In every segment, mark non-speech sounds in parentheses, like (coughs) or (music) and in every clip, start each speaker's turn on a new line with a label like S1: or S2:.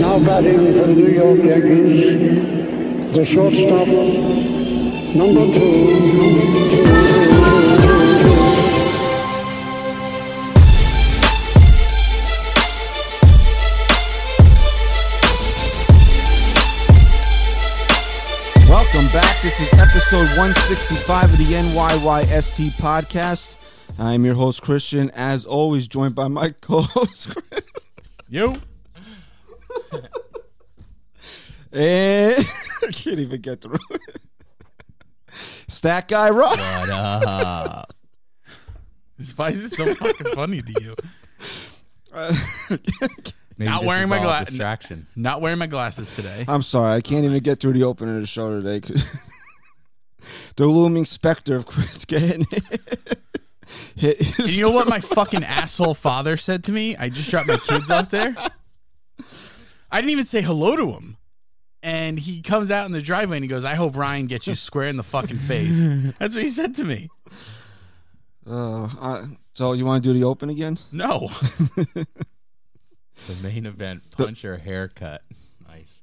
S1: How about him for the New York Yankees? The shortstop, number two.
S2: Welcome back. This is episode 165 of the NYYST podcast. I'm your host, Christian, as always, joined by my (laughs) co host, Chris.
S3: You?
S2: And I Eh, (laughs) can't even get through it. Stack Guy Rob.
S4: What up?
S3: (laughs) Why is this so fucking funny to you?
S4: Maybe
S3: Not
S4: this
S3: wearing
S4: is
S3: my
S4: all a
S3: gla-
S4: Distraction.
S3: Not wearing my glasses today.
S2: I'm sorry. I can't even get through the opener of the show today. 'cause- (laughs) the looming specter of Chris (laughs) getting hit. hit (laughs)
S3: You know what my fucking asshole father said to me? I just dropped my kids off there. I didn't even say hello to him. And he comes out in the driveway and he goes, I hope Ryan gets you square in the fucking face. (laughs) That's what he said to me.
S2: Uh, I- so, you want to do the open again?
S3: (laughs) No.
S4: The main event punch or haircut. Nice.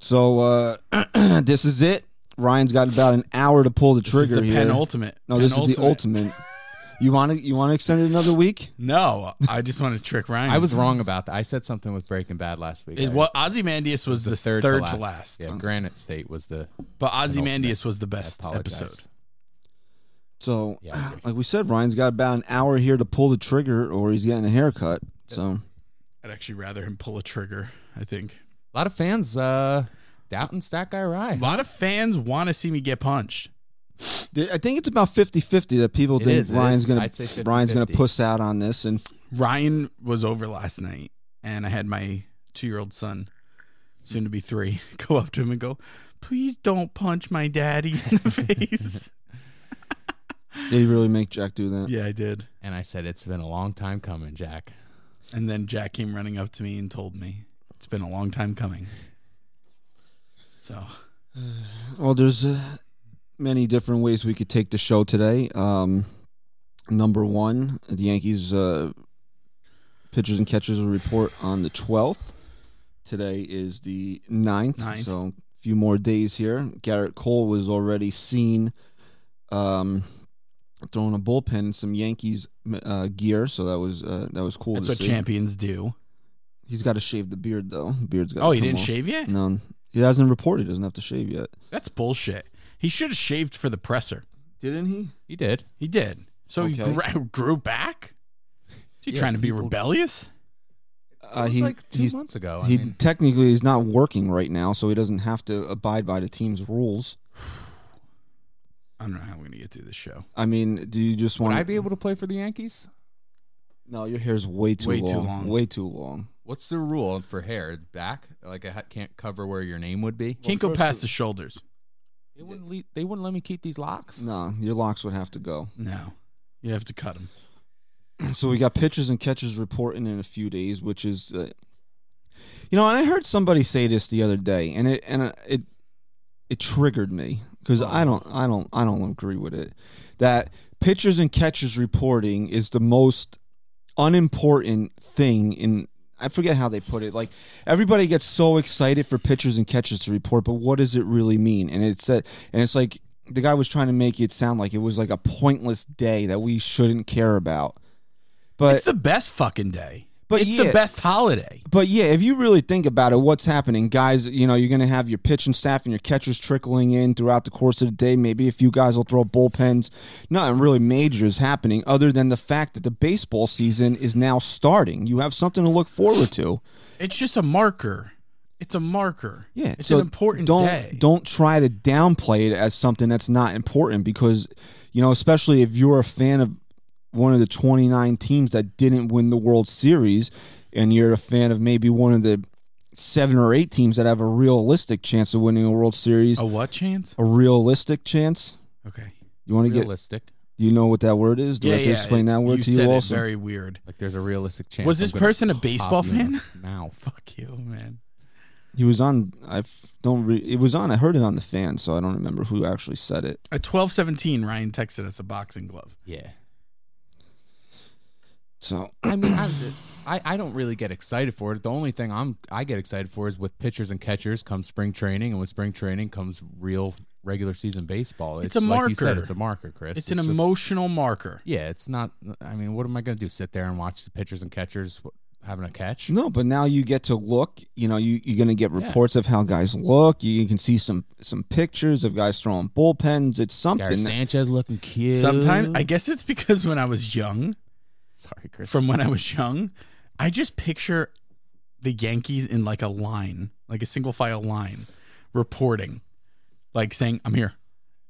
S2: So uh, (clears throat) this is it. Ryan's got about an hour to pull the trigger
S3: this is the
S2: here.
S3: penultimate.
S2: no, this is the
S3: Penultimate.
S2: ultimate. You want to you want to extend it another week?
S3: No, I just want to trick Ryan.
S4: I was wrong about that. I said something with Breaking Bad last week.
S3: Mm-hmm. It,
S4: I-
S3: well, Ozymandias was the, third, to last.
S4: Yeah, Granite State was the
S3: But Ozymandias was the
S4: I
S3: best
S4: apologize.
S3: episode.
S2: So,
S4: Yeah, I agree.
S2: like we said, Ryan's got about an hour here to pull the trigger, or he's getting a haircut. So
S3: I'd actually rather him pull a trigger, I think.
S4: A lot of fans uh, doubting Stack Guy Rye.
S3: A lot of fans want to see me get punched.
S2: th- I think it's about 50-50 that people
S4: It
S2: think
S4: is, it
S2: Ryan's
S4: is.
S2: gonna
S4: I'd say 50-50.
S2: Ryan's gonna puss out on this, and
S3: Ryan was over last night, and I had my two year old son, soon to be three, (laughs) go up to him and go, Please don't punch my daddy in the face.
S2: they really make Jack do that.
S3: yeah, I did.
S4: And I said, it's been a long time coming, Jack.
S3: And then Jack came running up to me and told me, It's been a long time coming. So,
S2: Well, there's uh, many different ways we could take the show today. Um, number one, the Yankees uh, pitchers and catchers will report on the 12th. Today is the 9th,
S3: Ninth.
S2: so a few more days here. Garrett Cole was already seen um, throwing a bullpen in some Yankees uh, gear, so that was uh, that was cool.
S3: that's
S2: to
S3: what
S2: see.
S3: champions do.
S2: He's got to shave the beard though. Beard's got.
S3: Oh, he didn't shave yet?
S2: No, he hasn't reported. He doesn't have to shave yet.
S3: That's bullshit. He should have shaved for the presser.
S2: Didn't he?
S4: He did.
S3: He did. So he
S2: Okay.
S3: gra- (laughs) grew back? Is he
S4: Yeah,
S3: trying to be
S4: people-
S3: rebellious?
S2: Uh,
S4: It was
S2: he,
S4: like two
S2: he's,
S4: months ago. I
S2: he
S4: mean,
S2: technically is not working right now, so he doesn't have to abide by the team's rules.
S3: I don't know how I'm going to get through this show.
S2: I mean, do you just
S4: would
S2: want?
S4: I be able to play for the Yankees?
S2: no, your hair's way too
S3: Way too
S2: long.
S3: long.
S2: Way too long.
S4: What's the rule for hair? Back? Like I ha- can't cover where your name would be?
S3: Can't go past the shoulders.
S4: They wouldn't, le- they wouldn't let me keep these locks?
S2: No, your locks would have to go. (clears throat)
S3: No, you have to cut them.
S2: So we got pitchers and catchers reporting in a few days, which is, uh, you know, and I heard somebody say this the other day, and it and uh, it it triggered me because I don't I don't I don't agree with it that pitchers and catchers reporting is the most unimportant thing in. I forget how they put it. Like everybody gets so excited for pitchers and catchers to report, but what does it really mean? And it's that, and it's like the guy was trying to make it sound like it was like a pointless day that we shouldn't care about. But
S3: It's the best fucking day.
S2: But
S3: it's
S2: yeah.
S3: the best holiday.
S2: but yeah, if you really think about it, what's happening, guys? You know, you're going to have your pitching staff and your catchers trickling in throughout the course of the day. Maybe a few guys will throw bullpens. Nothing really major is happening, other than the fact that the baseball season is now starting. You have something to look forward to.
S3: It's just a marker. It's a marker.
S2: Yeah,
S3: it's
S2: so
S3: an important
S2: don't,
S3: day.
S2: Don't try to downplay it as something that's not important because, you know, especially if you're a fan of one of the 29 teams that didn't win the World Series, and you're a fan of maybe one of the seven or eight teams that have a realistic chance of winning a World Series,
S3: a what chance?
S2: a realistic chance.
S3: Okay.
S2: You want to get?
S4: Realistic.
S2: Do you know what that word is? Do I
S3: yeah,
S2: have to
S3: yeah,
S2: explain that word to you
S3: said it
S2: also?
S3: very weird.
S4: Like there's a realistic chance.
S3: Was
S4: I'm
S3: this
S4: gonna
S3: person a
S4: pop
S3: baseball
S4: you in the
S3: (laughs)
S4: Mouth.
S3: Fuck you, man.
S2: he was on. I f- don't. Re- it was on. I heard it on the fan, so I don't remember who actually said it.
S3: At twelve seventeen, Ryan texted us a boxing glove.
S4: Yeah.
S2: So
S4: I mean, I, I I don't really get excited for it. The only thing I'm I get excited for is with pitchers and catchers comes spring training, and with spring training comes real regular season baseball.
S3: It's a
S4: like you said,
S3: marker.
S4: it's a marker, Chris.
S3: It's an
S4: just-
S3: emotional marker.
S4: Yeah, it's not. I mean, what am I going to do? Sit there and watch the pitchers and catchers w- having a catch?
S2: no, but now you get to look. You know, you you're gonna get reports of how guys look. You, you can see some some pictures of guys throwing bullpens. It's something.
S4: Gary Sanchez looking cute.
S3: Sometimes I guess it's because when I was young,
S4: (laughs) sorry, Chris.
S3: from when I was young, I just picture the Yankees in like a line, like a single file line, reporting, like saying I'm here,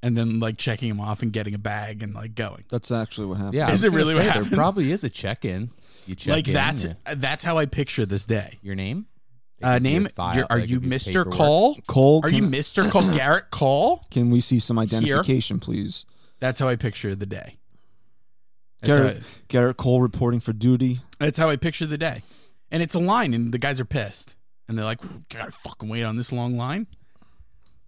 S3: and then like checking them off and getting a bag and like going.
S2: That's actually what happened.
S4: yeah, I
S3: Is
S4: was
S3: it
S4: gonna
S3: really
S4: say,
S3: what
S4: There
S3: happens?
S4: probably is a check-in. You check
S3: like
S4: in,
S3: that's
S4: yeah.
S3: that's how I picture this day.
S4: your name. They
S3: Uh,
S4: give you a
S3: name?
S4: file,
S3: you're- are
S4: they
S3: you
S4: give
S3: Mr.
S4: paperwork.
S3: Call?
S2: Cole,
S3: Are
S2: can,
S3: you Mr. Call
S4: (coughs)
S3: Garrett Call?
S2: can we see some identification, please?
S3: That's how I picture the day. That's,
S2: Garrett,
S3: how,
S2: Garrett Cole reporting for duty.
S3: that's how I picture the day. And it's a line, and the guys are pissed. And they're like, gotta fucking wait on this long line.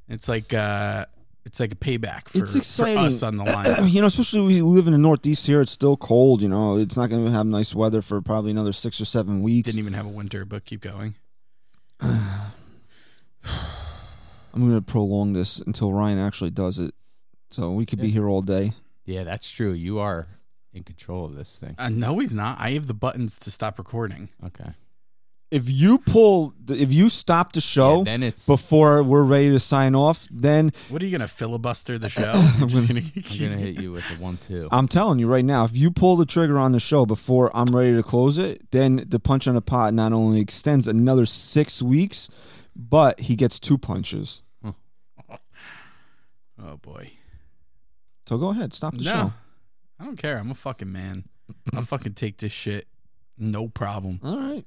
S3: It's like uh it's like a payback for,
S2: It's
S3: for
S2: exciting.
S3: us on the
S2: (clears throat)
S3: line.
S2: Uh, you know, especially we live in the Northeast here. It's still cold. You know, it's not going to have nice weather for probably another six or seven weeks.
S3: Didn't even have a winter, but keep going.
S2: I'm going to prolong this until Ryan actually does it, so we could be here all day.
S4: Yeah, that's true. You are in control of this thing.
S3: Uh, no, he's not. I have the buttons to stop recording.
S4: Okay.
S2: If you pull, if you stop the show
S4: Yeah, then it's
S2: before we're ready to sign off, then
S3: What are you gonna filibuster
S2: (laughs)
S3: the show? I'm just gonna,
S4: I'm
S3: keep,
S4: gonna hit you with the one two.
S2: I'm telling you right now, if you pull the trigger on the show before I'm ready to close it, then the punch on the pot not only extends another six weeks, but he gets two punches.
S3: Oh boy.
S2: So go ahead, stop the
S3: No.
S2: show.
S3: I don't care. I'm a fucking man. I'll fucking take this shit. No problem.
S2: All right.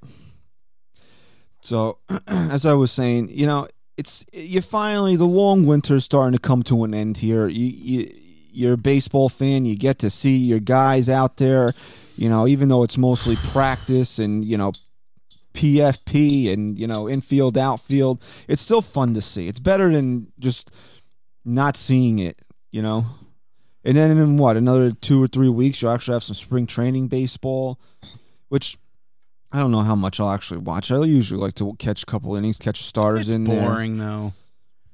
S2: So, (clears throat) as I was saying, you know, it's you finally the long winter's starting to come to an end here. You, you you're a baseball fan, you get to see your guys out there. You know, even though it's mostly practice and you know PFP and you know infield outfield, it's still fun to see. It's better than just not seeing it. You know. And then in what another two or three weeks, you'll actually have some spring training baseball, which I don't know how much I'll actually watch. I usually like to catch a couple innings, catch starters
S3: It's
S2: in (clears throat) there.
S3: boring though.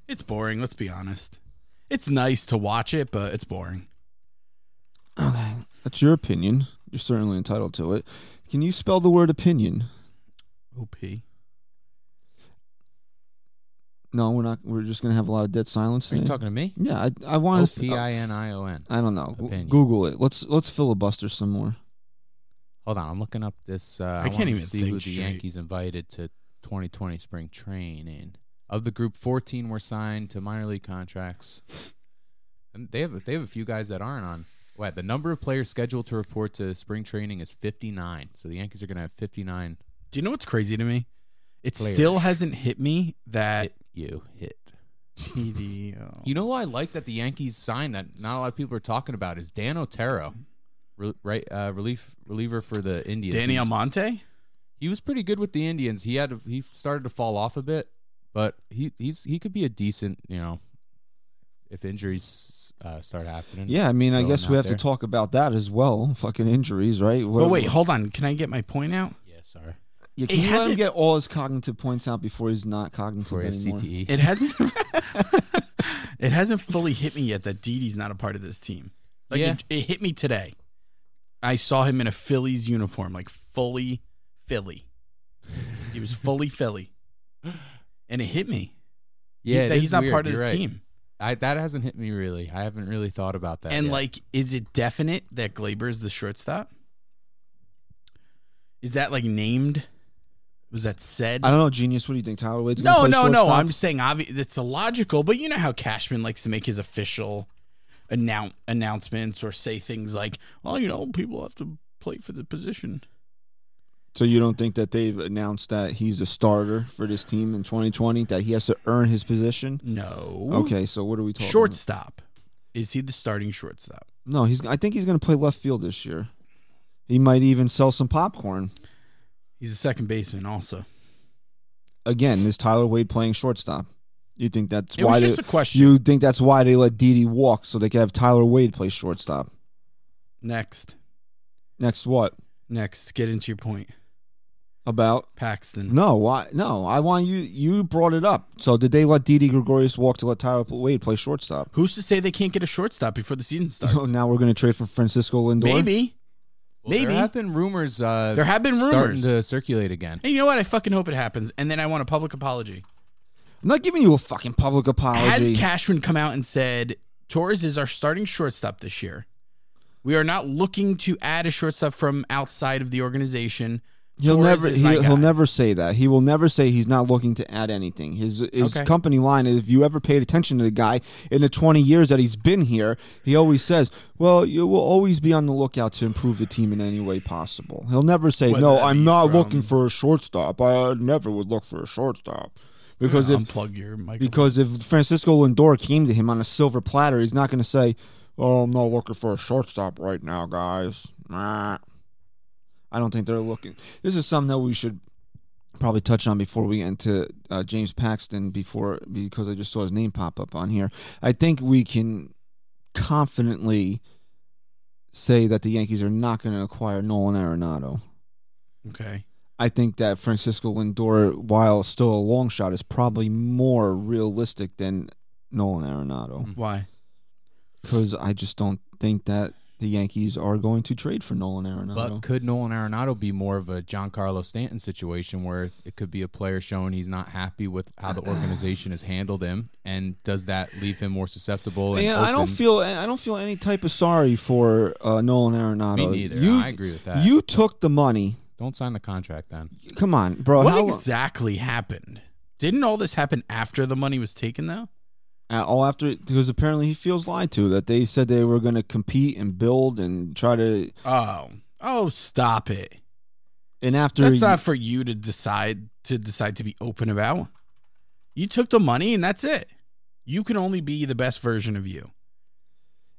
S3: It's boring, let's be honest. It's nice to watch it, but it's boring.
S2: That's your opinion. You're certainly entitled to it. Can you spell the word opinion?
S3: OP.
S2: No, we're not. We're just gonna have a lot of dead silence.
S4: Are you
S2: today.
S4: talking to me?
S2: Yeah, I, I
S4: O
S2: want
S4: p
S2: to.
S4: i n i o n.
S2: I don't know.
S4: Opinion.
S2: Google it. Let's let's filibuster some more.
S3: Mm-hmm.
S4: Hold on, I'm looking up this. Uh, I,
S3: can't
S4: wanna
S3: even
S4: see
S3: think
S4: who the
S3: straight.
S4: Yankees invited to 2020 spring training. Of the group, 14 were signed to minor league contracts, and they have they have a few guys that aren't on. What the number of players scheduled to report to spring training is 59. So the Yankees are going to have 59.
S3: Do you know what's crazy to me? It
S4: Players.
S3: still hasn't hit me that
S4: Hit you hit.
S3: (laughs) TDO.
S4: You know who I like that the Yankees signed that not a lot of people are talking about is Dan Otero, re- right uh, relief reliever for the Indians.
S3: Danny
S4: He was-
S3: Almonte?
S4: he was pretty good with the Indians. He had he started to fall off a bit, but he he's he could be a decent you know if injuries uh, start happening.
S2: Yeah, I mean, I
S4: Throwing
S2: guess we
S4: out
S2: have
S4: there.
S2: to talk about that as well. (laughs) Fucking injuries, right? What,
S3: But wait, hold on. Can I get my point out?
S4: yeah. Sorry,
S2: yeah, can
S3: it
S2: you let him
S3: hasn't-
S2: get all his cognitive points out before he's not cognitive
S4: for a
S2: anymore?
S4: CTE.
S3: It hasn't (laughs) It hasn't fully hit me yet that Didi's not a part of this team. Like
S4: Yeah.
S3: it, it hit me today. I saw him in a Phillies uniform, like fully Philly. He was fully Philly. And it hit me.
S4: yeah,
S3: He-
S4: it
S3: that
S4: is
S3: he's not
S4: weird.
S3: part of
S4: You're
S3: this
S4: right.
S3: team.
S4: I, that hasn't hit me really. I haven't really thought about that.
S3: and
S4: yet.
S3: like, is it definite that Glaber's the shortstop? Is that like named? Was that said?
S2: I don't know, genius. What do you think, Tyler Wade's gonna
S3: No,
S2: play
S3: no, no.
S2: shortstop?
S3: I'm just saying obvi- it's illogical, but you know how Cashman likes to make his official annou- announcements or say things like, well, you know, people have to play for the position.
S2: So you don't think that they've announced that he's a starter for this team in 2020? That he has to earn his position?
S3: No.
S2: Okay, so what are we talking? about?
S3: Shortstop. Is he the starting shortstop?
S2: No, he's. I think he's going to play left field this year. He might even sell some popcorn.
S3: He's a second baseman also.
S2: Again, is Tyler Wade playing shortstop? You think that's
S3: It
S2: why?
S3: was just
S2: they,
S3: a question.
S2: you think that's why they let Didi walk so they could have Tyler Wade play shortstop?
S3: Next.
S2: Next, what?
S3: Next, get into your point,
S2: about
S3: Paxton.
S2: no why no I want you you brought it up so did they let Didi Gregorius walk to let Tyler Wade play shortstop (laughs)
S3: Who's to say they can't get a shortstop before the season starts?
S2: so now we're gonna trade for Francisco Lindor
S3: Maybe.
S4: Well,
S3: Maybe.
S4: there have been rumors. Uh,
S3: There have been
S4: starting
S3: rumors.
S4: to circulate again.
S3: Hey, you know what? I fucking hope it happens. And then I want a public apology.
S2: I'm not giving you a fucking public apology
S3: Has Cashman come out and said Torres is our starting shortstop this year? We are not looking to add a shortstop from outside of the organization.
S2: He'll
S3: Torres
S2: never
S3: is my
S2: he,
S3: guy.
S2: he'll never say that. He will never say he's not looking to add anything. His his
S3: Okay.
S2: company line is if you ever paid attention to the guy in the 20 years that he's been here, he always says, "Well, you will always be on the lookout to improve the team in any way possible." He'll never say,
S3: Whether
S2: "No,
S3: that
S2: I'm
S3: be
S2: not
S3: from-
S2: looking for a shortstop. I never would look for a shortstop." Because if
S3: Unplug your microphone.
S2: because if Francisco Lindor came to him on a silver platter, he's not going to say, "Oh, I'm not looking for a shortstop right now, guys." Nah. I don't think they're looking. This is something that we should probably touch on before we get into uh, James Paxton. Before because I just saw his name pop up on here. I think we can confidently say that the Yankees are not going to acquire Nolan Arenado.
S3: okay.
S2: I think that Francisco Lindor, while still a long shot, is probably more realistic than Nolan
S4: Mm.
S2: Arenado
S3: Why?
S2: because I just don't think that the Yankees are going to trade for Nolan
S4: But
S2: Arenado.
S4: could Nolan Arenado be more of a Giancarlo Stanton situation where it could be a player showing he's not happy with how the organization has handled him, and does that leave him more susceptible? And
S2: and I don't
S4: open?
S2: feel I don't feel any type of sorry for uh, Nolan Arenado.
S4: me neither.
S2: You,
S4: I agree with that.
S2: You took the money.
S4: don't sign the contract then.
S2: Come on, bro.
S3: what
S2: how long-
S3: exactly happened? Didn't all this happen after the money was taken, though?
S2: Uh, all after because apparently he feels lied to that they said they were going to compete and build and try to
S3: Oh, oh, stop it!
S2: and after
S3: That's not for you to decide to decide to be open about. You took the money, and that's it. You can only be the best version of you.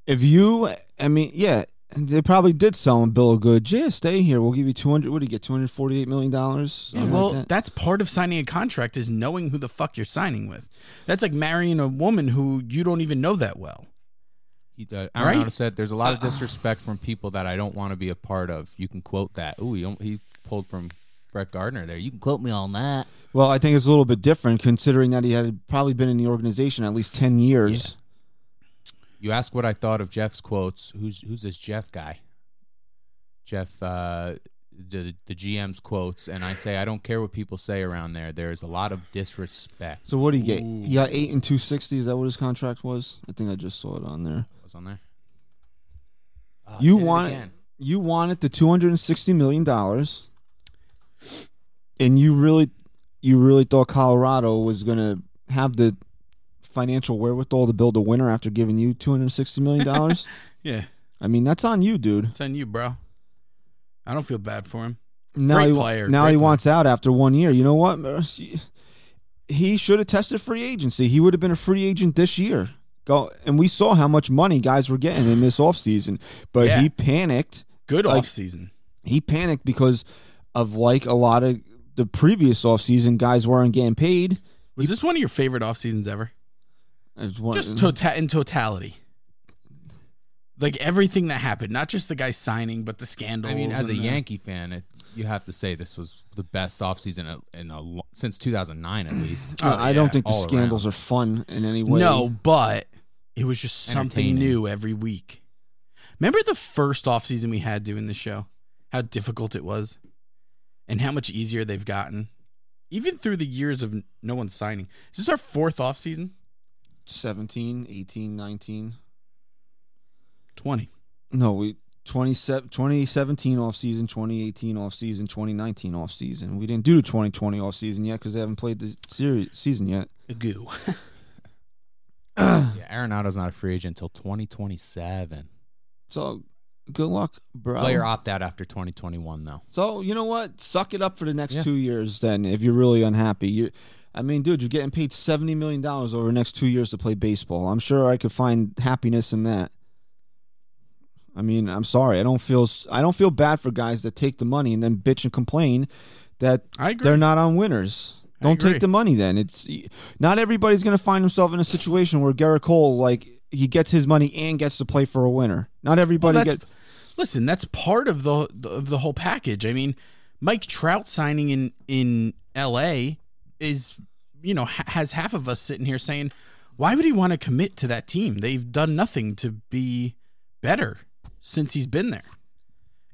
S2: If you, I mean, yeah, they probably did sell him a bill of goods. Yeah, stay here. We'll give you two hundred. What do you get? Two hundred forty-eight million dollars.
S3: Yeah, well, that's part of signing a contract is knowing who the fuck you're signing with. That's like marrying a woman who you don't even know that well.
S4: He, uh, Arenado
S3: Right?
S4: said, "There's a lot
S2: Uh,
S4: of disrespect from people that I don't want to be a part of." You can quote that. Ooh, he, he pulled from Brett Gardner there. You can quote me on that.
S2: well, I think it's a little bit different considering that he had probably been in the organization at least ten years.
S4: You ask what I thought of Jeff's quotes. Who's who's this Jeff guy? Jeff, uh, the the GM's quotes, and I say I don't care what people say around there. There is a lot of disrespect.
S2: So what do you get? He got eight and two sixty. Is that what his contract was? I think I just saw it on there.
S4: What's on there? Ah,
S2: You
S4: did it
S2: want
S4: again.
S2: you wanted the two hundred and sixty million dollars, and you really, you really thought Colorado was gonna have the financial wherewithal to build a winner after giving you two hundred sixty
S3: (laughs)
S2: million dollars.
S3: Yeah,
S2: I mean, that's on you, dude.
S3: it's on you, bro. I don't feel bad for him.
S2: Now
S3: Great
S2: he,
S3: player,
S2: now
S3: great
S2: he
S3: player.
S2: wants out after one year. You know what? He should have tested free agency. He would have been a free agent this year. Go and we saw how much money guys were getting in this offseason. But
S3: Yeah.
S2: he panicked.
S3: Good
S2: Like-
S3: off season.
S2: he panicked because of like a lot of the previous offseason guys weren't getting paid.
S3: Was this one of your favorite off seasons ever?
S2: It's one-
S3: Just tota- in totality. Like everything that happened, not just the guy signing, but the scandal.
S4: I mean, as a Yankee fan, it, you have to say this was the best offseason in a, in a lo- since 2009 at
S2: (clears throat)
S4: least.
S2: I- I don't think the
S4: all
S2: scandals are fun in any way.
S3: No, but it was just something
S4: Entertaining.
S3: new every week. Remember the first offseason we had doing this show? How difficult it was and how much easier they've gotten. Even through the years of n- no one signing. Is this our fourth offseason?
S2: 17, 18, 19.
S3: 20.
S2: No, we 27 2017 offseason, 2018 offseason, 2019 offseason. We didn't do the 2020 offseason yet cuz they haven't played the series season yet.
S3: A goo.
S4: Yeah, Arenado's not a free agent until 2027.
S2: So good luck, bro.
S4: Player opt out after 2021 though.
S2: So you know what? Suck it up for the next
S4: Yeah.
S2: two years. Then, if you're really unhappy, you. I mean, dude, you're getting paid seventy million dollars over the next two years to play baseball. I'm sure I could find happiness in that. I mean, I'm sorry. I don't feel. s- I don't feel bad for guys that take the money and then bitch and complain that
S3: I agree.
S2: they're not on winners.
S3: I
S2: Don't
S3: agree.
S2: take the money. Then it's not everybody's going to find himself in a situation where Garrett Cole like he gets his money and gets to play for a winner. Not everybody
S3: Well, that's-
S2: gets.
S3: Listen, that's part of the of the whole package. I mean, Mike Trout signing in in L.A. is you know ha- has half of us sitting here saying, why would he want to commit to that team? They've done nothing to be better since he's been there.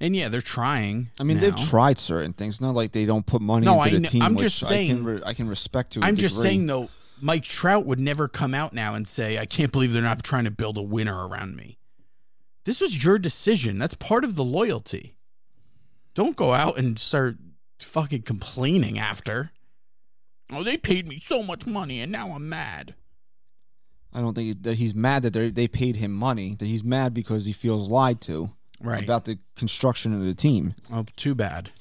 S3: And yeah, they're trying.
S2: I mean,
S3: now.
S2: they've tried certain things. Not like they don't put money
S3: No,
S2: into
S3: I
S2: the
S3: kn-
S2: team.
S3: I'm
S2: which
S3: just
S2: I
S4: saying-
S2: can, re- I can respect to. i
S3: I'm just saying though, Mike Trout would never come out now and say, "I can't believe they're not trying to build a winner around me." This was your decision. That's part of the loyalty. Don't go out and start fucking complaining after. Oh, they paid me so much money and now I'm mad.
S2: I don't think that he's mad that they they paid him money. That he's mad because he feels lied to
S3: Right.
S2: about the construction of the team.
S3: oh, too bad.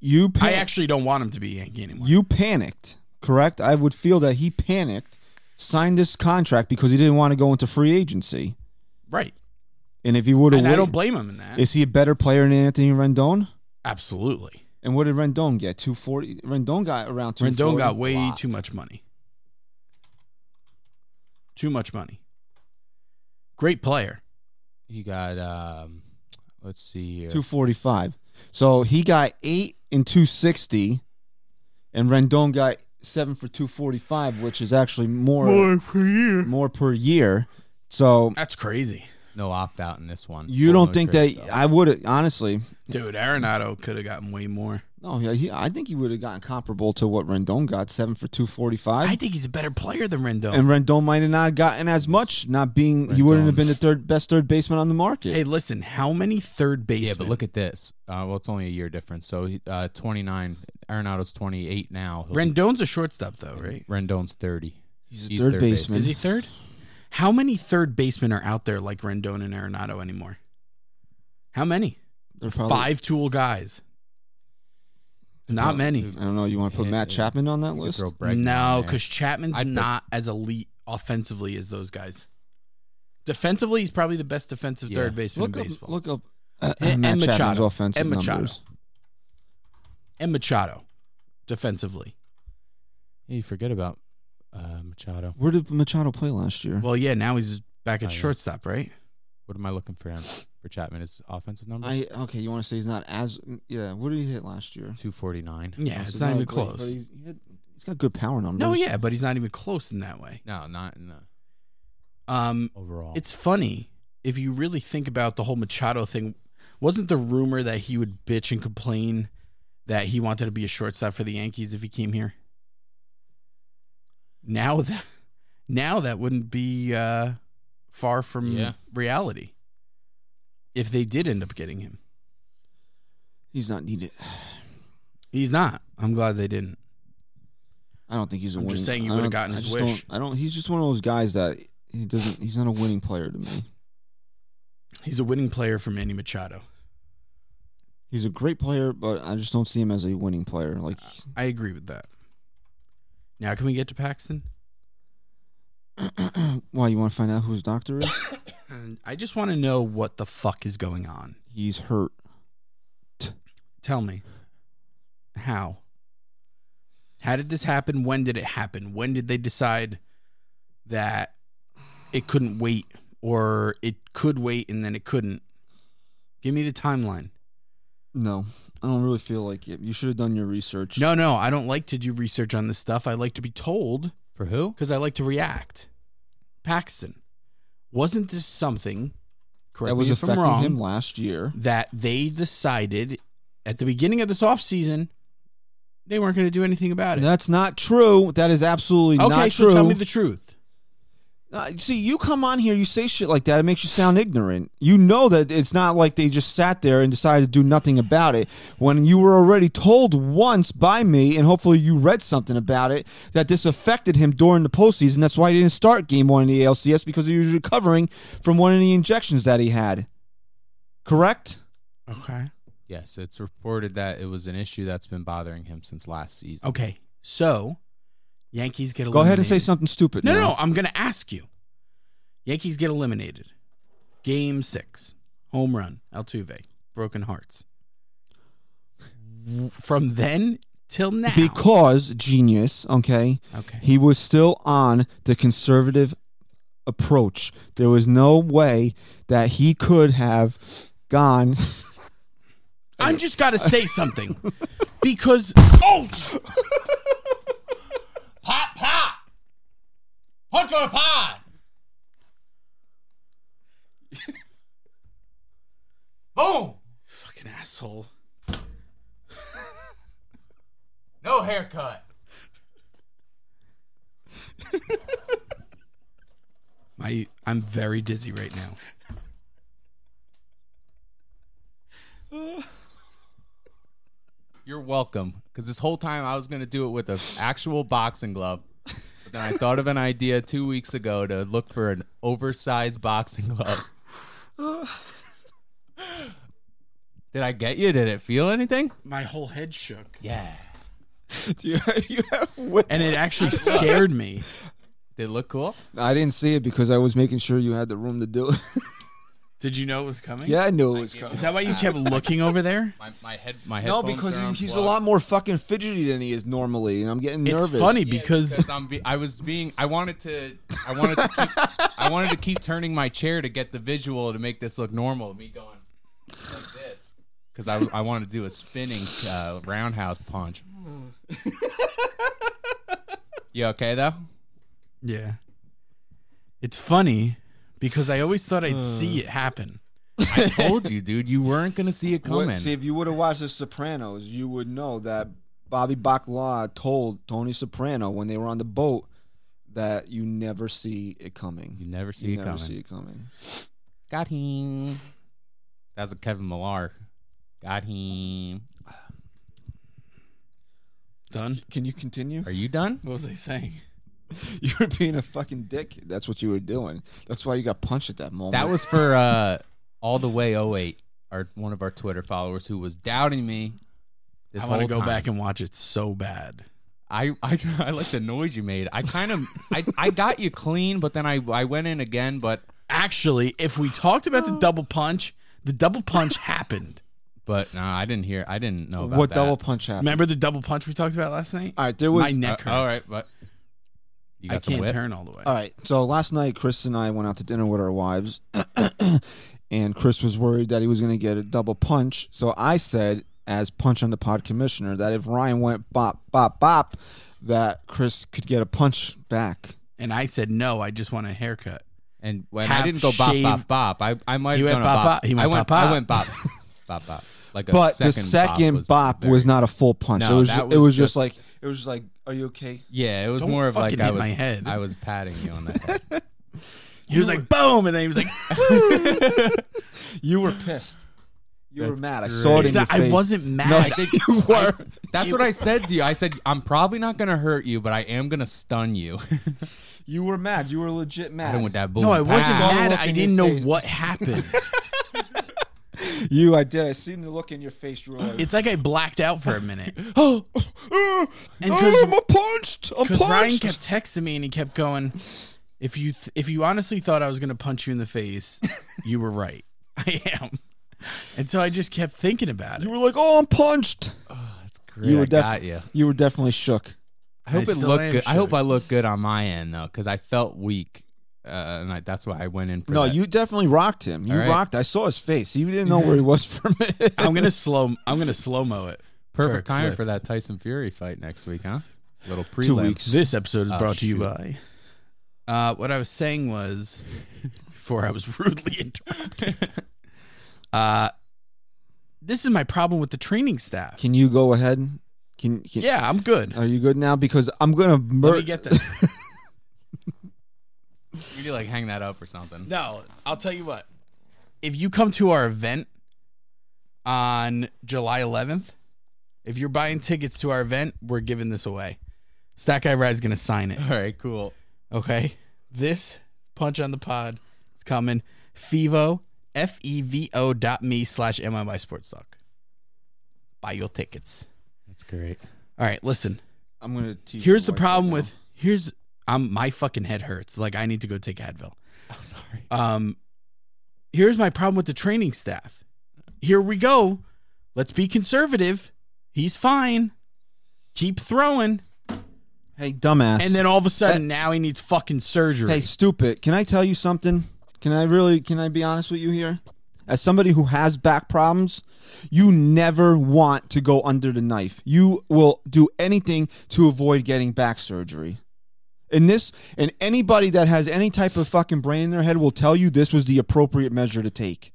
S2: You, pan-
S3: I actually don't want him to be Yankee anymore.
S2: you panicked, correct? I would feel that he panicked, signed this contract because he didn't want to go into free agency.
S3: right.
S2: And if he would have,
S3: And I don't blame him in that.
S2: is he a better player than Anthony Rendon?
S3: Absolutely.
S2: And what did Rendon get? Two forty. Rendon got around two.
S3: Rendon got way too much money. Too much money. Great player.
S4: He got um, let's see here.
S2: Two forty five. So he got eight and two sixty, and Rendon got seven for two forty five, which is actually more more, per year. So
S3: That's crazy.
S4: no opt out in this one.
S2: you
S4: Full
S2: don't
S4: no
S2: think
S4: trade,
S2: that
S4: though.
S2: I would honestly?
S3: Dude, Arenado could have gotten way more.
S2: No, yeah, he, I think he would have gotten comparable to what Rendon got, seven for two forty
S3: I
S2: five.
S3: think he's a better player than Rendon.
S2: And Rendon might have not gotten as much, not being he wouldn't have been the third best third baseman on the market.
S3: hey, listen, how many third basemen?
S4: Yeah, but look at this. Uh, well, it's only a year difference. So he- uh, 29. Arenado's 28 now. He'll be-
S3: Rendon's a shortstop, though, right?
S4: Rendon's 30.
S2: He's a third baseman.
S3: Is he third? How many third basemen are out there like Rendon and Arenado anymore? How many?
S2: They're probably-
S3: Five tool guys. Not many.
S2: I don't know. You want to put
S4: Yeah,
S2: Matt
S4: yeah.
S2: Chapman on that
S4: You could
S2: list?
S4: throw Bregman in
S3: No,
S4: there.
S3: because Chapman's
S4: I'd put-
S3: not as elite offensively as those guys. Defensively, he's probably the best defensive
S4: Yeah.
S3: third baseman
S2: Look
S3: in
S2: up,
S3: baseball.
S2: look up uh,
S3: And-
S2: Matt
S3: and
S2: Chapman's
S3: Machado.
S2: offensive
S3: And Machado.
S2: numbers.
S3: And Machado, defensively.
S4: Yeah, you forget about uh, Machado.
S2: Where did Machado play last year?
S3: Well, yeah, now he's back at
S4: Oh, yeah.
S3: shortstop, right?
S4: What am I looking for him? For Chapman, his offensive number?
S2: I okay. You want to say he's not as yeah? What did he hit last year?
S4: 249.
S3: Yeah,
S2: Oh,
S3: it's
S2: so
S3: not even
S2: great,
S3: close.
S2: But he's, he had, he's got good power numbers.
S3: no, yeah, but he's not even close in that way.
S4: No, not in the
S3: Um,
S4: overall.
S3: it's funny if you really think about the whole Machado thing. Wasn't the rumor that he would bitch and complain that he wanted to be a shortstop for the Yankees if he came here? Now (laughs) that now that wouldn't be uh, far from
S4: Yeah.
S3: reality. If they did end up getting him,
S2: he's not needed.
S3: he's not. I'm glad they didn't.
S2: I don't think he's a
S3: I'm
S2: winning.
S3: just saying you
S2: I
S3: would've
S2: don't-
S3: gotten
S2: I
S3: his
S2: just
S3: wish.
S2: Don't, I don't. He's just one of those guys that he doesn't. He's not a winning player to me.
S3: He's a winning player for Manny Machado.
S2: He's a great player, but I just don't see him as a winning player. Like (clears throat)
S3: I agree with that. Now, can we get to Paxton?
S2: why you want to find out who his doctor is?
S3: And I just want to know what the fuck is going on.
S2: he's hurt.
S3: Tell me. How? How did this happen? When did it happen? When did they decide that it couldn't wait or it could wait and then it couldn't? Give me the timeline.
S2: No, I don't really feel like it. You should have done your research.
S3: No, no, I don't like to do research on this stuff. I like to be told
S4: for who?
S3: because I like to react. Paxton, wasn't this something? Correct
S2: that was
S3: me if I'm
S2: affecting
S3: wrong,
S2: him last year.
S3: that they decided at the beginning of this offseason they weren't going to do anything about it.
S2: That's not true. That is absolutely
S3: okay,
S2: not
S3: so
S2: true.
S3: tell me the truth.
S2: Uh, see, you come on here, you say shit like that, it makes you sound ignorant. You know that it's not like they just sat there and decided to do nothing about it when you were already told once by me, and hopefully you read something about it, that this affected him during the postseason. That's why he didn't start game one in the ALCS because he was recovering from one of the injections that he had. Correct?
S3: Okay.
S4: Yes, it's reported that it was an issue that's been bothering him since last season.
S3: Okay. So, Yankees get
S2: Go
S3: eliminated.
S2: ahead and say something stupid.
S3: No,
S2: now.
S3: no, no, I'm going to ask you. Yankees get eliminated. Game 6. Home run, Altuve, broken hearts. From then till now.
S2: Because genius, okay?
S3: okay.
S2: He was still on the conservative approach. There was no way that he could have gone. (laughs)
S3: I'm just got to (laughs) say something because (laughs) oh, pop pop, punch or pod. (laughs) Boom! Fucking asshole. (laughs) no haircut. My, I'm very dizzy right now.
S4: Oh, You're welcome. Because this whole time I was gonna do it with an actual boxing glove, but then I thought of an idea two weeks ago to look for an oversized
S2: (laughs)
S4: boxing glove. Did I get you? Did it feel anything?
S3: My whole head shook,
S4: Yeah.
S2: Do
S3: (laughs)
S2: you, you have whip-
S3: and it (laughs) actually scared me.
S4: Did it look cool?
S2: I didn't see it because I was making sure you had the room to do it. (laughs)
S3: Did you know it was coming?
S2: yeah, I knew it was coming.
S3: Is that why you kept looking over
S4: (laughs)
S3: there?
S4: My, my head, my head.
S2: No, because he- he's a lot more fucking fidgety than he is normally, and I'm getting nervous.
S3: It's funny because,
S4: because I'm be- I was being I wanted to I wanted to keep, I wanted to keep turning my chair to get the visual to make this look normal. Me going like this because I I wanted to do a spinning uh, roundhouse punch. you okay though?
S3: (laughs) yeah, it's funny because I always thought I'd see
S2: Uh.
S3: it happen.
S4: I (laughs) told you, dude, you weren't gonna see it
S2: What-
S4: coming.
S2: see, if you would have watched The Sopranos, you would know that Bobby Bacala told Tony Soprano when they were on the boat that you never see it coming.
S4: you never see
S2: You
S4: it
S2: never
S4: coming.
S2: see it coming.
S4: Got him. That was a Kevin Millar. Got him.
S3: Done.
S2: Can you continue? (laughs)
S4: Are you done?
S3: What was I saying?
S2: You were being a fucking dick. That's what you were doing. That's why you got punched at that moment.
S4: That was for uh, all the way 08, our one of our Twitter followers who was doubting me. This
S3: I want to go
S4: whole time.
S3: back and watch it so bad.
S4: I, I (laughs) I like the noise you made. I kind of I, I got you clean, but then I I went in again. But
S3: Actually, if we talked
S2: (gasps)
S3: about the double punch, the double punch happened.
S4: but no, I didn't hear. I didn't know about
S2: what
S4: that. Uh,
S2: double punch happened.
S3: Remember the double punch we talked about last night?
S2: All right, there was
S3: My neck hurts.
S4: Uh, all right, but you got
S3: I
S4: some
S3: can't
S4: whip?
S3: turn all the way.
S2: All right. So last night, Chris and I went out to dinner with our wives, (coughs) and Chris was worried that he was going to get a double punch. So I said, as punch on the pod commissioner, that if Ryan went bop, bop, bop, that Chris could get a punch back.
S3: And I said no. I just want a haircut.
S4: And when I
S3: Half
S4: didn't go bop
S3: shaved-
S4: bop bop, I I might
S3: He
S4: have
S3: went
S4: done a
S3: bop,
S4: bop.
S3: bop. He
S4: I
S3: went
S4: went
S3: bop,
S4: I
S3: (laughs)
S4: went bop bop bop like a
S2: But
S4: second
S2: the
S4: bop
S2: second
S4: was,
S2: bop
S4: very-
S2: was not a full punch.
S4: No,
S2: it was,
S4: that
S2: it
S4: was
S2: was just
S4: just-
S2: like it was just like, are you okay?
S4: Yeah, it was
S3: Don't
S4: more of like
S3: fucking
S4: I
S3: hit
S4: was
S3: my head.
S4: I was patting
S3: (laughs)
S4: you on the head.
S3: He was like boom, and then he was like,
S2: (laughs) You were pissed. You were
S4: That's
S2: mad. I
S4: great.
S2: saw it in your
S3: I
S2: face.
S3: wasn't mad.
S2: No, (laughs)
S3: I
S2: I
S3: think-
S2: think you were.
S4: That's what I said to you. I said I'm probably not gonna hurt you, but I am gonna stun you. (laughs)
S2: You were mad. You were legit
S4: I
S2: mad.
S4: don't want that boom.
S3: no, I wasn't
S4: pow.
S3: mad.
S2: look in
S3: I
S2: your
S3: didn't know
S2: face.
S3: what happened.
S2: You, I did. I seen the look in your face. You were like,
S3: It's like I blacked out for a minute.
S2: (gasps) oh,
S3: And 'cause-
S2: I'm punched. I'm
S3: Because
S2: punched.
S3: Ryan kept texting me and he kept going, "If you th- if you honestly thought I was gonna punch you in the face, you were right. (laughs) I am." And so I just kept thinking about it.
S2: you were like, oh, I'm punched.
S4: That's great.
S2: you were
S4: I got
S2: def-
S4: you.
S2: You were definitely shook.
S4: I hope
S3: I
S4: it
S3: still
S4: looked
S3: am
S4: good. I hope
S3: shook.
S4: I looked good on my end though, because I felt weak, uh, and I, that's why I went in for
S2: No,
S4: that.
S2: you definitely rocked him. You
S4: All right.
S2: rocked. I saw his face. You didn't know where he was for a minute.
S3: I'm gonna slow. I'm gonna slow mo it.
S4: perfect
S3: for a
S4: timing
S3: clip.
S4: for that Tyson Fury fight next week, huh? Little pre
S2: Two weeks.
S3: This episode is
S4: Oh,
S3: brought to you
S4: shoot.
S3: by. Uh, what I was saying was, before I was (laughs) rudely interrupted. Uh, this is my problem with the training staff.
S2: Can you go ahead? Can, can
S3: Yeah, I'm good.
S2: Are you good now? Because I'm gonna
S3: Let
S2: murder.
S3: me get this.
S4: We need to like hang that up or something. (laughs)
S3: No, I'll tell you what. If you come to our event on July 11th, if you're buying tickets to our event, we're giving this away. Stack Guy Rad's going to sign it.
S4: (laughs) All right, cool.
S3: Okay. This punch on the pod is coming. Fevo, F E V O dot me slash MIY Sports Talk. Buy your tickets.
S4: That's great.
S3: All right, listen.
S2: I'm gonna teach.
S3: Here's the
S2: your wife
S3: problem
S2: right
S3: with here's I'm my fucking head hurts. Like I need to go take Advil.
S4: I'm (laughs) sorry.
S3: Um, here's my problem with the training staff. Here we go. Let's be conservative. He's fine. Keep throwing.
S2: now. Hey, dumbass.
S3: And then all of a sudden, now he needs fucking surgery.
S2: Hey, stupid. Can I tell you something? Can I really? Can I be honest with you here? as somebody who has back problems, you never want to go under the knife. You will do anything to avoid getting back surgery. And this, and anybody that has any type of fucking brain in their head will tell you this was the appropriate measure to take.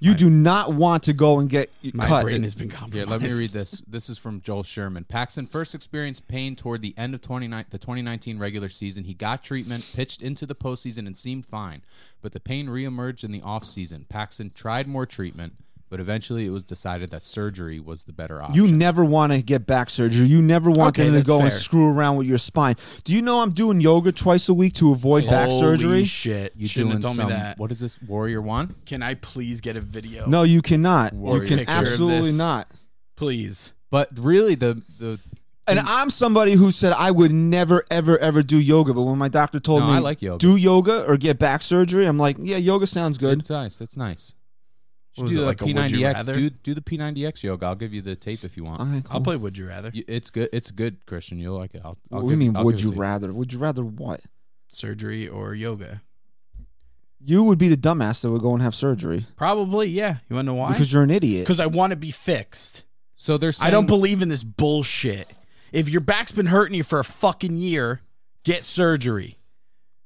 S2: You do not want to go and get
S3: My
S2: cut.
S3: brain has been
S4: Yeah,
S3: compromised.
S4: let me read this. This is from Joel Sherman. Paxton first experienced pain toward the end of 29, the 2019 regular season. He got treatment, pitched into the postseason, and seemed fine. But the pain reemerged in the offseason. Paxton tried more treatment, but eventually it was decided that surgery was the better option.
S2: You never want to get back surgery. You never want
S3: Okay,
S2: them to
S3: that's
S2: go and
S3: fair.
S2: screw around with your spine. Do you know I'm doing yoga twice a week to avoid back
S3: Holy
S2: surgery?
S3: Shit, you
S4: You
S3: shouldn't have
S4: doing
S3: told me
S4: some-
S3: that.
S4: What is this, Warrior One?
S3: Can I please get a video?
S2: No, you cannot.
S3: Warrior.
S2: You can
S3: Picture of
S2: absolutely
S3: this.
S2: not.
S3: please.
S4: But really, the the
S2: And I'm somebody who said I would never, ever, ever do yoga. But when my doctor told
S4: No,
S2: me
S4: I like yoga.
S2: do yoga or get back surgery, I'm like, yeah, yoga sounds good.
S4: it's nice. That's nice.
S3: What was it, like a would you rather?
S4: Do, do the P90X yoga. I'll give you the tape if you want.
S2: All right,
S3: I'll
S2: cool.
S3: play Would You Rather.
S4: You- It's good. It's good, Christian. You'll like it. I'll, I'll
S2: what do
S4: give,
S2: you mean?
S4: I'll
S2: would
S4: give it
S2: you
S4: to
S2: rather? Would you rather what?
S3: Surgery or yoga?
S2: You would be the dumbass that would go and have surgery
S3: Probably, yeah. You want to know why?
S2: because you're an idiot.
S3: Because I want to be fixed.
S4: So there's.
S3: I don't believe in this bullshit. If your back's been hurting you for a fucking year, get surgery.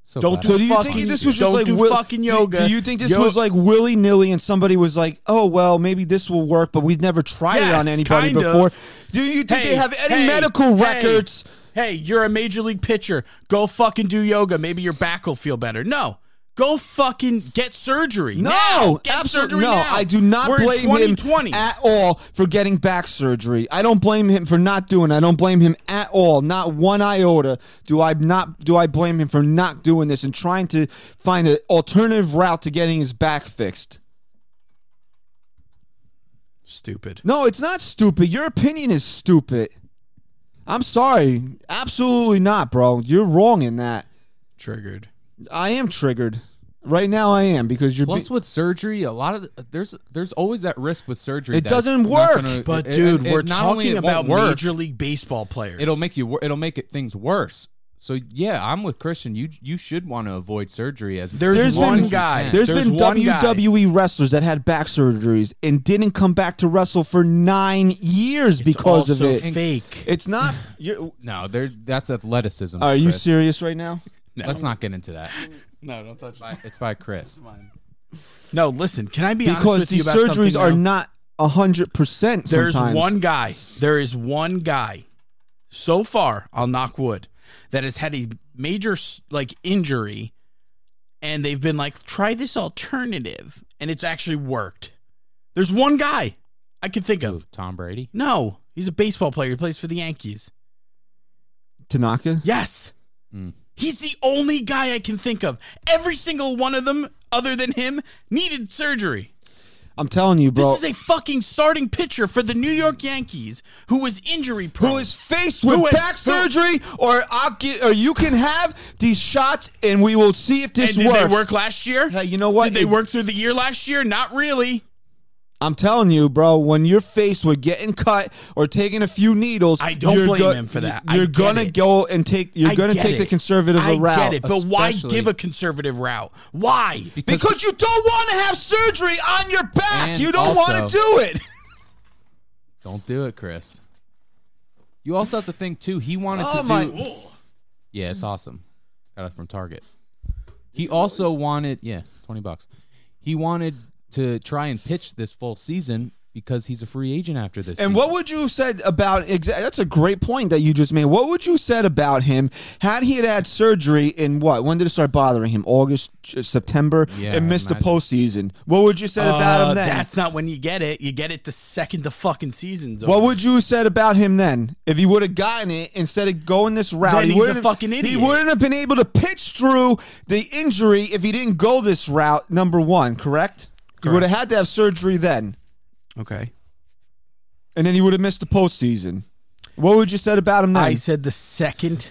S4: So
S3: Don't
S4: glad-
S3: do
S2: So do you
S3: fucking-
S2: think this was just
S3: don't
S2: like
S3: do fucking
S2: do- Do,
S3: yoga.
S2: you think this
S3: Yo-
S2: was like willy nilly and somebody was like, "Oh well, maybe this will work," but we've never tried it on
S3: Yes,
S2: anybody
S3: kind of.
S2: before? Do you think they have any medical
S3: hey,
S2: records?
S3: Hey, you're a major league pitcher. Go fucking do yoga. Maybe your back will feel better. No. Go fucking get surgery.
S2: No,
S3: now. Get
S2: absolutely
S3: surgery
S2: no.
S3: now.
S2: I do not
S3: We're
S2: blame
S3: in 2020.
S2: him at all for getting back surgery. I don't blame him for not doing. it. I don't blame him at all. Not one iota do I not do I blame him for not doing this and trying to find an alternative route to getting his back fixed.
S3: Stupid.
S2: No, it's not stupid. Your opinion is stupid. I'm sorry. Absolutely not, bro. You're wrong in that.
S3: Triggered.
S2: I am triggered. Right now I am because you're
S4: Plus,
S2: be-
S4: with surgery, a lot of the, there's there's always that risk with surgery.
S2: It
S4: that it's
S2: doesn't
S4: not
S2: work.
S4: gonna-
S3: But
S4: it-
S3: dude,
S4: it- it
S3: we're
S4: not only
S3: talking
S4: it won't
S3: about
S4: work,
S3: major league baseball players.
S4: It'll make you. wor- It'll make it things worse. So yeah, I'm with Christian. You you should want to avoid surgery as
S3: There's
S4: as much
S3: one
S4: as you
S3: guy.
S4: can.
S2: There's
S3: There's
S2: been
S3: one guy.
S2: WWE wrestlers that had back surgeries and didn't come back to wrestle for 9 years because of
S3: also
S2: it.
S3: fake.
S2: It's
S3: (laughs)
S2: not you're
S4: no. There that's athleticism.
S2: Are you
S4: Chris.
S2: serious right now?
S4: Let's not get into that.
S3: No, don't touch
S4: By- It's by Chris.
S3: No, listen. Can I be honest
S2: Because
S3: with
S2: the
S3: you about
S2: surgeries
S3: something,
S2: are
S3: though?
S2: not 100%
S3: There's
S2: sometimes.
S3: one guy. There is one guy so far, I'll knock wood, that has had a major s- like injury and they've been like try this alternative and it's actually worked. There's one guy I can think of.
S4: Tom Brady.
S3: No, he's a baseball player. He plays for the Yankees.
S2: Tanaka?
S3: Yes.
S4: Mm.
S3: He's the only guy I can think of. Every single one of them other than him needed surgery.
S2: I'm telling you, bro.
S3: This is a fucking starting pitcher for the New York Yankees who was injury prone.
S2: who is faced with
S3: Who is-
S2: back
S3: who-
S2: surgery, or I'll get, or you can have these shots, and we will see if
S3: and
S2: this
S3: did
S2: works.
S3: they work last year?
S2: Hey, you know what?
S3: Did they
S2: It-
S3: work through the year last year? Not really.
S2: I'm telling you, bro. When you're faced with getting cut or taking a few needles,
S3: I don't
S2: you're
S3: blame
S2: go-
S3: him for that. I
S2: You're
S3: get
S2: gonna
S3: it.
S2: go and take. You're
S3: I
S2: gonna
S3: get
S2: take the
S3: it.
S2: conservative
S3: I
S2: route.
S3: get it, but why
S4: Especially-
S3: give a conservative route? Why?
S2: Because you don't want to have surgery on your back.
S4: And
S2: You don't want to
S4: also-
S2: do it.
S4: Don't do it, Chris. You also have to think too. He wanted
S2: Oh
S4: to
S2: my!
S4: do. Yeah,
S3: Hmm.
S4: it's awesome. Got it from Target. He also wanted, yeah, 20 bucks. He wanted to try and pitch this full season because he's a free agent after this.
S2: And what would you have said about exa- that's a great point that you just made. What would you said about him had he had had surgery in what? When did it start bothering him? August, J- September,
S4: Yeah,
S2: and
S4: I
S2: missed the
S4: imagine.
S2: postseason. What would you said about
S3: Uh,
S2: him then?
S3: that's not when you get it. You get it the second the fucking season's over.
S2: what would you have said about him then? If he would have gotten it instead of going this route,
S3: Then
S2: he
S3: he's a
S2: wouldn't have-
S3: fucking
S2: He
S3: idiot.
S2: wouldn't have been able to pitch through the injury if he didn't go this route. Number one, correct? He would have had to have surgery then,
S3: okay.
S2: and then he would have missed the postseason. What would you said about him then?
S3: I said the second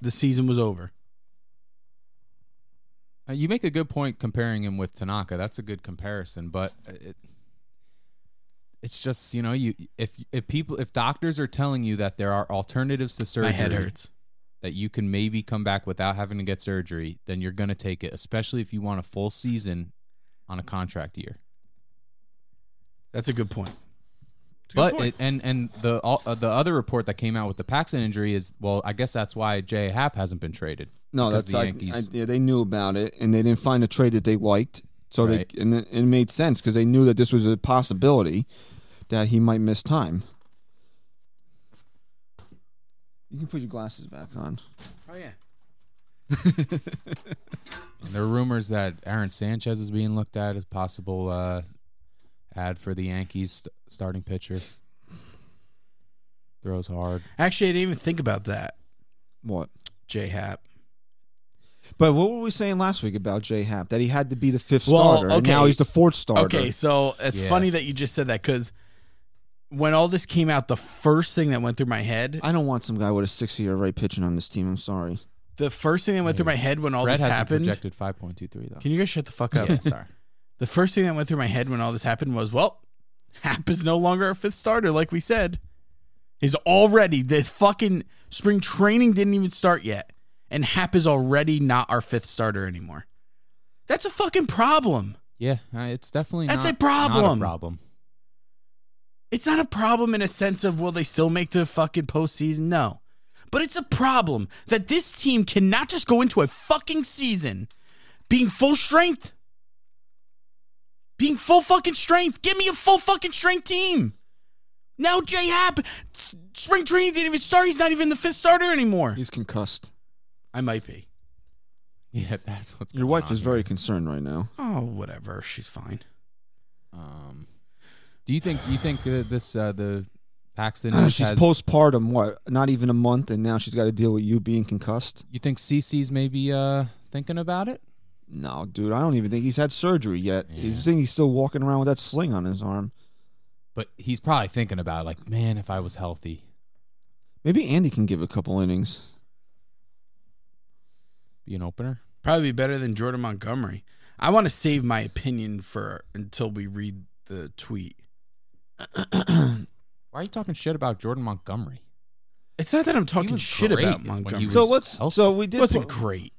S3: the season was over.
S4: Uh, you make a good point comparing him with Tanaka. That's a good comparison, but uh, it, it's just you know you if if people if doctors are telling you that there are alternatives to surgery
S3: My head hurts.
S4: that you can maybe come back without having to get surgery, then you're gonna take it, especially if you want a full season on a contract year.
S3: That's a good point. It's a good
S4: But
S3: point.
S4: it, and and the all, uh, the other report that came out with the Paxton injury is well, I guess that's why Jay Happ hasn't been traded.
S2: No,
S4: Because
S2: that's
S4: the
S2: like I,
S4: Yankees.
S2: yeah, they knew about it and they didn't find a trade that they liked. So
S4: Right.
S2: they and it, it made sense because they knew that this was a possibility that he might miss time. You can put your glasses back on.
S3: oh yeah.
S4: And there are rumors that Aaron Sanchez is being looked at as possible uh, ad for the Yankees st- starting pitcher. Throws hard.
S3: Actually, I didn't even think about that.
S2: What?
S3: J Hap.
S2: But what were we saying last week about Jay Happ? That he had to be the fifth
S3: Well,
S2: starter. and now
S3: okay.
S2: he's the fourth starter.
S3: Okay, so it's
S4: Yeah.
S3: funny that you just said that because when all this came out, the first thing that went through my head,
S2: I don't want some guy with a six year right pitching on this team. I'm sorry.
S3: the first thing that went through my head when all
S4: Fred
S3: this
S4: has
S3: happened.
S4: projected five point two three though.
S3: Can you guys shut the fuck up?
S4: yeah, sorry.
S3: (laughs) The first thing that went through my head when all this happened was, well, Hap is no longer our fifth starter, like we said. He's already the fucking spring training didn't even start yet, and Hap is already not our fifth starter anymore. That's a fucking problem.
S4: Yeah, uh, it's definitely
S3: That's
S4: not-
S3: a problem.
S4: Not a problem. (laughs)
S3: It's not a problem in a sense of will they still make the fucking postseason? No. But it's a problem that this team cannot just go into a fucking season being full strength. Being full fucking strength. Give me a full fucking strength team. Now J Happ, s- spring training didn't even start. He's not even the fifth starter anymore.
S2: He's concussed.
S3: I might be.
S4: Yeah, that's what's.
S2: Your
S4: going
S2: wife
S4: on
S2: is
S4: here.
S2: very concerned right now.
S3: Oh, whatever. She's fine.
S4: Um, do you think you think that this uh, the Paxton?
S2: Uh, (clears throat)
S4: news
S2: she's
S4: has-
S2: postpartum, what? Not even a month, and now she's got to deal with you being concussed.
S4: You think CC's maybe uh, thinking about it?
S2: No, dude, I don't even think he's had surgery yet. He's think he's still walking around with that sling on his arm.
S4: But he's probably thinking about it, like, man, if I was healthy.
S2: Maybe Andy can give a couple innings.
S4: Be an opener.
S3: Probably better than Jordan Montgomery. I want to save my opinion for until we read the tweet.
S4: Why are you talking shit about Jordan Montgomery?
S3: It's not that I'm talking
S4: was
S3: shit
S4: great
S3: about
S4: when
S3: Montgomery.
S4: he
S2: So
S4: was
S2: let's.
S4: healthy.
S2: So we did.
S3: wasn't
S2: put-
S3: great.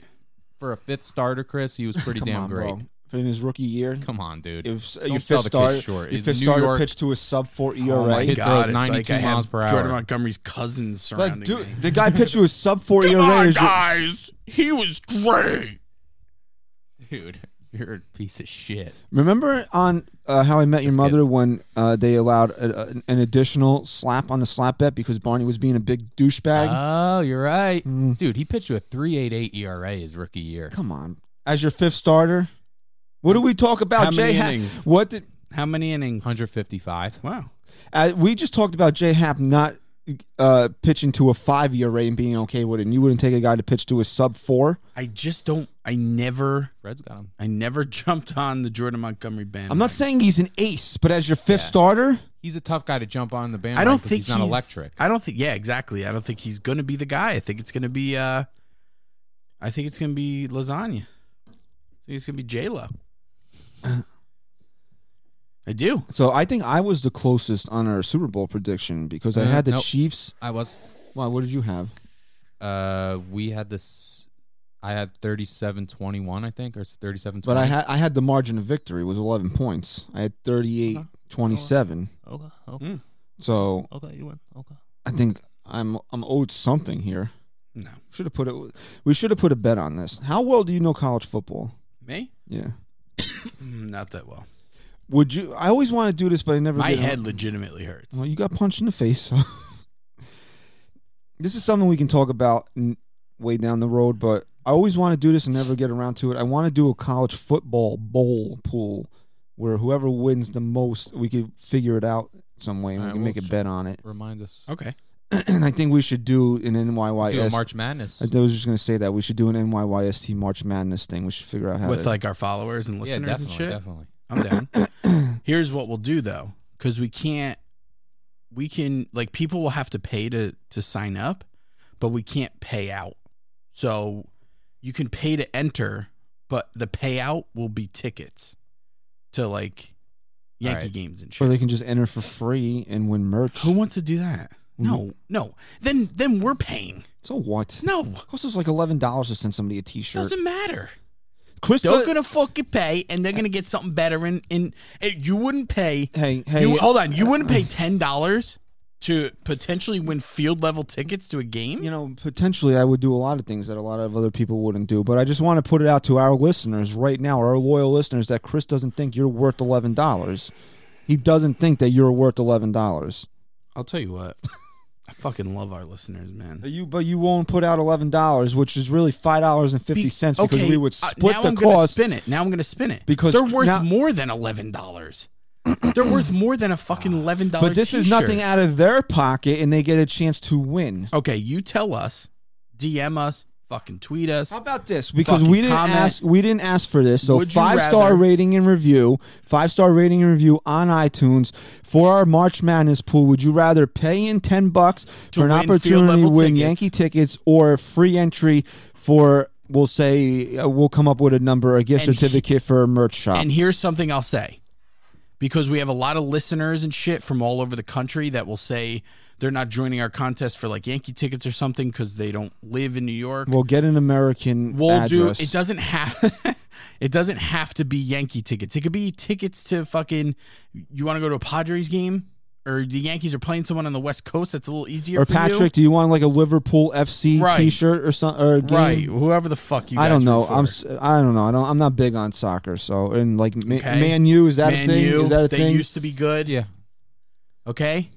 S4: For a fifth starter, Chris, he was
S2: (laughs)
S4: pretty
S2: Come
S4: damn
S2: on,
S4: great.
S2: bro. In his rookie year,
S4: Come on, dude.
S2: if
S4: Don't
S2: your
S4: sell
S2: fifth
S4: the kid
S2: starter,
S4: short.
S2: your
S4: It's
S2: fifth
S4: New
S2: starter
S4: York-
S2: pitched to a sub four ERA.
S3: Oh my
S4: Kid
S3: god,
S4: throws
S3: it's
S4: 92
S3: like I
S4: miles
S3: have
S4: per hour.
S3: Jordan Montgomery's cousins
S2: Like,
S3: surrounding
S2: dude,
S3: me.
S2: the guy pitched you a sub four ERA. is your-
S3: guys, he was great.
S4: dude, you're a piece of shit.
S2: (laughs) Remember on uh, How I Met Your
S4: Just
S2: Mother
S4: kidding.
S2: when uh, they allowed a, a- an additional slap on the slap bet because Barney was being a big douchebag?
S4: Oh, you're right, dude. He pitched you a 3.88 ERA E his rookie year.
S2: Mm. Come on, as your fifth starter, what do we talk about?
S3: How
S2: Jay
S3: many
S2: Happ?
S3: innings?
S2: What did
S3: How many innings?
S4: 155.
S3: Wow.
S2: uh, we just talked about? Jay Happ not uh, pitching to a five year rate and being okay with it. And you wouldn't take a guy to pitch to a sub four.
S3: I just don't I never
S4: Fred's got him.
S3: I never (laughs) jumped on the Jordan Montgomery band.
S2: I'm not saying he's an ace, but as your fifth starter,
S4: He's a tough guy to jump on the band.
S3: I don't think
S4: he's not electric.
S3: I don't think yeah, exactly. I don't think he's gonna be the guy. I think it's gonna be uh I think it's gonna be lasagna. I think it's gonna be J Lo. Uh. I do.
S2: so I think I was the closest on our Super Bowl prediction because I
S4: Uh,
S2: had the
S4: nope.
S2: Chiefs.
S4: I was.
S2: Wow, what did you have?
S4: Uh, we had this. I had 37-21, I think, or 37
S2: But I had I had the margin of victory was 11 points. I had 38 27.
S4: Okay. Okay.
S2: So
S4: Okay. You win. Okay.
S2: I think I'm I'm owed something here.
S3: No.
S2: Should have put it. We should have put a bet on this. How well do you know college football?
S3: Me?
S2: Yeah.
S3: Mm, Not that well.
S2: Would you? I always want to do this, but I never.
S3: My
S2: get on-
S3: head legitimately hurts.
S2: Well, you got punched in the face. So. this is something we can talk about n- way down the road, but I always want to do this and never get around to it. I want to do a college football bowl pool where whoever wins the most, we could figure it out some way and we
S4: Alright,
S2: can
S4: we'll
S2: make a
S4: sh-
S2: bet on it. (clears throat)
S4: Remind us.
S3: Okay.
S2: and I think we should do an NYYS.
S4: Do a March Madness.
S2: I was just gonna say that we should do an NYYST March Madness thing. We should figure out how
S3: With
S2: to,
S3: like our followers and
S4: yeah,
S3: listeners and
S4: definitely,
S3: shit.
S4: definitely.
S3: I'm
S4: (coughs)
S3: down. Here's what we'll do though, because we can't we can like people will have to pay to to sign up, but we can't pay out. So you can pay to enter, but the payout will be tickets to like Yankee
S4: Alright.
S3: games and shit.
S2: or they can just enter for free and win merch.
S3: Who wants to do that?
S4: Mm-hmm.
S3: No, no. Then then we're paying.
S2: So what?
S3: No.
S2: Costs us like eleven dollars to send somebody a T-shirt.
S3: Doesn't matter.
S2: Krista,
S3: They're gonna fucking pay, and they're gonna get something better. And in, in, eh, you wouldn't pay.
S2: Hey, hey, uh,
S3: you, hold on. You
S2: (clears throat)
S3: wouldn't pay ten dollars to potentially win field level tickets to a game.
S2: you know, potentially I would do a lot of things that a lot of other people wouldn't do, but I just want to put it out to our listeners right now, our loyal listeners, that Chris doesn't think you're worth eleven dollars. He doesn't think that you're worth eleven dollars.
S3: I'll tell
S2: (laughs)
S3: you what. I fucking love our listeners, man.
S2: You, but you won't put out eleven dollars, which is really five dollars and fifty cents, because
S3: Okay,
S2: we would
S3: uh,
S2: split
S3: now
S2: the
S3: I'm Gonna
S2: cost.
S3: spin it. Now I'm gonna spin it
S2: Because
S3: they're worth
S2: now-
S3: more than eleven dollars. they're worth more than a fucking eleven dollar.
S2: Ah. but this is nothing out of their pocket, and they get a chance to win.
S3: Okay, you tell us, DM us, fucking tweet us.
S2: How about this? Because
S3: Fucking
S2: we didn't
S3: comment.
S2: ask we didn't ask for this. So
S3: Would you
S2: five star
S3: rather-
S2: rating and review, five star rating and review on iTunes for our March Madness pool. Would you rather pay in ten bucks for an
S3: win
S2: opportunity to
S3: field-level
S2: win
S3: tickets.
S2: Yankee tickets or free entry for we'll say uh, we'll come up with a number, a gift
S3: And he-
S2: certificate for a merch shop.
S3: And here's something I'll say because we have a lot of listeners and shit from all over the country that will say they're not joining our contest for like Yankee tickets or something because they don't live in New York.
S2: we'll get an American
S3: We'll
S2: address.
S3: do it doesn't have (laughs) it doesn't have to be Yankee tickets. It could be tickets to fucking you want to go to a Padres game or the Yankees are playing someone on the West Coast that's a little easier
S2: or
S3: for
S2: Patrick, do you want like a Liverpool FC
S3: Right.
S2: T-shirt or something? Or a
S3: you.
S2: game?
S3: Right, whoever the fuck you
S2: I
S3: guys
S2: don't know.
S3: root for.
S2: I'm s- I don't know. I don't. I'm not big on soccer. So and like Ma-
S3: Okay.
S2: Man U is that
S3: Man
S2: a thing?
S3: U,
S2: is that a
S3: they
S2: thing?
S3: used to be good.
S4: Yeah.
S3: Okay?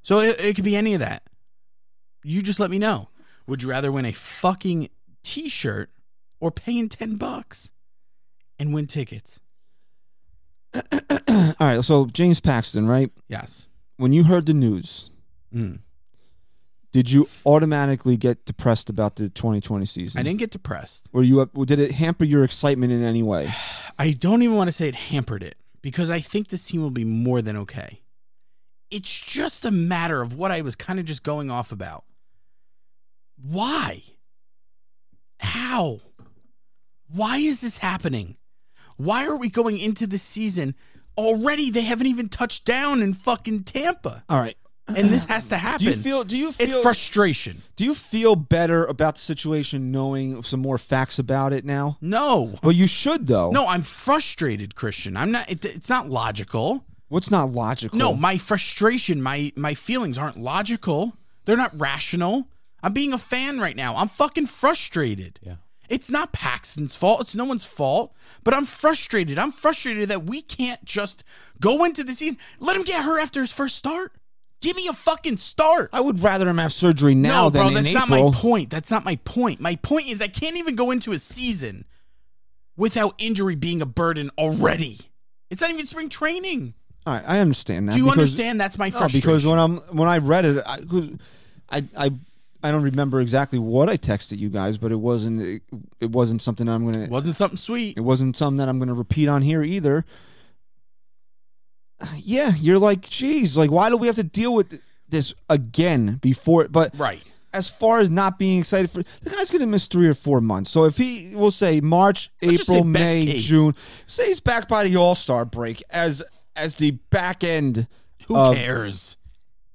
S3: So it, it could be any of that. You just let me know. Would you rather win a fucking t shirt or paying 10 bucks and win tickets?
S2: (laughs) All right. So James Paxton, right?
S3: Yes.
S2: When you heard the news,
S3: Mm.
S2: did you automatically get depressed about the 2020 season?
S3: I didn't get depressed.
S2: Were you up? Did it hamper your excitement in any
S3: (sighs)
S2: way?
S3: I don't even want to say it hampered it because I think this team will be more than okay. It's just a matter of what I was kind of just going off about. Why? How? Why is this happening? Why are we going into the season already? They haven't even touched down in fucking Tampa,
S2: All right.
S3: and this has to happen.
S2: Do you feel? Do you feel?
S3: it's frustration?
S2: do you feel better about the situation knowing some more facts about it now?
S3: No,
S2: Well, you should though.
S3: no, I'm frustrated, Christian. I'm not. It, it's not logical.
S2: What's not logical?
S3: No, my frustration, my my feelings aren't logical. They're not rational. I'm being a fan right now. I'm fucking frustrated.
S4: Yeah.
S3: It's not Paxton's fault. It's no one's fault. But I'm frustrated. I'm frustrated that we can't just go into the season. Let him get hurt after his first start. Give me a fucking start.
S2: I would rather him have surgery now
S3: no,
S2: than
S3: bro,
S2: in
S3: that's not
S2: April.
S3: my point. That's not my point. My point is I can't even go into a season without injury being a burden already. It's not even spring training.
S2: All right, I understand that.
S3: Do you
S2: because-
S3: understand? That's my
S2: No,
S3: frustration.
S2: because when I'm when I read it, I, 'cause I I I don't remember exactly what I texted you guys, but it wasn't it, it wasn't something I'm gonna
S3: wasn't something sweet.
S2: it wasn't something that I'm gonna repeat on here either. Yeah, you're like, geez, like why do we have to deal with this again before? But
S3: Right.
S2: as far as not being excited for the guy's going to miss three or four months. So if he will say March,
S3: Let's just
S2: April,
S3: say best
S2: May,
S3: case.
S2: June, say he's back by the All Star break as as the back end.
S3: Who
S2: of-
S3: cares?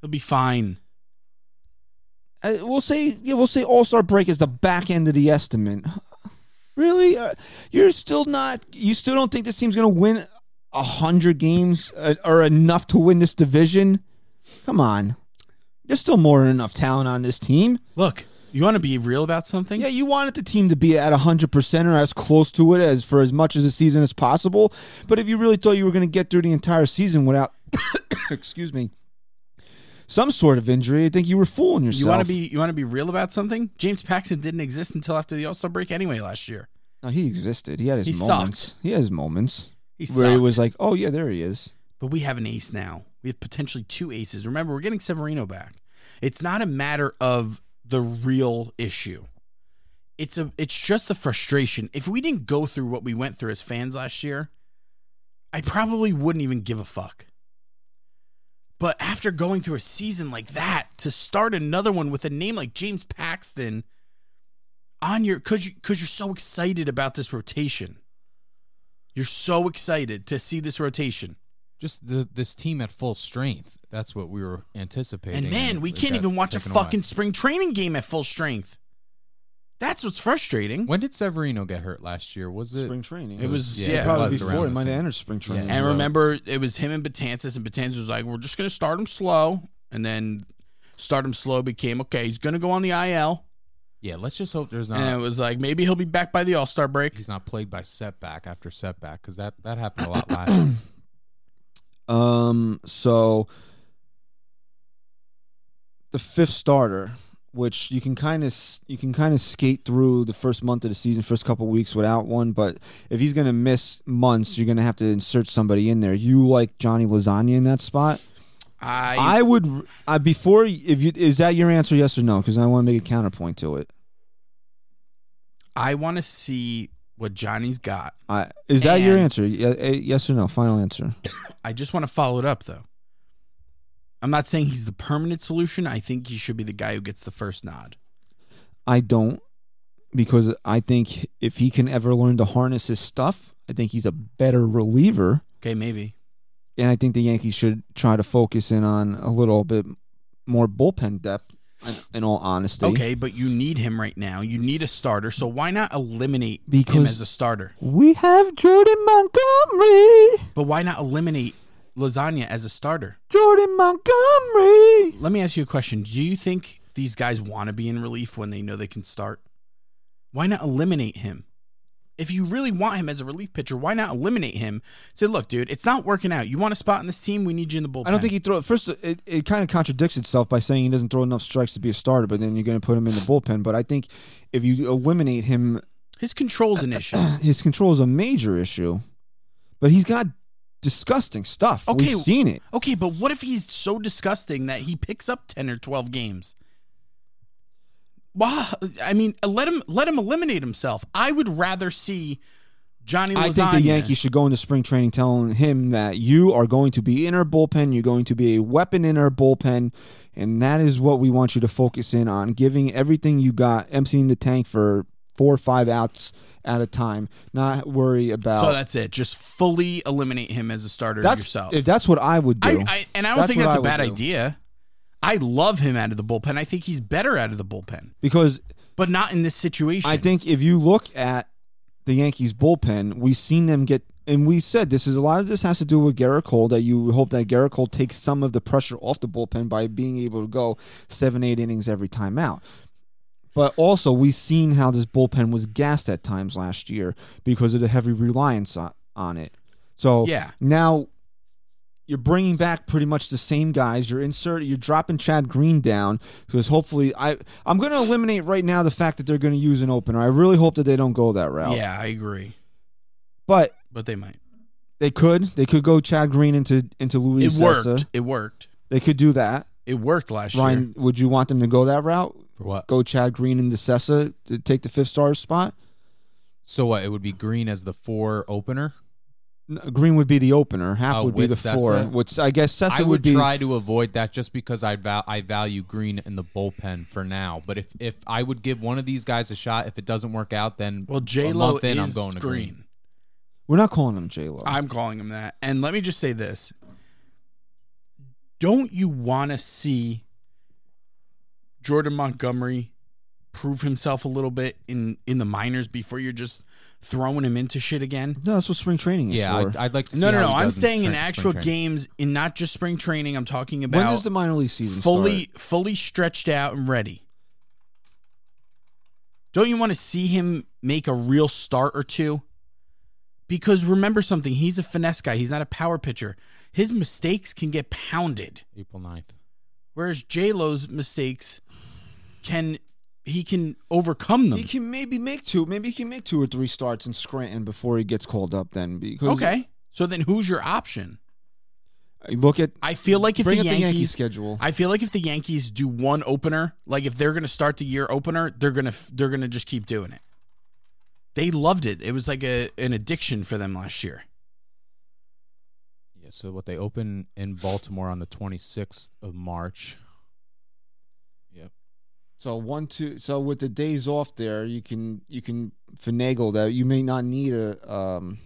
S3: He'll be fine.
S2: Uh, we'll say yeah, we'll say All Star break is the back end of the estimate. Really, Uh, you're still not. You still don't think this team's going to win a hundred games uh, or enough to win this division? Come on, there's still more than enough talent on this team.
S3: Look, you want to be real about something?
S2: Yeah, you wanted the team to be at 100% or as close to it as for as much as the season as possible. But if you really thought you were going to get through the entire season without, (coughs) excuse me, some sort of injury, I think you were fooling yourself.
S3: you want to be you want to be real about something? James Paxton didn't exist until after the All Star break anyway last year.
S2: No, he existed. He had his
S3: He
S2: moments.
S3: sucked.
S2: He had his moments
S3: He
S2: where he
S3: sucked.
S2: was like, oh, yeah, there he is.
S3: but we have an ace now. We have potentially two aces. Remember, we're getting Severino back. It's not a matter of the real issue. It's a it's just the frustration. If we didn't go through what we went through as fans last year, I probably wouldn't even give a fuck. But after going through a season like that, to start another one with a name like James Paxton on your cause you cause you're so excited about this rotation. You're so excited to see this rotation.
S4: Just the, this team at full strength. That's what we were anticipating.
S3: And man, we
S4: it
S3: can't
S4: got
S3: even watch a
S4: taken away.
S3: fucking spring training game at full strength. That's what's frustrating.
S4: When did Severino get hurt last year? Was it?
S2: spring training.
S3: It was- yeah, it
S2: probably
S4: was around
S2: before. It
S4: the
S2: might have
S4: same-
S2: entered spring training.
S4: Yeah.
S3: And
S4: So
S3: remember, it was him and Batanzas, and Batanzas was like, "We're just going to start him slow," and then start him slow became okay. He's going to go on the IL,
S4: Yeah, let's just hope there's
S3: and it
S4: not.
S3: was like maybe he'll be back by the All Star break.
S4: He's not plagued by setback after setback because that
S2: (coughs)
S4: that happened a lot last. season.
S2: Um, so the fifth starter, which you can kind of you can kind of skate through the first month of the season, first couple weeks without one. But if he's gonna miss months, you're gonna have to insert somebody in there. You like Johnny Lasagna in that spot?
S3: I,
S2: I would. I before if you is that your answer? Yes or no? Because I want to make a counterpoint to it.
S3: I, want to see what Johnny's got.
S2: I, is that your
S3: And-
S2: answer? Ye- eh, Yes or no? Final answer.
S3: I just want to follow it up though. I'm not saying he's the permanent solution. I think he should be the guy who gets the first nod.
S2: I don't because I think if he can ever learn to harness his stuff, I think he's a better reliever.
S3: Okay, maybe.
S2: And I think the Yankees should try to focus in on a little bit more bullpen depth, in, in all honesty.
S3: Okay, but you need him right now. You need a starter, so why not eliminate him
S2: Because-
S3: as a starter?
S2: We have Jordan Montgomery.
S3: But why not eliminate Lasagna as a starter?
S2: Jordan Montgomery.
S3: Let me ask you a question. Do you think these guys want to be in relief when they know they can start? Why not eliminate him? If you really want him as a relief pitcher, why not eliminate him? Say, look, dude, it's not working out. You want a spot in this team? We need you in the bullpen.
S2: I don't think he throw first it, it kind of contradicts itself by saying he doesn't throw enough strikes to be a starter, but then you're going to put him in the bullpen, but I think if you eliminate him
S3: his control's an issue.
S2: (clears throat) his control is a major issue, but he's got disgusting stuff.
S3: Okay.
S2: We've seen it.
S3: Okay, but what if he's so disgusting that he picks up ten or twelve games? Wow, I mean, let him let him eliminate himself. I would rather see Johnny. Lasagna.
S2: I think the Yankees should go into spring training telling him that you are going to be in our bullpen. You're going to be a weapon in our bullpen. And that is what we want you to focus in on giving everything you got, emptying the tank for four or five outs at a time. Not worry about
S3: So that's it. Just fully eliminate him as a starter
S2: that's,
S3: yourself.
S2: If that's what I would do.
S3: I, I and I don't
S2: That's
S3: think
S2: what
S3: that's a
S2: I would
S3: bad
S2: do.
S3: idea. I love him out of the bullpen. I think he's better out of the bullpen,
S2: because
S3: but not in this situation.
S2: I think if you look at the Yankees bullpen, we've seen them get, and we said this is a lot of this has to do with Garrett Cole. That you hope that Garrett Cole takes some of the pressure off the bullpen by being able to go seven, eight innings every time out. But also, we've seen how this bullpen was gassed at times last year because of the heavy reliance on, on it. So
S3: Yeah.
S2: now you're bringing back pretty much the same guys. You're insert you're dropping Chad Green down because hopefully I I'm going to eliminate right now the fact that they're going to use an opener. I really hope that they don't go that route.
S3: Yeah, I agree,
S2: But
S3: but they might.
S2: they could they could go Chad Green into into
S3: It
S2: Luis
S3: worked.
S2: Sessa.
S3: It worked.
S2: They could do that.
S3: It worked last year.
S2: Ryan, would you want them to go that route?
S4: For what?
S2: Go Chad Green into Sessa to take the fifth star spot?
S4: So what? It would be Green as the four opener.
S2: No, Green would be the opener. Hap
S4: Uh,
S2: would be the
S4: with
S2: four.
S4: Sessa?
S2: Which I guess Sessa
S4: I
S2: would,
S4: would
S2: be.
S4: try to avoid that just because I val- I value Green in the bullpen for now. But if if I would give one of these guys a shot, if it doesn't work out, then
S3: Well,
S4: a
S3: J Lo
S4: month
S3: is
S4: in, I'm going to
S3: green.
S4: Green.
S2: We're not calling him J Lo.
S3: I'm calling him that. And let me just say this: Don't you want to see Jordan Montgomery prove himself a little bit in in the minors before you're just throwing him into shit again?
S2: No, that's what spring training is
S4: Yeah,
S2: for.
S4: I'd, I'd like to.
S3: No,
S4: see
S3: no,
S4: how
S3: no.
S4: he
S3: I'm
S4: does
S3: saying
S4: in
S3: in
S4: spring-
S3: actual
S4: spring training.
S3: games, in not just spring training. I'm talking
S2: when
S3: about
S2: does the minor league season
S3: fully
S2: start?
S3: fully stretched out and ready. Don't you want to see him make a real start or two? Because remember something, he's a finesse guy. He's not a power pitcher. His mistakes can get pounded,
S4: April 9th.
S3: whereas J Lo's mistakes can he can overcome them.
S2: He can maybe make two. Maybe he can make two or three starts in Scranton before he gets called up. Then because
S3: okay, so then who's your option?
S2: look at
S3: I feel like if
S2: bring up
S3: the
S2: the Yankee
S3: Yankees,
S2: schedule.
S3: I feel like if the Yankees do one opener, like if they're going to start the year opener, they're going to they're going to just keep doing it. They loved it. It was like a an addiction for them last year.
S4: Yeah. So what they open in Baltimore on the 26th of March.
S2: so one two. So with the days off there, you can you can finagle that. You may not need a. Um,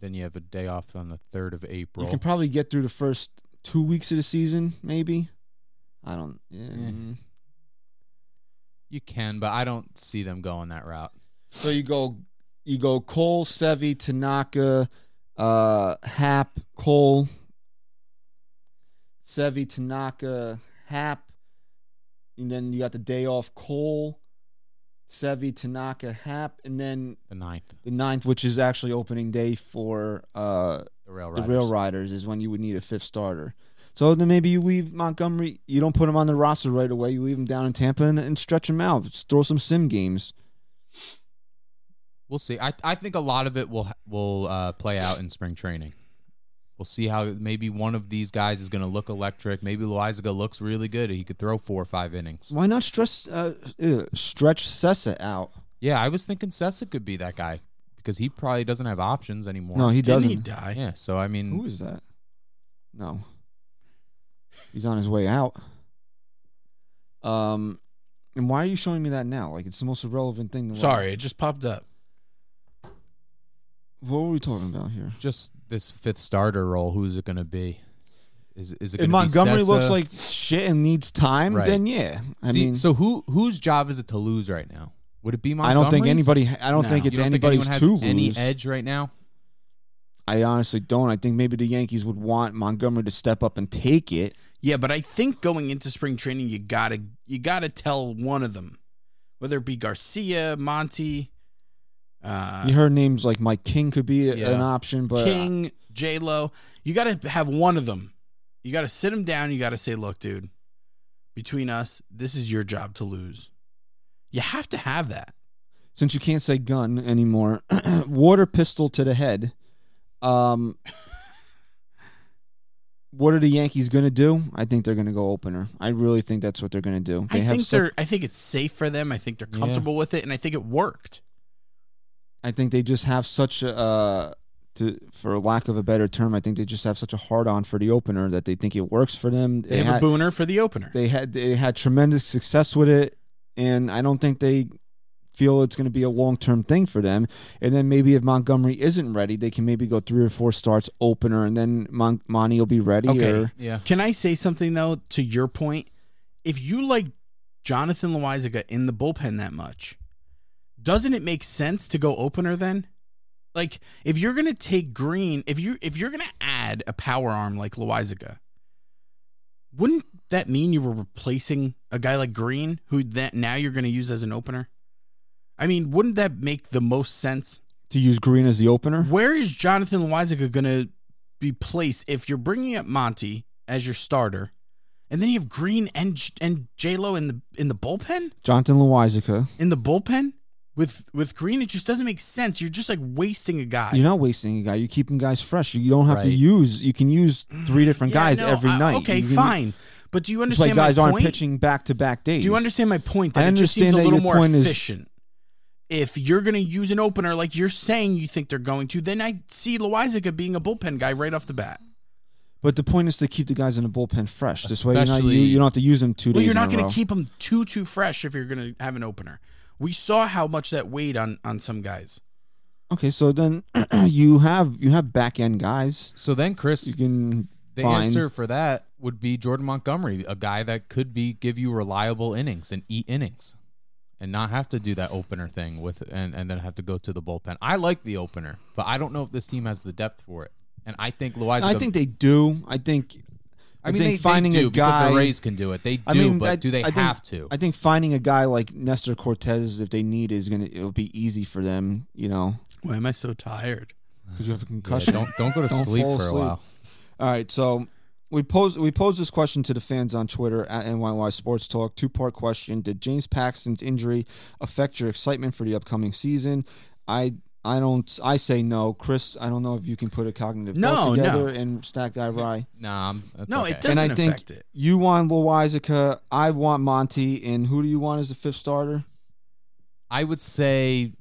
S4: Then you have a day off on the 3rd of April.
S2: you can probably get through the first two mm. weeks of the season, maybe. I don't. Yeah.
S4: Yeah. You can, but I don't see them going that route.
S2: So you go, you go Cole, Sevi, Tanaka, uh, Hap, Cole, Sevi, Tanaka, Hap, and then you got the day off Cole, Sevi, Tanaka, Hap, and then
S4: The ninth,
S2: the ninth, which is actually opening day for uh,
S4: the rail
S2: the
S4: riders.
S2: rail riders, is when you would need a fifth starter. So then maybe you leave Montgomery. You don't put him on the roster right away. You leave him down in Tampa and, and stretch him out. Just throw some sim games.
S4: We'll see. I I think a lot of it will will uh, play out in spring training. We'll see how maybe one of these guys is going to look electric. Maybe Loizaga looks really good. He could throw four or five innings.
S2: Why not stress uh, uh, stretch Sessa out?
S4: Yeah, I was thinking Sessa could be that guy because he probably doesn't have options anymore.
S2: No, he
S3: Didn't
S2: doesn't.
S3: he die?
S4: yeah. So I mean,
S2: Who is that? No, he's on his way out. Um, and why are you showing me that now? Like it's the most irrelevant thing. To
S3: Sorry, it just popped up.
S2: what were we talking about here?
S4: just this fifth starter role. Who's it going to be? Is is
S2: If
S4: it gonna
S2: Montgomery
S4: be
S2: looks
S4: Sessa?
S2: like shit and needs time,
S4: Right.
S2: then yeah. I
S4: See,
S2: mean,
S4: so who whose job is it to lose right now? Would it be
S2: I
S4: Montgomery's?
S2: don't think anybody. I don't
S3: No.
S2: think
S4: You
S2: it's
S4: don't think
S2: anybody's
S4: anyone
S2: to
S4: has any
S2: lose.
S4: edge right now.
S2: I honestly don't. I think maybe the Yankees would want Montgomery to step up and take it.
S3: Yeah, but I think going into spring training, you gotta you gotta tell one of them, whether it be Garcia, Monty, uh,
S2: you heard names like Mike King could be a-
S4: Yeah.
S2: an option, but uh,
S3: King, J Lo. You gotta have one of them. You gotta sit them down. You gotta say, look, dude, between us, this is your job to lose. You have to have that.
S2: since you can't say gun anymore, (clears throat) water pistol to the head. Um, what are the Yankees going to do? I think they're going to go opener. I really think that's what they're going to do. They
S3: I
S2: have
S3: think
S2: such-
S3: they're. I think it's safe for them. I think they're
S4: Yeah.
S3: comfortable with it, and I think it worked.
S2: I think they just have such a, uh, to, for lack of a better term, I think they just have such a hard on for the opener that they think it works for them.
S3: They have
S2: had,
S3: a booner for the opener.
S2: They had they had tremendous success with it, and I don't think they feel it's going to be a long term thing for them. And then maybe if Montgomery isn't ready, they can maybe go three or four starts opener, and then Mon- Monty will be ready.
S3: Okay.
S2: Or,
S4: Yeah.
S3: Can I say something though to your point? If you like Jonathan Loizaga in the bullpen that much, doesn't it make sense to go opener then? Like if you're gonna take Green, if you if you're gonna add a power arm like Loizaga, wouldn't that mean you were replacing a guy like Green, who that now you're gonna use as an opener? I mean, wouldn't that make the most sense?
S2: to use Green as the opener,
S3: Where is Jonathan Loizaga going to be placed if you're bringing up Monty as your starter, and then you have Green and J- and J Lo in the in the bullpen
S2: Jonathan Loizica.
S3: in the bullpen with with Green? It just doesn't make sense. You're just like wasting a guy.
S2: You're not wasting a guy. You're keeping guys fresh. You don't have to
S4: Right.
S2: use. You can use three different
S3: Yeah,
S2: guys
S3: no,
S2: every
S3: I-
S2: night.
S3: Okay,
S2: You can-
S3: fine. But do you
S2: It's like
S3: understand
S2: guys
S3: my
S2: aren't
S3: point?
S2: pitching back to back days.
S3: Do you understand my point? That
S2: I
S3: it just seems
S2: understand
S3: a
S2: that
S3: little
S2: your
S3: more
S2: point is-
S3: efficient. If you're going to use an opener like you're saying you think they're going to, then I see Loizaga being a bullpen guy right off the bat.
S2: But the point is to keep the guys in the bullpen fresh. This way, you're not, you,
S4: Especially-
S2: you don't have to use them two
S3: Well,
S2: days.
S3: you're not
S2: going
S3: going to keep them too too fresh if you're going to have an opener. We saw how much that weighed on on some guys.
S2: Okay, so then (clears throat) you have you have back end guys.
S4: So then, Chris,
S2: You can
S4: the
S2: find
S4: answer for that would be Jordan Montgomery, a guy that could be give you reliable innings and eat innings, and not have to do that opener thing with and and then have to go to the bullpen. I like the opener, but I don't know if this team has the depth for it. And I think Loizaga.
S2: I think they do. I think.
S4: I mean,
S2: think
S4: they,
S2: finding
S4: they do
S2: a
S4: because
S2: guy.
S4: the Rays can do it. They do,
S2: I mean,
S4: but
S2: I-
S4: do they
S2: I think-
S4: have to?
S2: I think finding a guy like Nestor Cortez, if they need, is gonna it'll be easy for them. You know,
S3: Why am I so tired?
S2: because you have a
S4: Yeah,
S2: concussion.
S4: don't don't go to
S2: Don't
S4: sleep for
S2: fall
S4: a
S2: asleep.
S4: while.
S2: All right, so we posed we posed this question to the fans on Twitter at NYY Sports Talk. Two part question: Did James Paxton's injury affect your excitement for the upcoming season? I I don't I say no, Chris. I don't know if you can put a cognitive
S3: No,
S2: thought together
S3: no.
S2: and stack guy Rye.
S4: Nah, I'm, that's
S3: No,
S4: okay.
S3: it doesn't
S2: and I think
S3: affect it.
S2: you want Loizica, I want Monty, and who do you want as the fifth starter?
S4: I would say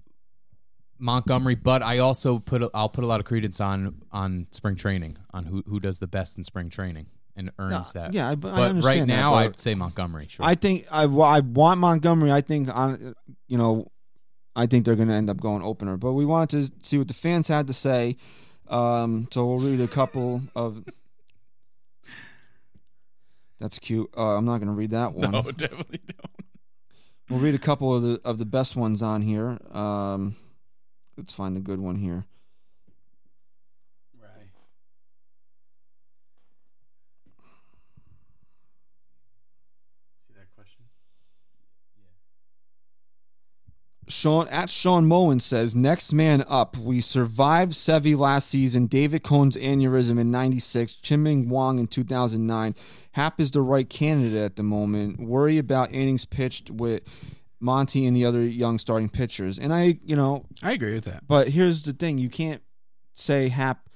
S4: Montgomery, but I also put a, I'll put a lot of credence on on spring training on who who does the best in spring training and earns
S2: No,
S4: that.
S2: yeah, I- I
S4: but
S2: understand
S4: right
S2: that,
S4: now
S2: but-
S4: I'd say Montgomery. Sure.
S2: I think I, wa- I want Montgomery. I think on you know, I think they're going to end up going opener. But we wanted to see what the fans had to say. Um, so we'll read a couple of. That's cute. Uh, I'm not going to read that one.
S3: (laughs) definitely don't.
S2: We'll read a couple of the of the best ones on here. Um, let's find a good one here.
S3: Right. See that question?
S2: Sean at Sean Moen says, "Next man up. We survived Sevi last season. David Cohn's aneurysm in '96. Chiming Wong in 2009. Hap is the right candidate at the moment. Worry about innings pitched with Monty and the other young starting pitchers. And I, you know,
S3: I agree with that.
S2: but here's the thing: you can't say Hap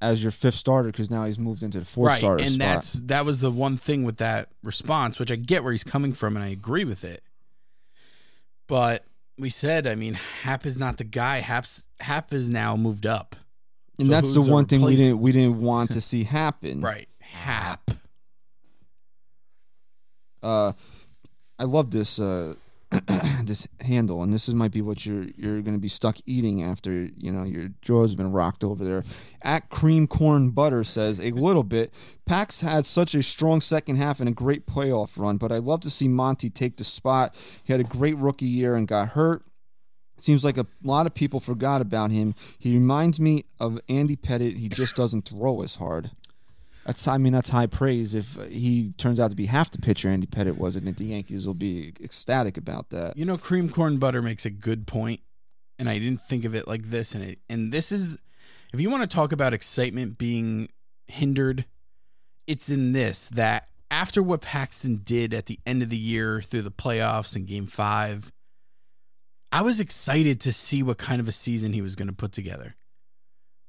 S2: as your fifth starter because now he's moved into the fourth
S3: right,
S2: starter
S3: and
S2: spot.
S3: that's that was the one thing with that response, which I get where he's coming from, and I agree with it. But we said, I mean, Hap is not the guy. Hap's Hap is now moved up.
S2: and
S3: So
S2: that's
S3: who's
S2: the
S3: the
S2: one thing we
S3: replacement?
S2: didn't we didn't want
S3: (laughs)
S2: to see happen.
S3: Right, Hap.
S2: Uh, I love this uh, (clears throat) this handle, and this is, might be what you're you're going to be stuck eating after you know your jaw's been rocked over there. At cream corn butter says a little bit. Pax had such a strong second half and a great playoff run, but I love to see Monty take the spot. He had a great rookie year and got hurt. Seems like a lot of people forgot about him. He reminds me of Andy Pettit. He just doesn't throw as hard. That's I mean that's high praise. If uh, he turns out to be half the pitcher Andy Pettit was, and the Yankees will be ecstatic about that.
S3: You know, cream corn butter makes a good point, and I didn't think of it like this. And it, and this is, if you want to talk about excitement being hindered, it's in this that after what Paxton did at the end of the year through the playoffs and Game Five, I was excited to see what kind of a season he was going to put together,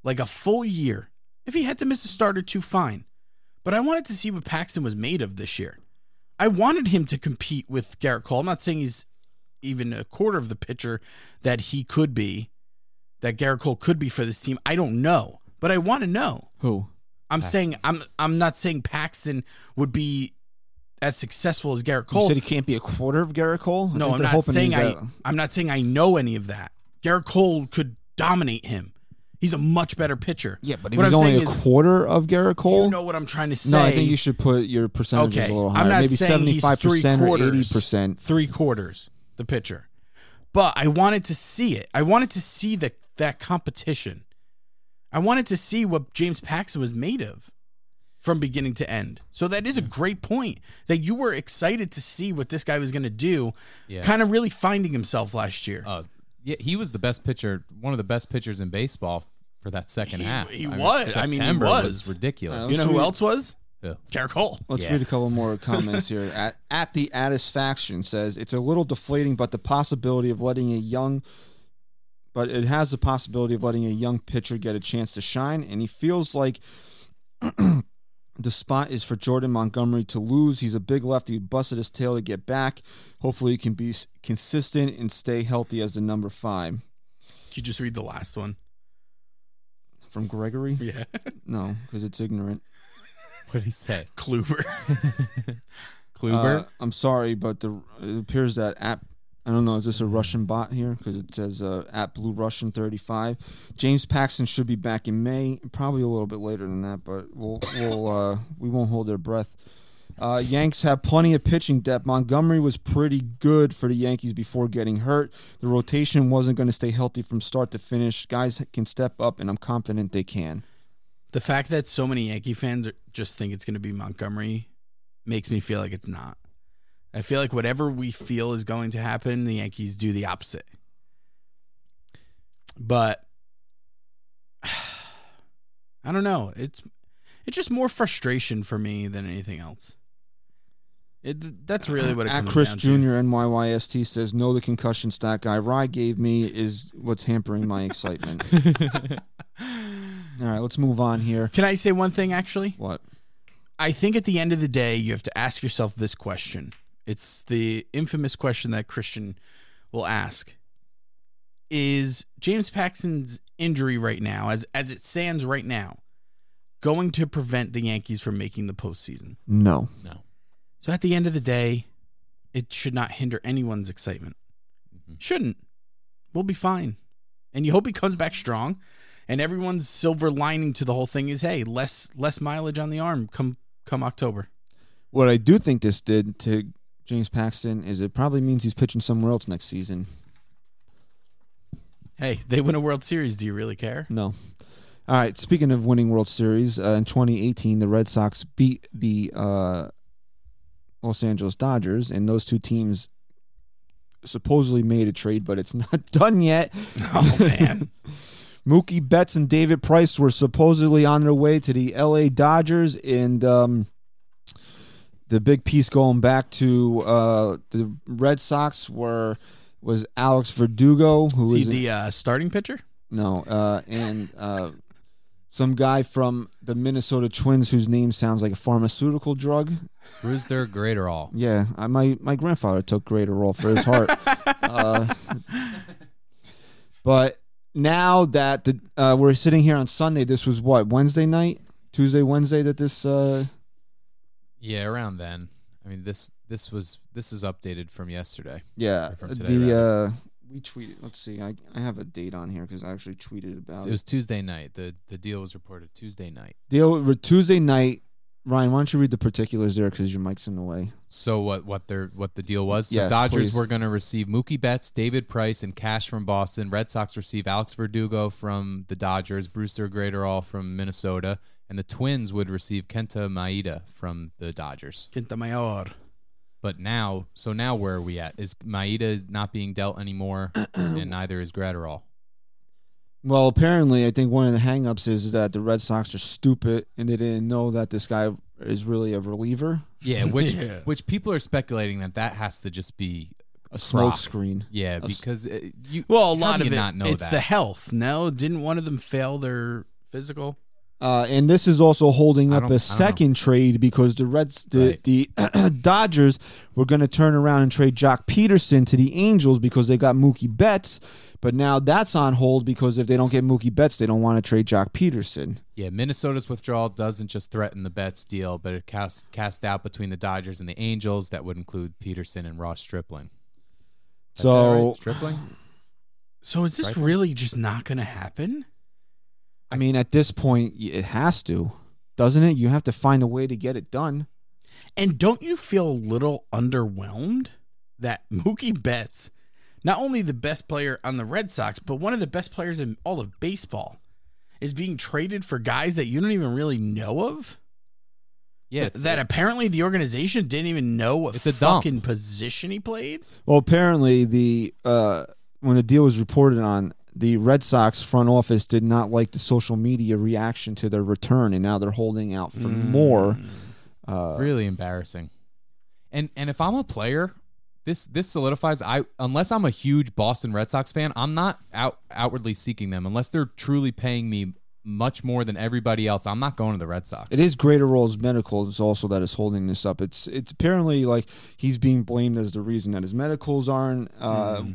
S3: like a full year. If he had to miss a start or two, fine, but I wanted to see what Paxton was made of this year. I wanted him to compete with Garrett Cole. I'm not saying he's even a quarter of the pitcher that he could be, that Garrett Cole could be for this team. I don't know, but I want to know.
S2: Who?
S3: I'm
S4: Paxton.
S3: saying I'm I'm not saying Paxton would be as successful as Garrett
S2: You
S3: Cole.
S2: said he can't be a quarter of Garrett Cole. I
S3: no,
S2: think
S3: I'm
S2: they're
S3: not
S2: hoping
S3: saying
S2: he's
S3: I
S2: a-
S3: I'm not saying I know any of that. Garrett Cole could dominate him. He's a much better pitcher.
S2: Yeah, but he
S3: what
S2: was
S3: I'm
S2: only
S3: saying
S2: a
S3: is,
S2: quarter of Garrett Cole.
S3: you know what I'm trying to say.
S2: no, I think you should put your percentages
S3: Okay,
S2: a little
S3: I'm
S2: higher.
S3: not
S2: Maybe
S3: saying he's
S2: seventy-five percent or
S3: three-quarters.
S2: eighty percent.
S3: three quarters the pitcher. But I wanted to see it. I wanted to see the, that competition. I wanted to see what James Paxton was made of from beginning to end. So that is a great point that you were excited to see what this guy was going to do,
S4: Yeah.
S3: kind of really finding himself last year.
S4: Uh, yeah, he was the best pitcher, one of the best pitchers in baseball for that second
S3: He-
S4: half.
S3: he was. I mean, he
S4: September
S3: was.
S4: ridiculous.
S3: you know who
S2: sweet.
S3: else was?
S4: Who?
S3: Garrett Cole.
S2: Let's
S4: Yeah.
S2: read a couple more comments here. At, at the Attisfaction says it's a little deflating, but the possibility of letting a young, but it has the possibility of letting a young pitcher get a chance to shine, and he feels like (clears throat) the spot is for Jordan Montgomery to lose. He's a big lefty, who busted his tail to get back. Hopefully, he can be s- consistent and stay healthy as the number five
S3: Could you just read the last one?
S2: from Gregory. (laughs)
S3: Yeah.
S2: No, because it's ignorant.
S4: What did he say?
S3: (laughs)
S2: (laughs)
S3: Kluber.
S4: Kluber?
S2: Uh, I'm sorry, but the it appears that at I don't know is this a Russian bot here because it says uh, at Blue Russian 35. James Paxton should be back in May, probably a little bit later than that, but we'll we'll uh, we won't hold their breath. Uh, Yanks have plenty of pitching depth. Montgomery was pretty good for the Yankees before getting hurt. The rotation wasn't going to stay healthy from start to finish. Guys can step up, and I'm confident they can.
S3: The fact that so many Yankee fans are, just think it's going to be Montgomery makes me feel like it's not. I feel like whatever we feel is going to happen, the Yankees do the opposite. But (sighs) I don't know. It's it's just more frustration for me than anything else. It that's really what it
S2: Uh, At
S3: comes
S2: Chris
S3: down
S2: Jr.
S3: to.
S2: NYYST says, "No, the concussion stat guy Rye gave me is what's hampering my
S3: (laughs)
S2: excitement." All right, let's move on here.
S3: Can I say one thing actually?
S2: What?
S3: I think at the end of the day, you have to ask yourself this question. It's the infamous question that Christian will ask: Is James Paxton's injury right now, as as it stands right now, going to prevent the Yankees from making the postseason?
S2: No.
S4: no.
S3: So at the end of the day, it should not hinder anyone's excitement. Shouldn't. We'll be fine. And you hope he comes back strong. And everyone's silver lining to the whole thing is, hey, less less mileage on the arm come come October.
S2: What I do think this did to James Paxton is it probably means he's pitching somewhere else next season.
S3: Hey, they win a World Series. Do you really care?
S2: No. All right. Speaking of winning World Series, uh, in 2018, the Red Sox beat the uh, Los Angeles Dodgers, and those two teams supposedly made a trade, but it's not (laughs) done yet.
S3: (laughs) Oh (laughs) man,
S2: Mookie Betts and David Price were supposedly on their way to the L.A. Dodgers, and um, the big piece going back to uh, the Red Sox were was Alex Verdugo, who
S3: is
S2: was
S3: he the uh, starting pitcher?
S2: no, uh, and uh, some guy from the Minnesota Twins whose name sounds like a pharmaceutical drug.
S4: Brewster Graterol.
S2: Yeah, I, my my grandfather took Graterol for his heart. uh, but now that the uh, we're sitting here on Sunday, this was what Wednesday night, Tuesday, Wednesday that this. Uh,
S4: Yeah, around then. I mean this this was this is updated from yesterday.
S2: yeah,
S4: From today,
S2: the uh, we tweeted. Let's see, I I have a date on here because I actually tweeted about
S4: It was Tuesday night. The the deal was reported Tuesday night.
S2: Deal with Tuesday night. Ryan, why don't you read the particulars there because your mic's in the way.
S4: So what what their what the deal was?
S2: Yes,
S4: so Dodgers
S2: please.
S4: were going to receive Mookie Betts, David Price, and cash from Boston. Red Sox receive Alex Verdugo from the Dodgers, Brewster Graterol from Minnesota, and the Twins would receive Kenta Maeda from the Dodgers.
S3: Quinta Mayor.
S4: But now, so now where are we at? Is Maeda not being
S2: (clears throat)
S4: dealt anymore, and neither is Graterol.
S2: Well, apparently, I think one of the hangups is that the Red Sox are stupid and they didn't know that this guy is really a reliever,
S4: Yeah,
S3: (laughs)
S4: which
S3: Yeah.
S4: which people are speculating that that has to just be
S2: a
S4: Crock.
S2: smokescreen.
S4: yeah
S2: A s-
S4: because uh, you
S3: Well, a
S4: how
S3: lot
S4: do
S3: of
S4: you
S3: it.
S4: not know
S3: it's
S4: that
S3: the health. No, didn't one of them fail their physical?
S2: Uh, and this is also holding
S4: I
S2: up
S4: don't- I
S2: a
S4: don't
S2: second trade because the Reds, the,
S4: Right.
S2: the (clears throat) Dodgers, were going to turn around and trade Jock Peterson to the Angels because they got Mookie Betts, but now that's on hold because if they don't get Mookie Betts, they don't want to trade Jock Peterson.
S4: Yeah, Minnesota's withdrawal doesn't just threaten the Betts deal, but it casts cast out between the Dodgers and the Angels that would include Peterson and Ross Stripling. Did I say that
S2: so
S4: right? Stripling,
S3: So is this
S4: Right.
S3: really just not going to happen?
S2: I mean, at this point, y- it has to, doesn't it? You have to find a way to get it done.
S3: And don't you feel a little underwhelmed that Mookie Betts, not only the best player on the Red Sox, but one of the best players in all of baseball, is being traded for guys that you don't even really know of?
S4: yeah, it's,
S3: that apparently the organization didn't even know what
S4: It's a dump.
S3: fucking position he played.
S2: Well, apparently the uh, when the deal was reported on, the Red Sox front office did not like the social media reaction to their return, and now they're holding out for
S3: Mm.
S2: more. Uh,
S4: really embarrassing. And and if I'm a player, this this solidifies. I unless I'm a huge Boston Red Sox fan, I'm not out outwardly seeking them unless they're truly paying me much more than everybody else. I'm not going to the Red Sox.
S2: it is Greater Roles Medical is also that is holding this up. It's it's apparently like he's being blamed as the reason that his medicals aren't uh,
S3: Mm-hmm.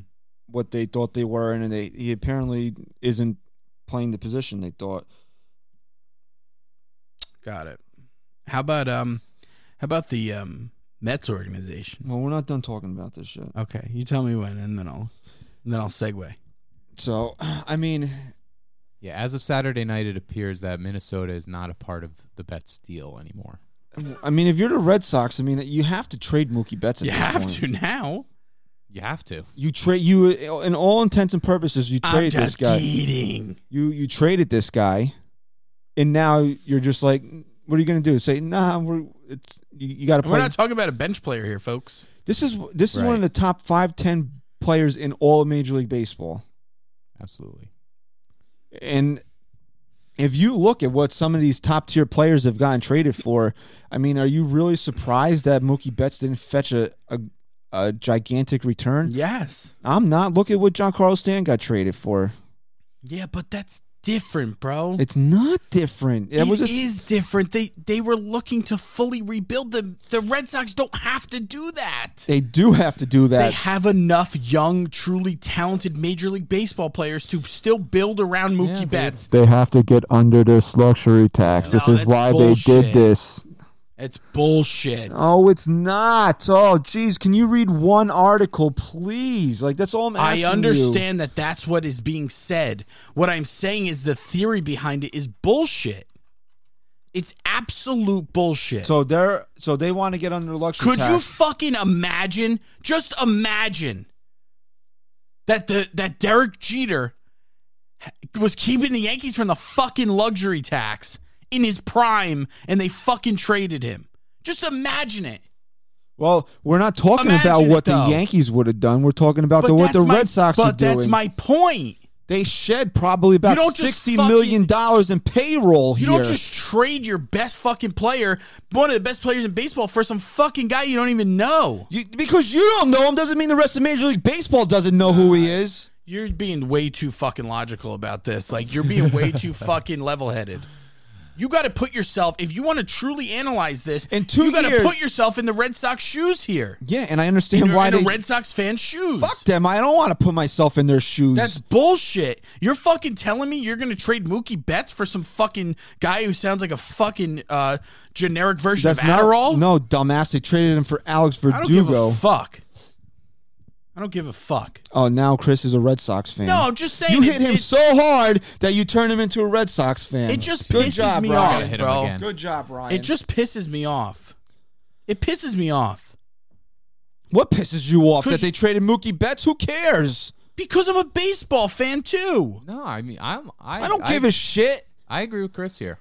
S2: what they thought they were, and they he apparently isn't playing the position they thought.
S3: Got it. How about um how about the um Mets organization?
S2: Well, we're not done talking about this yet.
S3: Okay, you tell me when and then I'll then I'll segue.
S2: So, (sighs) I mean,
S4: Yeah, as of Saturday night, it appears that Minnesota is not a part of the Betts deal anymore.
S2: I mean, if you're the Red Sox, I mean, you have to trade Mookie Betts. At
S3: You
S2: this
S3: have
S2: point.
S3: to now.
S4: You have to.
S2: You trade you in all intents and purposes. You
S3: I'm
S2: traded this
S3: just
S2: guy.
S3: kidding.
S2: You you traded this guy, and now you're just like, what are you going to do? Say, nah, we're it's you, you got to
S3: And
S2: play.
S3: we're not talking about a bench player here, folks.
S2: this is this is one of
S4: Right.
S2: the top five ten players in all of Major League Baseball.
S4: Absolutely.
S2: And if you look at what some of these top tier players have gotten traded for, I mean, are you really surprised that Mookie Betts didn't fetch a a, a gigantic return?
S3: Yes.
S2: I'm not. Look at what John Carlos Stan got traded for.
S3: Yeah, but that's different, bro.
S2: It's not different. It,
S3: It
S2: was a,
S3: is different. They they were looking to fully rebuild them. The Red Sox don't have to do that.
S2: they do have to do
S3: They
S2: that.
S3: have enough young, truly talented Major League Baseball players to still build around Mookie
S4: dude.
S3: Betts.
S1: They have to get under this luxury tax.
S3: No, that's bullshit.
S1: this.
S3: It's bullshit.
S2: Oh, it's not. Oh, geez, can you read one article, please? Like that's all I'm asking.
S3: I
S2: you.
S3: understand that that's what is being said. What I'm saying is the theory behind it is bullshit. It's absolute bullshit.
S2: So they're so they want to get under the luxury
S3: Could
S2: tax.
S3: you fucking imagine? Just imagine that the that Derek Jeter ha- was keeping the Yankees from the fucking luxury tax in his prime, and they fucking traded him. Just imagine it.
S2: well, we're not talking
S3: Imagine
S2: about
S3: it,
S2: what
S3: though.
S2: the Yankees would have done. We're talking about the, what
S3: that's
S2: the
S3: my-
S2: Red Sox
S3: but
S2: are doing.
S3: that's my point.
S2: they shed probably about
S3: You don't just
S2: sixty million dollars in payroll
S3: You
S2: here.
S3: don't just trade your best fucking player, one of the best players in baseball, for some fucking guy you don't even know.
S2: You- because you don't know him doesn't mean the rest of Major League Baseball doesn't know who he is.
S3: You're being way too fucking logical about this. Like you're being way
S2: (laughs)
S3: too fucking level-headed. You got to put yourself if you want to truly analyze this.
S2: In two
S3: you gotta
S2: years-
S3: put yourself in the Red Sox shoes here.
S2: Yeah, (laughs) and I understand
S3: In,
S2: why
S3: in
S2: they
S3: a Red Sox fan shoes.
S2: fuck them. I don't want to put myself in their shoes.
S3: That's bullshit. You're fucking telling me you're gonna trade Mookie Betts for some fucking guy who sounds like a fucking uh, generic version
S2: That's
S3: of
S2: not
S3: Adderall.
S2: no dumbass. They traded him for Alex
S3: I don't give
S2: Verdugo.
S3: a fuck. I don't give a fuck.
S2: oh, now Chris is a Red Sox fan.
S3: No, I'm just saying.
S2: you
S3: it-
S2: hit him
S3: it-
S2: so hard that you turn him into a Red Sox fan.
S3: It just
S2: Good
S3: pisses
S2: job,
S3: me
S2: Ryan.
S3: off,
S4: hit him
S3: bro.
S4: again.
S2: Good job, Ryan.
S3: It just pisses me off. It pisses me off
S2: what pisses you off that
S3: Cause-
S2: they traded Mookie Betts? Who cares?
S3: because I'm a baseball fan too.
S4: No, I mean I'm I,
S2: I don't give a shit.
S4: I agree with Chris here.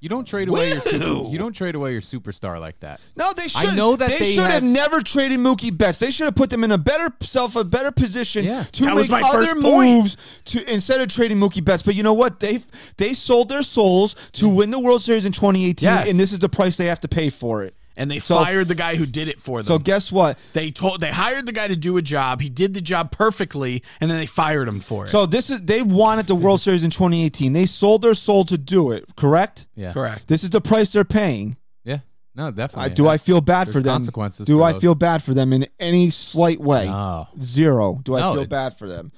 S4: You don't trade away your
S2: Woo!
S4: super, you don't trade away your superstar like that.
S2: No, they
S4: I
S2: should.
S4: know that they
S2: should have
S4: had-
S2: never traded Mookie Betts. They should have put them in a better self, a better position
S4: Yeah.
S2: to
S3: That was
S2: make
S3: my
S2: other
S3: first point.
S2: moves to instead of trading Mookie Betts. But you know what? They they sold their souls to win the World Series in 2018,
S3: Yes.
S2: and this is the price they have to pay for it.
S3: And they
S2: So-
S3: fired the guy who did it for them.
S2: So guess what?
S3: they told they hired the guy to do a job. He did the job perfectly, and then they fired him for it.
S2: So this is they wanted the World Series in 2018. They sold their soul to do it. Correct.
S4: Yeah.
S3: correct.
S2: This is the price they're paying.
S4: Yeah. No,
S2: I,
S4: definitely.
S2: do I
S4: That's-
S2: feel bad
S4: there's
S2: for them?
S4: consequences
S2: Do
S4: for
S2: I
S4: those.
S2: feel bad for them in any slight way?
S4: No.
S2: Zero. Do I
S4: No,
S2: feel
S4: it's-
S2: bad for them?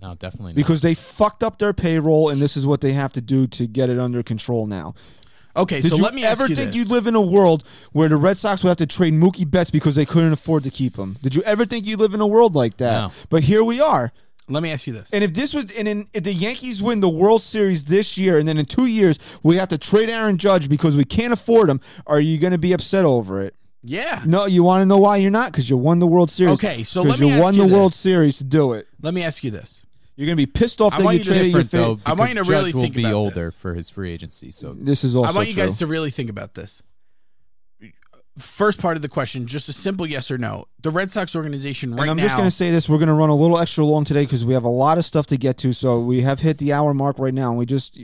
S4: No, definitely not.
S2: Because they fucked up their payroll, and this is what they have to do to get it under control now.
S3: Okay,
S2: Did
S3: so
S2: you
S3: let me
S2: ever
S3: ask you
S2: think
S3: this.
S2: you'd live in a world where the Red Sox would have to trade Mookie Betts because they couldn't afford to keep him? Did you ever think you'd live in a world like that?
S4: No.
S2: But here we are.
S3: let me ask you this.
S2: And if this was, and in, if the Yankees win the World Series this year, and then in two years we have to trade Aaron Judge because we can't afford him, are you going to be upset over it?
S3: yeah.
S2: No, you want to know why you're not because you won the World Series.
S3: Okay, so
S2: 'Cause
S3: let me
S2: you
S3: ask
S2: won
S3: you
S2: the
S3: this.
S2: World Series to do it.
S3: Let me ask you this.
S2: You're going to be pissed off
S3: I
S2: that
S3: want
S2: you
S3: you to
S2: traded your
S4: different
S2: fa-
S4: though.
S3: I want you
S4: because
S3: to really
S4: Judge will
S3: think
S4: be
S3: about
S4: older
S3: this.
S4: for his free agency. So
S2: This is also
S3: I want you
S2: true.
S3: guys to really think about this. First part of the question, just a simple yes or no. The Red Sox organization right
S2: and I'm
S3: now.
S2: just going to say this: we're going to run a little extra long today because we have a lot of stuff to get to. So we have hit the hour mark right now, and we just,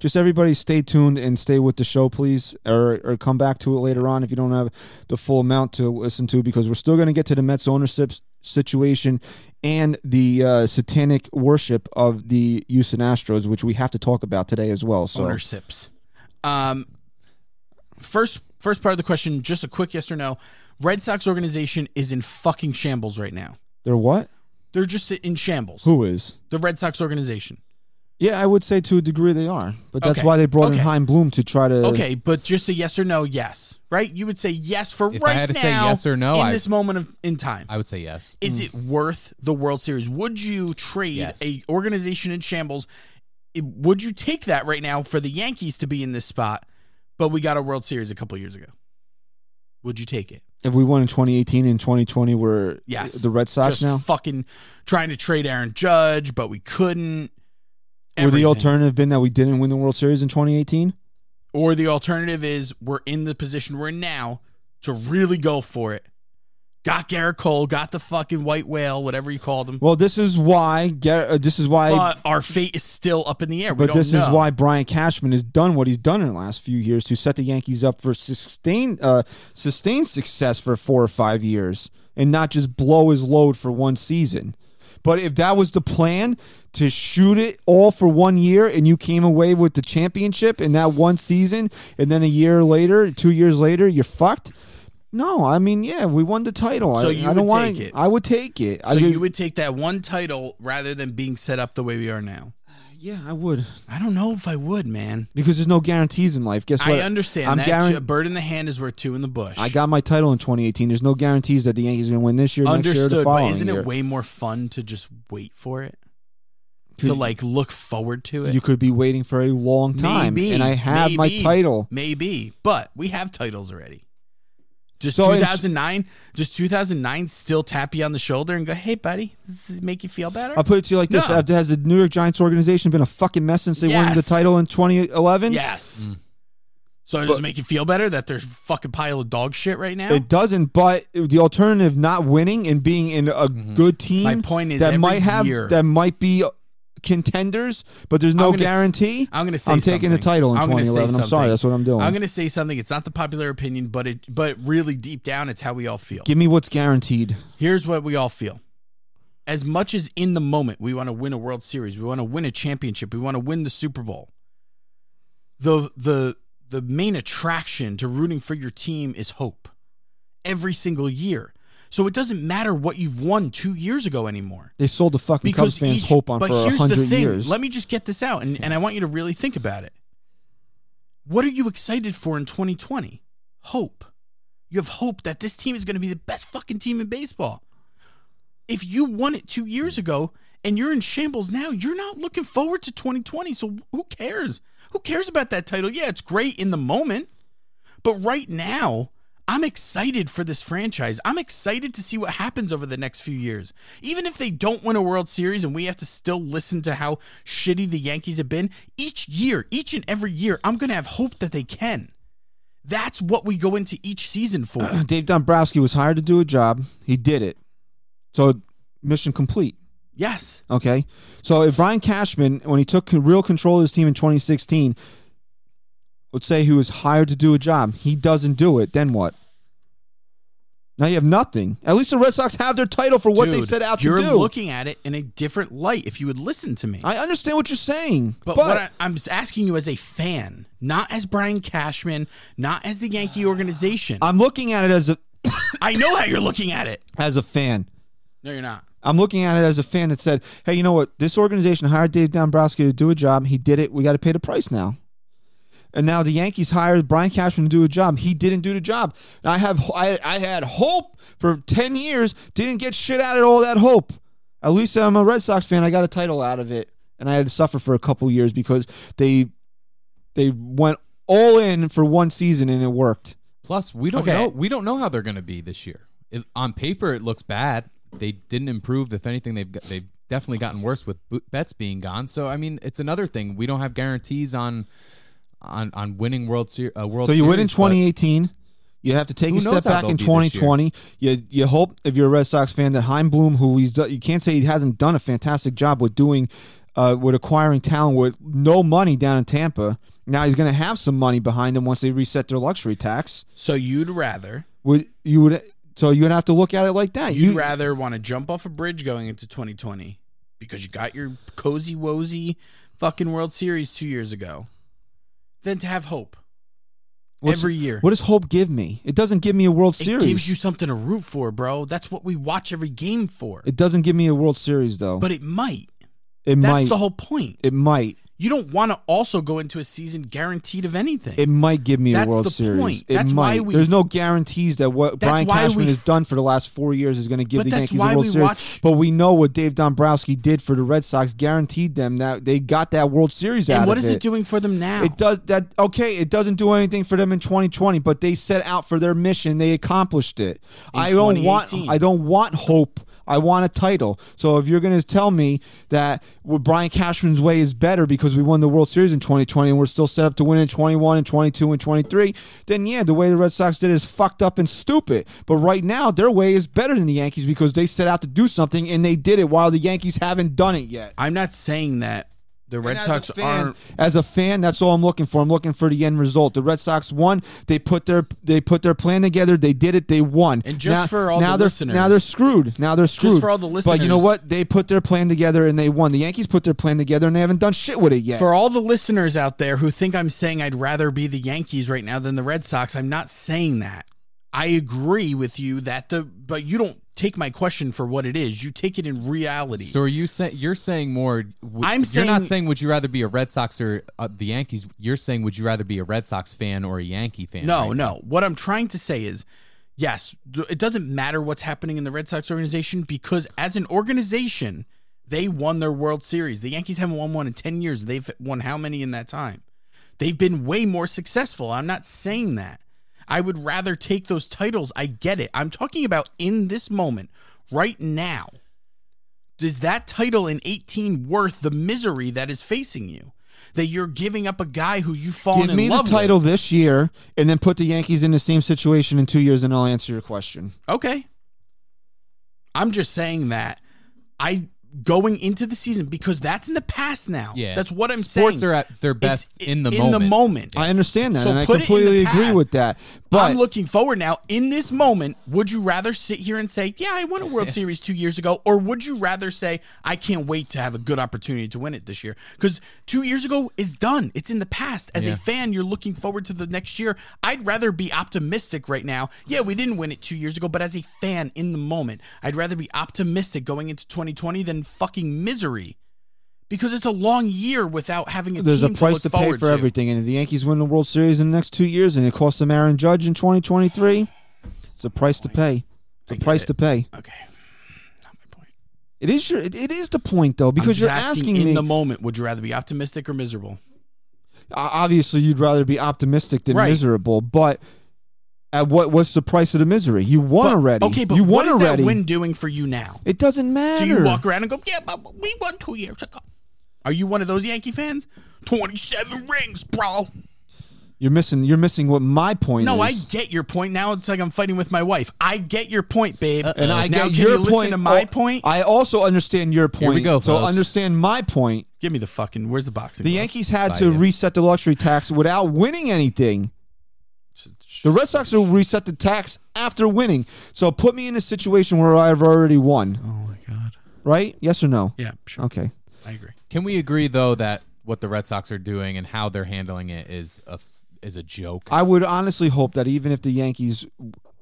S2: just everybody, stay tuned and stay with the show, please, or or come back to it later on if you don't have the full amount to listen to because we're still going to get to the Mets ownership s- situation and the uh, satanic worship of the Houston Astros, which we have to talk about today as well. So
S3: ownerships. Um, first, first part of the question, just a quick yes or no. Red Sox organization is in fucking shambles right now.
S2: they're what?
S3: They're just in shambles.
S2: Who is?
S3: The Red Sox organization.
S2: Yeah, I would say to a degree they are, but that's
S3: Okay.
S2: why they brought in
S3: Okay.
S2: Heim Bloom to try to.
S3: Okay, but just a yes or no, yes, right? You would say yes for
S4: If I
S3: right
S4: had to
S3: now.
S4: say yes or no,
S3: in
S4: I-
S3: this moment of in time,
S4: I would say yes.
S3: is it worth the World Series? Would you trade
S4: Yes.
S3: a organization in shambles? It- Would you take that right now for the Yankees to be in this spot? But we got a World Series a couple years ago. Would you take it?
S2: If we won in 2018 and 2020, we're
S3: Yes.
S2: the Red Sox
S3: Just
S2: now.
S3: fucking trying to trade Aaron Judge, but we couldn't.
S2: Would the
S3: Everything.
S2: alternative been that we didn't win the World Series in 2018?
S3: or the alternative is we're in the position we're in now to really go for it. Got Garrett Cole, got the fucking white whale, whatever you called him.
S2: Well, this is why. Gar- uh, This is why.
S3: but our fate is still up in the air. We
S2: but
S3: don't
S2: this is
S3: know.
S2: why Brian Cashman has done what he's done in the last few years to set the Yankees up for sustained uh, sustained success for four or five years, and not just blow his load for one season. But if that was the plan to shoot it all for one year, and you came away with the championship in that one season, and then a year later, two years later, you're fucked. No, I mean, yeah, we won the title.
S3: So
S2: I,
S3: you
S2: I don't
S3: would
S2: want
S3: take it.
S2: I would take it. I
S3: So
S2: could-
S3: you would take that one title rather than being set up the way we are now.
S2: yeah, I would,
S3: I don't know if I would, man.
S2: because there's no guarantees in life. Guess what?
S3: I understand
S2: I'm
S3: that
S2: guaran-
S3: a bird in the hand is worth two in the bush.
S2: I got my title in 2018. There's no guarantees that the Yankees are going to win this year, next year, or
S3: understood,
S2: the
S3: but
S2: following
S3: isn't
S2: year.
S3: it way more fun to just wait for it? to like look forward to it.
S2: You could be waiting for a long time,
S3: Maybe,
S2: and I have my
S3: maybe,
S2: title.
S3: Maybe, but we have titles already. Just
S2: So it's-
S3: 2009, just 2009, still tap you on the shoulder and go, "Hey, buddy, does this make you feel better?"
S2: I'll put it to you like this:
S3: No.
S2: Have- Has the New York Giants organization been a fucking mess since they won the
S3: Yes.
S2: title in 2011?
S3: yes. So does it make you feel better that there's fucking pile of dog shit right now?
S2: It doesn't, but the alternative not winning and being in a good team
S3: Mm-hmm. My point is
S2: that
S3: every
S2: might have
S3: year-
S2: that might be contenders, but there's no
S3: I'm gonna s-
S2: guarantee.
S3: I'm going to say
S2: I'm taking the
S3: something.
S2: title in
S3: I'm gonna say
S2: 2011. I'm sorry,
S3: something.
S2: that's what I'm doing.
S3: I'm going to say something. It's not the popular opinion, but it but really deep down, it's how we all feel.
S2: Give me what's guaranteed.
S3: Here's what we all feel. As much as in the moment we want to win a World Series, we want to win a championship, we want to win the Super Bowl. The the the main attraction to rooting for your team is hope. Every single year. So it doesn't matter what you've won 2 years ago anymore.
S2: They sold the fucking
S3: Because
S2: Cubs fans
S3: each-
S2: hope on
S3: but
S2: for
S3: here's the
S2: hundred
S3: thing.
S2: years.
S3: Let me just get this out and, and I want you to really think about it. What are you excited for in 2020? Hope. You have hope that this team is going to be the best fucking team in baseball. If you won it two years ago and you're in shambles now, you're not looking forward to 2020. So who cares? Who cares about that title? Yeah, it's great in the moment. But right now, I'm excited for this franchise. I'm excited to see what happens over the next few years. Even if they don't win a World Series and we have to still listen to how shitty the Yankees have been, each year, each and every year, I'm going to have hope that they can. That's what we go into each season for.
S2: (clears throat) Dave Dombrowski was hired to do a job. He did it. So mission complete.
S3: yes.
S2: Okay. So if Brian Cashman, when he took real control of his team in 2016, let's say he was hired to do a job, he doesn't do it, then what? Now you have nothing. At least the Red Sox have their title for what they
S3: Dude,
S2: set out to
S3: you're
S2: do.
S3: looking at it in a different light if you would listen to me.
S2: I understand what you're saying,
S3: But,
S2: but,
S3: what I, I'm just asking you as a fan, not as Brian Cashman, not as the Yankee organization.
S2: I'm looking at it as a
S3: I know how you're looking at it.
S2: as a fan.
S3: No, you're not.
S2: I'm looking at it as a fan that said, "Hey, you know what? This organization hired Dave Dombrowski to do a job. He did it. We got to pay the price now." And now the Yankees hired Brian Cashman to do a job. He didn't do the job. And I have I, I had hope for ten years. Didn't get shit out of all that hope. At least I'm a Red Sox fan. I got a title out of it, and I had to suffer for a couple years because they they went all in for one season and it worked.
S4: Plus, we don't
S3: Okay.
S4: know. We don't know how they're going to be this year. It, on paper, it looks bad. They didn't improve. If anything, they've got, they've definitely gotten worse with Bo- bets being gone. So, I mean, it's another thing. We don't have guarantees on on on winning World Series. Uh, World
S2: So you win in
S4: Series, but
S2: 2018. You have to take
S4: Who
S2: a step
S4: knows how
S2: back
S4: they'll
S2: in
S4: be this
S2: 2020. You you hope if you're a Red Sox fan that Heim Bloom, who he's do- you can't say he hasn't done a fantastic job with doing, uh, with acquiring talent with no money down in Tampa. Now he's going to have some money behind him once they reset their luxury tax.
S3: So you'd rather
S2: Would you would so you would have to look at it like that.
S3: you'd
S2: You-
S3: rather want to jump off a bridge going into 2020 because you got your cozy wozy fucking World Series two years ago than to have hope
S2: what's-
S3: every year.
S2: What does hope give me? It doesn't give me a World
S3: it
S2: Series.
S3: gives you something to root for, bro. That's what we watch every game for.
S2: It doesn't give me a World Series though.
S3: but it might.
S2: it
S3: That's
S2: might.
S3: the whole point.
S2: it might.
S3: You don't want to also go into a season guaranteed of anything.
S2: It might give me
S3: That's
S2: a World
S3: the
S2: Series.
S3: point.
S2: It
S3: That's why
S2: might.
S3: we-
S2: There's no guarantees that what
S3: That's
S2: Brian
S3: why
S2: Cashman
S3: we-
S2: has done for the last four years is going to give
S3: But
S2: the
S3: that's
S2: Yankees
S3: why
S2: a World
S3: we
S2: Series.
S3: watch-
S2: But we know what Dave Dombrowski did for the Red Sox guaranteed them that they got that World Series out
S3: and what
S2: of
S3: is it. doing for them now?
S2: It does that. Okay, it doesn't do anything for them in 2020, but they set out for their mission. They accomplished it.
S3: In
S2: I don't want.
S3: 2018.
S2: I don't want hope. I want a title. So if you're going to tell me that well, Brian Cashman's way is better because we won the World Series in 2020 and we're still set up to win in 21 and 22 and 23, then yeah, the way the Red Sox did is fucked up and stupid. But right now, their way is better than the Yankees because they set out to do something and they did it while the Yankees haven't done it yet.
S3: I'm not saying that the Red
S2: And as
S3: Sox
S2: a fan,
S3: aren't
S2: as a fan, that's all I'm looking for. I'm looking for the end result. The Red Sox won. They put their they put their plan together. They did it. They won.
S3: And just
S2: now,
S3: for all
S2: now
S3: the
S2: they're,
S3: listeners-
S2: now they're screwed. Now they're screwed.
S3: for all the
S2: But you know
S3: listeners-
S2: what? They put their plan together and they won. The Yankees put their plan together and they haven't done shit with it yet.
S3: For all the listeners out there who think I'm saying I'd rather be the Yankees right now than the Red Sox, I'm not saying that. I agree with you that the but you don't take my question for what it is. You take it in reality.
S4: So are you saying you're saying more? W-
S3: I'm
S4: you're not
S3: saying-
S4: saying would you rather be a Red Sox or uh, the Yankees. You're saying would you rather be a Red Sox fan or a Yankee fan?
S3: no,
S4: right?
S3: no. What I'm trying to say is yes, th- it doesn't matter what's happening in the Red Sox organization because as an organization, They won their World Series. The Yankees haven't won one in 10 years. They've won how many in that time? They've been way more successful. I'm not saying that. I would rather take those titles. I get it. I'm talking about in this moment, right now. Is that title in 18 worth the misery that is facing you? That you're giving up a guy who you've fallen
S2: Give me
S3: in
S2: the
S3: love
S2: title
S3: with.
S2: this year, and then put the Yankees in the same situation in two years, and I'll answer your question.
S3: Okay. I'm just saying that I going into the season because that's in the past now.
S4: Yeah,
S3: That's what I'm
S4: Sports
S3: saying.
S4: are at their best
S3: It's
S4: in the
S3: in
S4: moment.
S3: the moment.
S2: I understand that,
S3: So
S2: and I
S3: put it in the
S2: completely
S3: past.
S2: agree with that. But
S3: I'm looking forward now. In this moment, would you rather sit here and say, "Yeah, I won a World Series two years ago," or would you rather say, "I can't wait to have a good opportunity to win it this year"? Because two years ago is done. It's in the past. As
S4: Yeah.
S3: a fan, you're looking forward to the next year. I'd rather be optimistic right now. Yeah, we didn't win it two years ago, but as a fan in the moment, I'd rather be optimistic going into 2020 than fucking misery. Because it's a long year without having a
S2: there's a
S3: team
S2: price to
S3: to look
S2: pay
S3: forward
S2: for
S3: to.
S2: everything, and if the Yankees win the World Series in the next two years, and it costs them Aaron Judge in 2023, it's a price to pay. It's a
S3: get
S2: price
S3: it.
S2: to pay.
S3: Okay, not my point.
S2: It is your. It, it is the point though, because
S3: I'm
S2: you're
S3: just
S2: asking,
S3: in
S2: me.
S3: the moment, would you rather be optimistic or miserable?
S2: o- obviously, you'd rather be optimistic than
S3: Right.
S2: miserable, but. At what? What's the price of the misery? You won
S3: But-
S2: already.
S3: Okay, but
S2: you won
S3: what is
S2: already.
S3: that win doing for you now?
S2: It doesn't matter.
S3: Do you walk around and go, yeah, but we won two years ago? Are you one of those Yankee fans? 27 rings, bro.
S2: You're missing. You're missing what my point
S3: No, I
S2: is.
S3: get your point. Now it's like I'm fighting with my wife. I get your point, babe.
S2: Uh, and I
S3: now
S2: get
S3: can
S2: your
S3: you
S2: point.
S3: listen to my
S2: Oh,
S3: point?
S2: I also understand your point.
S4: we go,
S2: So
S4: folks.
S2: understand my point.
S3: Give me the fucking. Where's the boxing?
S2: The
S3: glove?
S2: Yankees had
S4: Bye,
S2: to
S4: yeah.
S2: reset the luxury tax without winning anything. The Red Sox will reset the tax after winning. So put me in a situation where I've already won,
S3: Oh my god.
S2: right? Yes or no?
S3: Yeah, sure.
S2: Okay.
S3: I agree.
S4: Can we agree though that what the Red Sox are doing and how they're handling it is a is a joke?
S2: I would honestly hope that even if the Yankees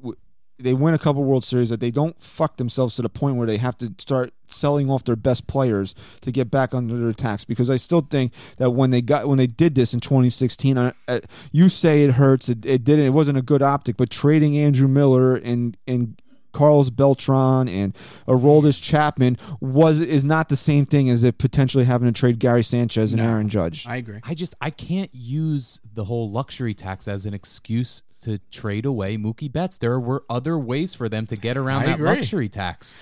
S2: w- they win a couple World Series, that they don't fuck themselves to the point where they have to start selling off their best players to get back under their tax. Because I still think that when they got when they did this in 2016, I, I, you say it hurts, it, it didn't, it wasn't a good optic. But trading Andrew Miller and and Carlos Beltran and Aroldis Chapman was is not the same thing as it potentially having to trade Gary Sanchez and Aaron Judge.
S3: I agree.
S4: I just I can't use the whole luxury tax as an excuse to trade away Mookie Betts. There were other ways for them to get around
S3: I
S4: that
S3: agree.
S4: luxury tax.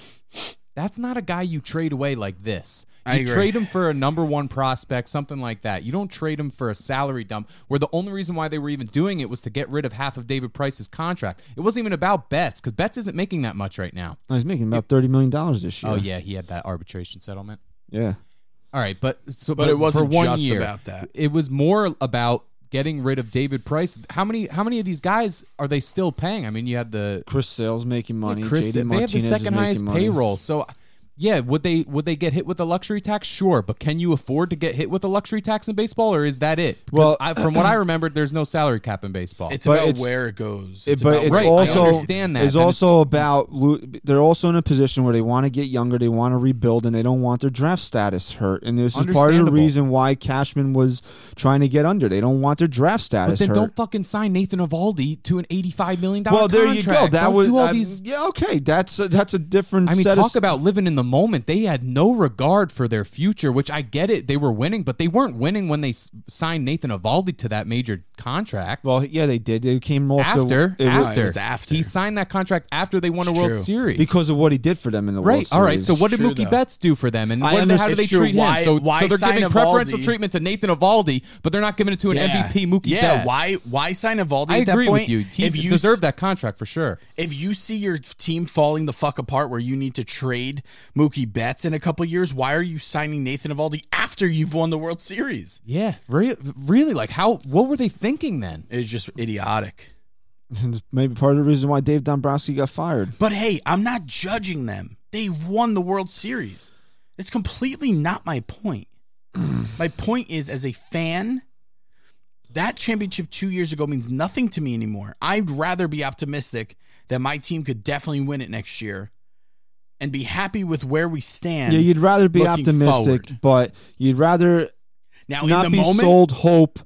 S4: That's not a guy you trade away like this. You
S3: I agree.
S4: trade him for a number one prospect, something like that. You don't trade him for a salary dump, where the only reason why they were even doing it was to get rid of half of David Price's contract. It wasn't even about Betts because Betts isn't making that much right now.
S2: He's making about thirty million dollars this year.
S4: Oh yeah, he had that arbitration settlement.
S2: yeah.
S4: All right, but so
S3: But it wasn't
S4: for one
S3: just
S4: year,
S3: about that.
S4: It was more about getting rid of David Price. How many how many of these guys are they still paying? I mean, you had the
S2: Chris Sale's making money.
S4: Chris,
S2: JD
S4: they have
S2: Martinez
S4: the
S2: is
S4: second
S2: making
S4: highest
S2: money.
S4: payroll. So yeah, would they would they get hit with a luxury tax? Sure, but can you afford to get hit with a luxury tax in baseball, or is that it? 'Cause
S2: Well-
S4: I,
S2: (clears throat)
S4: from what I remembered, there's no salary cap in baseball.
S3: It's
S2: But
S3: about
S2: it's-
S3: where it goes.
S2: It- but
S3: about
S2: it's
S3: where
S4: right, I
S2: also
S4: understand that.
S2: It's
S4: Then
S2: also about lo- they're also in a position where they want to get younger, they want to rebuild, and they don't want their draft status hurt. And this is part of the
S4: Understandable.
S2: reason why Cashman was trying to get under. They don't want their draft
S4: but
S2: status
S4: then
S2: hurt.
S4: don't fucking sign Nathan Avaldi to an eighty-five million dollar.
S2: well, there you go. That was
S4: do all
S2: I-
S4: these
S2: yeah. Okay, that's a, that's a different.
S4: I mean,
S2: set
S4: talk
S2: of,
S4: about living in the moment. They had no regard for their future, which I get it. They were winning, but they weren't winning when they s- signed Nathan Avaldi to that major contract.
S2: Well, yeah, they did. They came off the-
S4: after,
S2: it was-
S4: after,
S3: was after.
S4: he signed that contract after they won
S3: It's
S4: a World
S3: true.
S4: Series.
S2: because of what he did for them in the
S4: right,
S2: World Series.
S4: all right. So what did
S3: true,
S4: Mookie
S3: though.
S4: Betts do for them, and
S2: I
S4: what, how do
S2: understand-
S4: they
S2: sure,
S4: treat
S3: why-
S4: him? So,
S3: why
S4: so they're
S3: sign
S4: giving preferential
S3: Eovaldi?
S4: treatment to Nathan Avaldi, but they're not giving it to an MVP Mookie
S3: yeah,
S4: Betts.
S3: why why sign Evaldi
S4: I
S3: at that
S4: agree
S3: point?
S4: with you. He
S3: if you s-
S4: deserved that contract for sure.
S3: if you see your team falling the fuck apart where you need to trade Mookie Betts in a couple years, why are you signing Nathan Evaldi after you've won the World Series?
S4: Yeah, re- really. Like, how? What were they thinking then?
S3: It's just idiotic.
S2: (laughs) Maybe part of the reason why Dave Dombrowski got fired.
S3: But hey, I'm not judging them. They've won the World Series. It's completely not my point. (clears throat) my point is as a fan, that championship 2 years ago means nothing to me anymore. I'd rather be optimistic that my team could definitely win it next year and be happy with where we stand.
S2: Yeah, you'd rather be
S3: looking
S2: optimistic,
S3: forward.
S2: but you'd rather
S3: now in
S2: not
S3: the
S2: be
S3: moment
S2: sold hope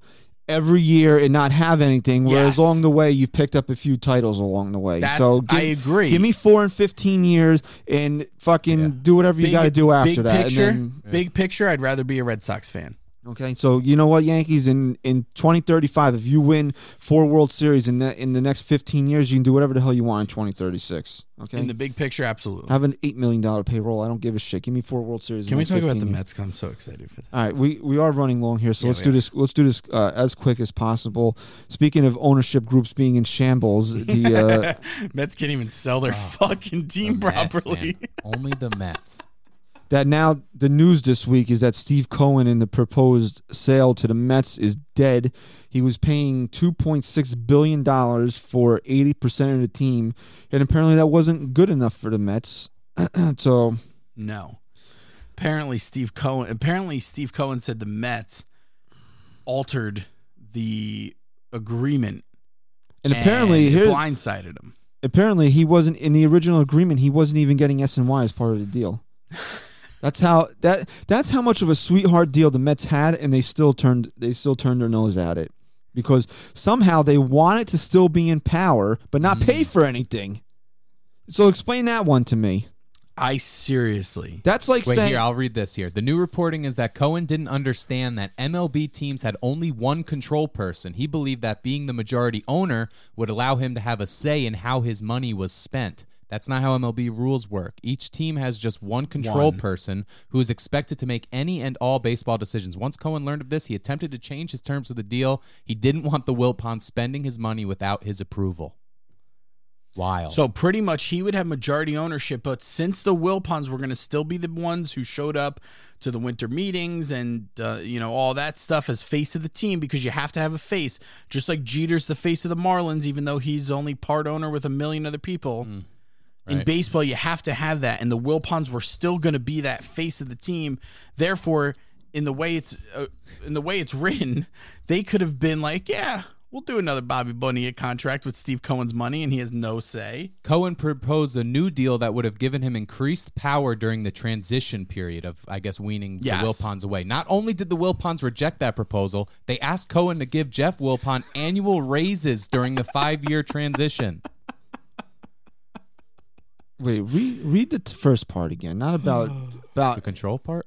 S2: every year and not have anything. Whereas
S3: Yes.
S2: along the way, you've picked up a few titles along the way.
S3: That's-
S2: so
S3: I agree.
S2: Give me four and fifteen years and fucking
S4: Yeah.
S2: do whatever you
S3: Big-
S2: got to do after
S3: big
S2: that. and
S3: Picture,
S2: then-
S3: Big picture, I'd rather be a Red Sox fan.
S2: Okay, so you know what, Yankees in in twenty thirty five, if you win four World Series in the in the next fifteen years, you can do whatever the hell you want in twenty thirty six. Okay,
S3: In the big picture, absolutely.
S2: have an eight million dollar payroll. I don't give a shit. Give me four World Series. in
S3: Can we
S2: next
S3: talk about
S2: 15
S3: the
S2: years.
S3: Mets? 'Cause I'm so excited for that.
S2: All right, we, we are running long here, so
S3: Yeah,
S2: let's
S3: we
S2: do
S3: are.
S2: this. Let's do this uh, as quick as possible. Speaking of ownership groups being in shambles, the uh,
S3: (laughs) Mets can't even sell their (laughs) fucking team
S4: The Mets,
S3: properly.
S4: man. Only the
S3: (laughs)
S4: Mets.
S2: that now the news this week is that Steve Cohen in the proposed sale to the Mets is dead. He was paying two point six billion dollars for eighty percent of the team, and apparently that wasn't good enough for the Mets. (clears throat) so
S3: No. Apparently Steve Cohen apparently Steve Cohen said the Mets altered the agreement
S2: and apparently
S3: and it
S2: here's,
S3: blindsided him.
S2: apparently he wasn't in the original agreement. He wasn't even getting S and Y as part of the
S4: (laughs)
S2: deal. That's how that that's how much of a sweetheart deal the Mets had, and they still turned they still turned their nose at it because somehow they wanted to still be in power but not
S4: Mm-hmm.
S2: pay for anything. So explain that one to me.
S3: I seriously.
S2: That's like
S4: Wait,
S2: saying
S4: here, I'll read this here. The new reporting is that Cohen didn't understand that MLB teams had only one control person. He believed that being the majority owner would allow him to have a say in how his money was spent. That's not how MLB rules work. Each team has just one control person who is expected to make any and all baseball decisions. Once Cohen learned of this, he attempted to change his terms of the deal. He didn't want the Wilpon spending his money without his approval. Wild.
S3: So pretty much he would have majority ownership, but since the Wilpons were going to still be the ones who showed up to the winter meetings and uh, you know all that stuff as face of the team because you have to have a face, just like Jeter's the face of the Marlins even though he's only part owner with a million other people. In
S4: right.
S3: baseball you have to have that and the Wilpons were still going to be that face of the team. Therefore, in the way it's uh, in the way it's written, they could have been like, yeah, we'll do another Bobby Bonilla contract with Steve Cohen's money and he has no say.
S4: Cohen proposed a new deal that would have given him increased power during the transition period of, I guess, weaning
S3: Yes.
S4: the Wilpons away. Not only did the Wilpons reject that proposal, they asked Cohen to give Jeff Wilpon annual raises during the five-year transition.
S2: wait read read the t- first part again. Not about
S4: (sighs) The
S2: about
S4: control part?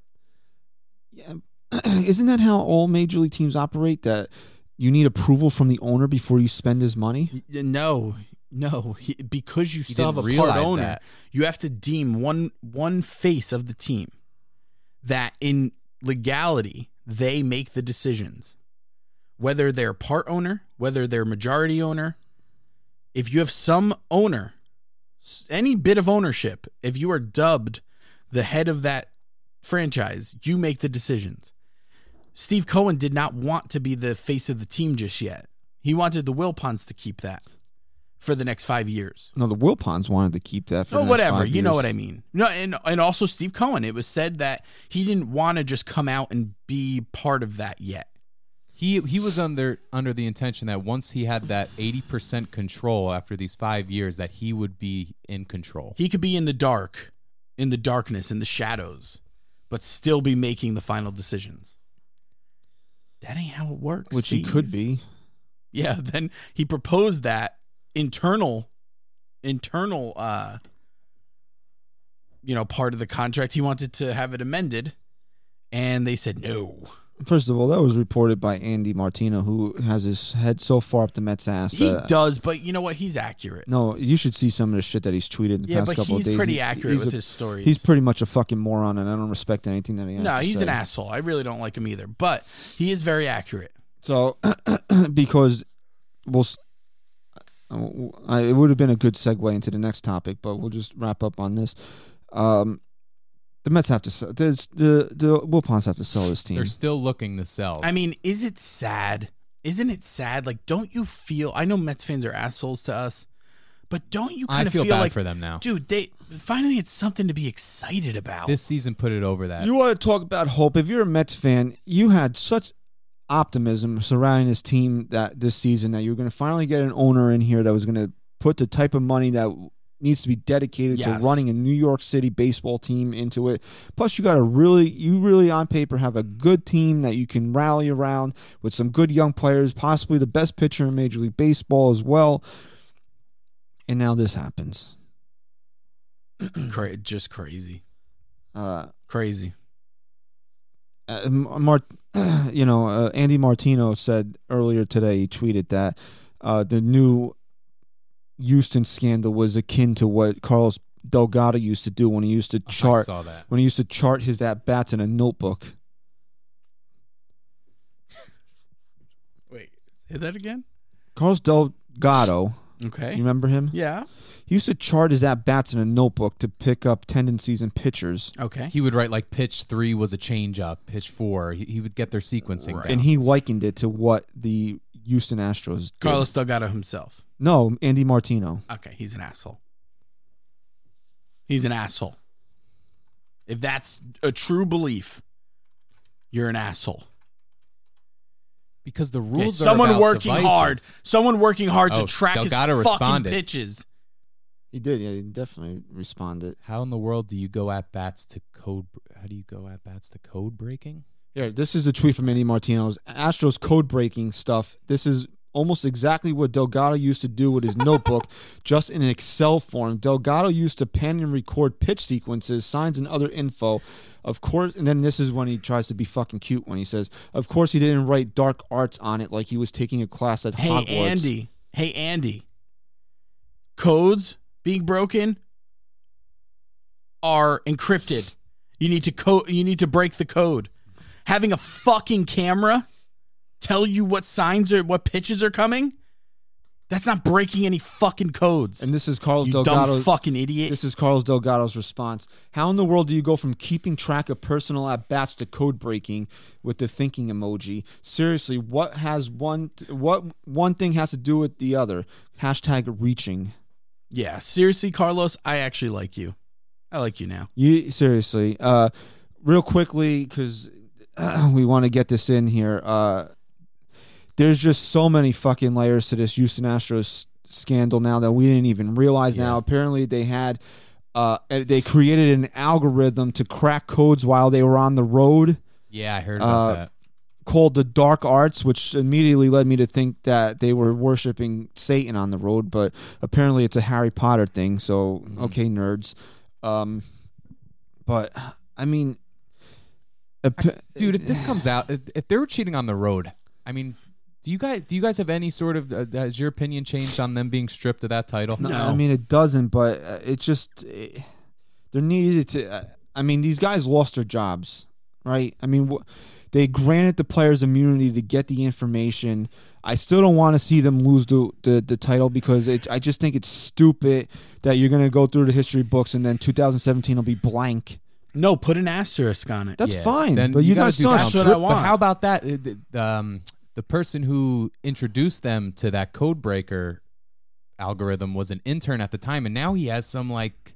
S2: yeah, (clears throat) isn't that how all major league teams operate? That you need approval from the owner before you spend his money.
S3: Y- No, no, he, because you still have
S4: didn't
S3: a part
S4: realize
S3: owner,
S4: that.
S3: you have to deem one one face of the team that in legality they make the decisions, whether they're part owner, whether they're majority owner. If you have some owner, s- any bit of ownership, if you are dubbed the head of that franchise, you make the decisions. Steve Cohen did not want to be the face of the team just yet. He wanted the Wilpons to keep that for the next five years.
S2: No, the Wilpons wanted to keep that for
S3: Or
S2: the next
S3: whatever,
S2: five
S3: you know
S2: years.
S3: what I mean. No, and and also Steve Cohen. It was said that he didn't want to just come out and be part of that yet.
S4: He he was under under the intention that once he had that eighty percent control after these five years, that he would be in control.
S3: He could be in the dark, in the darkness, in the shadows, but still be making the final decisions. That ain't how it works.
S2: Which he
S3: Steve.
S2: could be.
S3: yeah (laughs) then he proposed that internal internal uh you know part of the contract he wanted to have it amended and they said no
S2: First of all, that was reported by Andy Martino, who has his head so far up the Mets' ass.
S3: he
S2: that-
S3: does but you know what he's accurate
S2: No, you should see some of the shit that he's tweeted in the
S3: yeah
S2: past
S3: but
S2: couple
S3: he's
S2: of days.
S3: pretty
S2: He-
S3: accurate
S2: he's
S3: with
S2: a-
S3: his stories
S2: He's pretty much a fucking moron, and I don't respect anything that he has.
S3: no
S2: to
S3: he's an
S2: say.
S3: asshole i really don't like him either but he is very accurate
S2: So, (clears throat) because we'll, s- uh, I, it would have been a good segue into the next topic, but we'll just wrap up on this. Um, the Mets have to sell. The the, the Wilpons have to sell this team.
S4: They're still looking to sell.
S3: I mean, is it sad? Isn't it sad? Like, don't you feel? I know Mets fans are assholes to us, but don't you
S4: I
S3: kind of
S4: feel bad
S3: like,
S4: for them now.
S3: dude? They finally it's something to be excited about.
S4: this season put it over that.
S2: You want to talk about hope? If you're a Mets fan, you had such optimism surrounding this team that this season that you were going to finally get an owner in here that was going to put the type of money that needs to be dedicated
S3: Yes.
S2: to running a New York City baseball team into it. Plus, you got to really, you really on paper have a good team that you can rally around with some good young players, possibly the best pitcher in Major League Baseball as well. And now this happens.
S3: Cra- just crazy,
S2: Uh,
S3: crazy.
S2: uh, M- Mart, (clears throat) you know, uh, Andy Martino said earlier today. He tweeted that uh, the new Houston scandal was akin to what Carlos Delgado used to do when he used to
S4: I
S2: chart
S4: saw that.
S2: when he used to chart his at bats in a notebook.
S3: Wait, say that again.
S2: Carlos Delgado, you
S3: Okay.
S2: remember him?
S3: Yeah.
S2: He used to chart his at bats in a notebook to pick up tendencies and pitchers,
S3: Okay.
S4: He would write like pitch three was a change up, pitch four. He, he would get their sequencing
S3: Right.
S4: down.
S2: and he likened it to what the Houston Astros. Do.
S3: Carlos Delgado himself.
S2: no, Andy Martino.
S3: Okay, he's an asshole. He's an asshole. If that's a true belief, you're an asshole.
S4: because the
S3: Okay,
S4: rules are
S3: someone
S4: about
S3: working
S4: devices.
S3: hard. Someone working hard to
S4: Oh,
S3: track
S4: Delgado
S3: his fucking
S4: responded.
S3: pitches.
S2: He did. Yeah, he definitely responded.
S4: How in the world do you go at bats to code? How do you go at bats to code breaking?
S2: Here, this is a tweet from Andy Martino's Astros code breaking stuff. This is almost exactly what Delgado used to do with his notebook, (laughs) just in an Excel form. Delgado used to pen and record pitch sequences, signs, and other info. Of course, and then this is when he tries to be fucking cute when he says, "Of course, he didn't write dark arts on it like he was taking a class at
S3: Hey
S2: Hogwarts."
S3: Andy. Hey Andy. Codes being broken are encrypted. You need to co- you need to break the code. Having a fucking camera tell you what signs are what pitches are coming? That's not breaking any fucking codes.
S2: and this is Carlos
S3: you
S2: Delgado.
S3: dumb fucking idiot.
S2: This is Carlos Delgado's response. How in the world do you go from keeping track of personal at bats to code breaking with the thinking emoji? Seriously, what has one what one thing has to do with the other? Hashtag reaching.
S3: yeah, seriously Carlos, I actually like you. I like you now.
S2: You seriously, uh, real quickly because (clears throat) we want to get this in here. Uh, there's just so many fucking layers to this Houston Astros scandal now that we didn't even realize. Now apparently they had. Uh, they created an algorithm to crack codes while they were on the road
S4: Yeah, I heard about
S2: Uh,
S4: that.
S2: called the dark arts which immediately led me to think that they were worshiping satan on the road but apparently it's a harry potter thing so okay nerds um but i mean ap-
S4: dude. If this comes out, if, if they were cheating on the road, I mean, do you guys do you guys have any sort of uh, has your opinion changed on them being stripped of that title?
S2: No,
S3: No.
S2: I mean it doesn't. But uh, it just it, they're needed to. Uh, I mean, these guys lost their jobs, right? I mean, wh- they granted the players immunity to get the information. I still don't want to see them lose the, the, the title because it, I just think it's stupid that you're going to go through the history books and then 2017 will be blank.
S3: No, put an asterisk on it.
S2: That's
S4: Yeah.
S2: fine,
S4: Then
S2: but you,
S4: gotta
S2: guys
S4: do
S2: still
S4: something.
S3: That's what I
S4: But
S3: want.
S4: how about that? uh, th- Um, the person who introduced them to that code breaker algorithm was an intern at the time, and now he has some like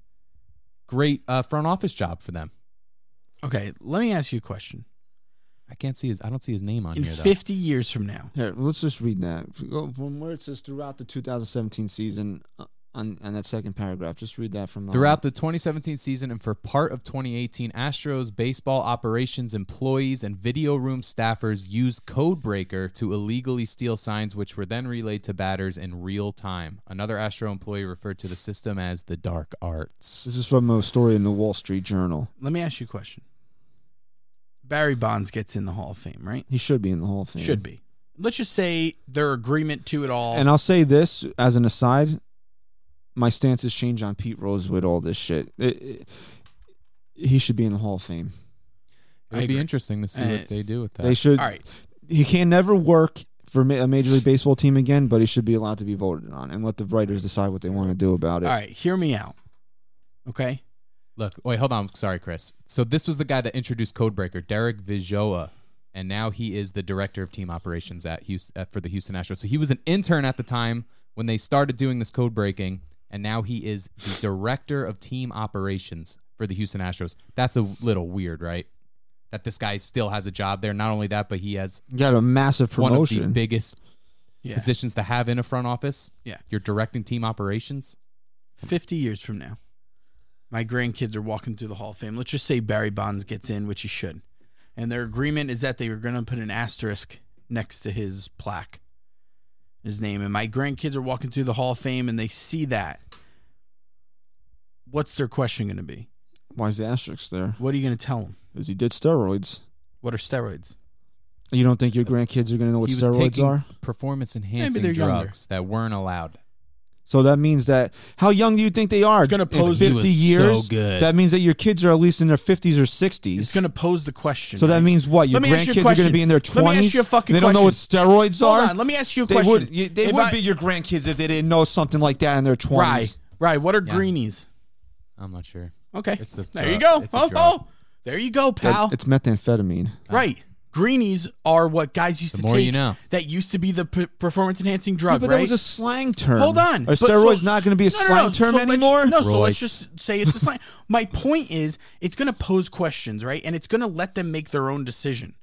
S4: great uh, front office job for them.
S3: Okay, let me ask you a question.
S4: I can't see his. I don't see his name on
S3: In
S4: here though.
S3: 50 years from now,
S2: Here, let's just read that Go from where it says throughout the 2017 season uh, on, on that second paragraph. Just read that from the
S4: Throughout the 2017 season and for part of 2018, Astros baseball operations employees and video room staffers used Codebreaker to illegally steal signs, which were then relayed to batters in real time. Another Astro employee referred to the system as the dark arts.
S2: This is from a story in the Wall Street Journal.
S3: let me ask you a question. Barry Bonds gets in the Hall of Fame, right?
S2: He should be in the Hall of Fame.
S3: Should be. Let's just say their agreement to it all.
S2: And I'll say this as an aside: my stance has changed on Pete Rose with all this shit. It- it- he should be in the Hall of Fame.
S4: It
S3: I
S4: would be
S3: agree.
S4: interesting to see
S3: Uh,
S4: what they do with that.
S2: They should.
S3: all right.
S2: He can never work for ma- a Major League Baseball team again, but he should be allowed to be voted on and let the writers decide what they want to do about it.
S3: All right. Hear me out. Okay.
S4: Look, wait, hold on. Sorry, Chris. So this was the guy that introduced Codebreaker, Derek Vijoa, and now he is the director of team operations at Houston uh, for the Houston Astros. So he was an intern at the time when they started doing this code breaking, and now he is the director of team operations for the Houston Astros. That's a little weird, right? That this guy still has a job there. Not only that, but he has
S2: You got a massive
S4: one
S2: promotion.
S4: of the biggest
S3: Yeah.
S4: positions to have in a front office.
S3: Yeah.
S4: You're directing team operations.
S3: 50 years from now, my grandkids are walking through the Hall of Fame. Let's just say Barry Bonds gets in, which he should. And their agreement is that they were going to put an asterisk next to his plaque, his name. And my grandkids are walking through the Hall of Fame and they see that. What's their question going to be?
S2: Why is the asterisk there?
S3: What are you going to tell them?
S2: Because he did steroids.
S3: What are steroids?
S2: You don't think your grandkids are going to know what
S4: he was
S2: steroids
S4: taking
S2: are?
S4: performance enhancing
S3: they're
S4: drugs
S3: younger.
S4: that weren't allowed.
S2: So that means that how young do you think they are?
S3: It's gonna
S2: In
S3: pose-
S4: He was so
S2: fifty years.
S4: good.
S2: That means that your kids are at least in their fifties or
S3: It's
S2: sixties.
S3: going to pose the question.
S2: So that
S3: right?
S2: means what? Your
S3: Let me ask you a
S2: grandkids are going to
S3: question.
S2: be in their
S3: Let me ask
S2: twenties.
S3: you a fucking
S2: They don't know what
S3: question.
S2: steroids
S3: Hold
S2: are.
S3: on, let me ask you a
S2: they
S3: question.
S2: would. you- They
S3: If
S2: would
S3: I-
S2: be your grandkids if they didn't know something like that in their
S3: Right,
S2: twenties.
S3: right. What are
S4: Yeah.
S3: greenies?
S4: I'm not sure.
S3: Okay,
S4: It's a
S3: there you
S4: drug.
S3: go.
S4: It's a
S3: Oh,
S4: drug.
S3: oh, there you go, pal.
S2: It's methamphetamine.
S3: right, greenies are what guys used
S4: The
S3: to
S4: more
S3: take.
S4: you know.
S3: That used to be the p- performance enhancing drug,
S2: but
S3: right?
S2: that was a slang term.
S3: Hold on.
S2: Are
S3: but so-
S2: steroids not going to be a
S3: No, no,
S2: slang
S3: no,
S2: term
S3: so let's-
S2: anymore?
S3: No, so
S4: Roids.
S3: let's just say it's
S2: (laughs)
S3: a slang. My point is, it's going to pose questions, right? And it's going to let them make their own decision.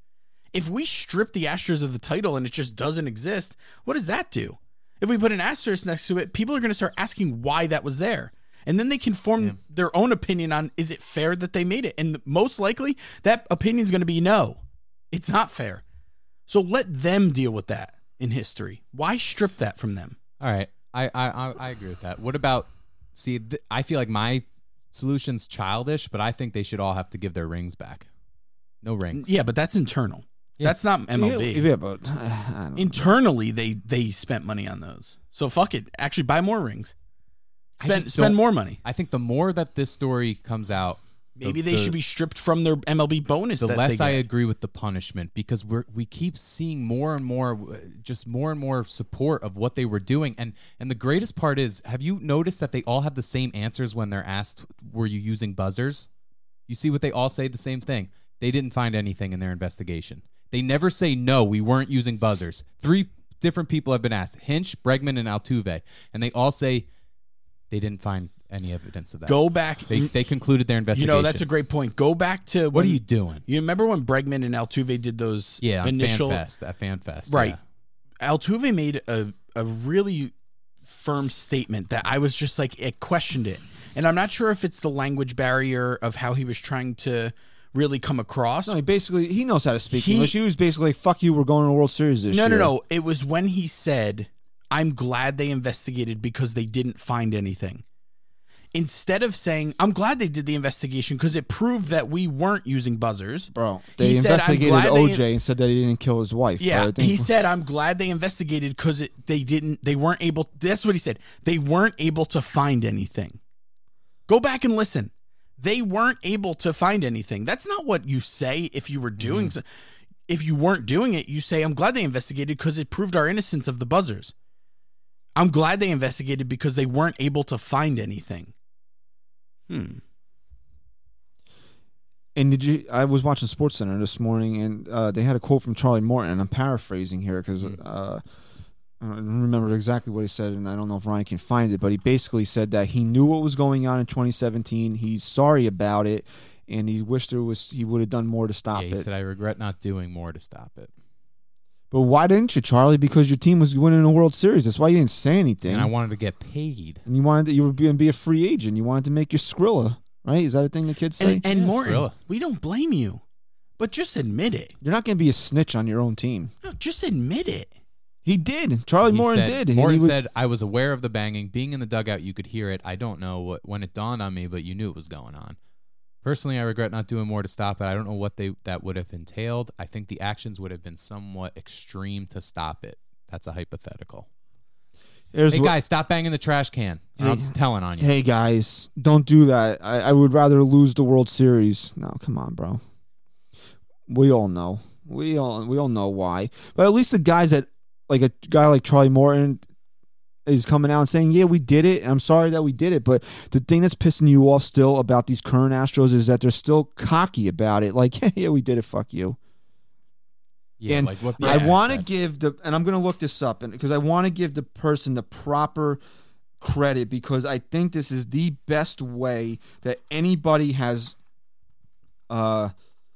S3: If we strip the Astros of the title and it just doesn't exist, what does that do? If we put an asterisk next to it, people are going to start asking why that was there. And then they can form their own opinion on is it fair that they made it? And most likely, that opinion is going to be no, it's not fair. So let them deal with that in history. Why strip that from them?
S4: All right, I I I, I agree with that. What about? See, th- I feel like my solution's childish, but I think they should all have to give their rings back. No rings.
S3: Yeah, but that's internal. That's not
S2: Yeah,
S3: MLB.
S2: yeah, but (sighs) uh, I don't know.
S3: Internally, they they spent money on those. So fuck it. Actually, buy more rings.
S4: I
S3: Spend
S4: just
S3: spend
S4: don't-
S3: more money.
S4: I think the more that this story comes out, the-
S3: Maybe they
S4: the-
S3: should be stripped from their MLB bonus.
S4: the
S3: that
S4: less
S3: they
S4: I
S3: get.
S4: agree with the punishment because we're we keep seeing more and more, uh, just more and more support of what they were doing. And and the greatest part is, have you noticed that they all have the same answers when they're asked, "Were you using buzzers?" You see what they all say the same thing. They didn't find anything in their investigation. They never say no, we weren't using buzzers. Three different people have been asked: Hinch, Bregman, and Altuve, and they all say they didn't find any evidence of that.
S3: Go back.
S4: They, they concluded their
S3: you
S4: investigation.
S3: know that's a great point. Go back to
S4: What are you doing?
S3: You remember when Bregman and Altuve did those
S4: Yeah, on
S3: initial
S4: FanFest, at FanFest.
S3: Right.
S4: yeah.
S3: Altuve made a, a really firm statement that I was just like, it questioned it. And I'm not sure if it's the language barrier of how he was trying to really come across.
S2: No, he basically he knows how to speak
S3: He-
S2: English. He was basically like, "Fuck you, we're going to the World Series this
S3: no,
S2: year."
S3: no, no. It was when he said, I'm glad they investigated because they didn't find anything. Instead of saying, I'm glad they did the investigation because it proved that we weren't using buzzers.
S2: bro. They
S3: He said, "I'm
S2: investigated
S3: glad they-
S2: OJ and said that he didn't kill his wife.
S3: Yeah,
S2: I think-
S3: he said, "I'm glad they investigated because they didn't. They weren't able. That's what he said. They weren't able to find anything. Go back and listen. They weren't able to find anything. That's not what you say if you were doing. so- If you weren't doing it, you say, "I'm glad they investigated because it proved our innocence of the buzzers. I'm glad they investigated because they weren't able to find anything." Hmm.
S2: And did you? I was watching Sports Center this morning, and uh, they had a quote from Charlie Morton. And I'm paraphrasing here because
S4: Mm.
S2: uh, I don't remember exactly what he said, and I don't know if Ryan can find it. But he basically said that he knew what was going on in 2017. He's sorry about it, and he wished there was he would have done more to stop
S4: Yeah, he
S2: it.
S4: said, I regret not doing more to stop it.
S2: but why didn't you, Charlie? Because your team was winning the World Series. That's why you didn't say anything.
S4: And I wanted to get paid.
S2: and you wanted to, you were going to be a free agent. You wanted to make your Skrilla, right? Is that a thing the kids say?
S3: And, and
S4: Yeah,
S3: Morton,
S4: Skrilla.
S3: we don't blame you, but just admit it.
S2: You're not going to be a snitch on your own team.
S3: No, just admit it.
S2: He did. Charlie
S4: He
S2: Morton did.
S4: said,
S2: And
S4: Morton
S2: he was-
S4: said, I was aware of the banging. Being in the dugout, you could hear it. I don't know what, when it dawned on me, but you knew it was going on. Personally, I regret not doing more to stop it. I don't know what they that would have entailed. I think the actions would have been somewhat extreme to stop it. That's a hypothetical.
S2: Here's
S4: Hey,
S2: what-
S4: guys, stop banging the trash can. I'm just telling on you.
S2: Hey guys, don't do that. I, I would rather lose the World Series. No, come on, bro. We all know. We all we all know why. But at least the guys that like a guy like Charlie Morton is coming out and saying, "Yeah, we did it. And I'm sorry that we did it." But the thing that's pissing you off still about these current Astros is that they're still cocky about it. Like, (laughs) "Yeah, yeah, we did it. Fuck you."
S4: Yeah,
S2: and
S4: like what
S2: I
S4: Brad
S2: want to
S4: said.
S2: give the and I'm going to look this up and because I want to give the person the proper credit because I think this is the best way that anybody has uh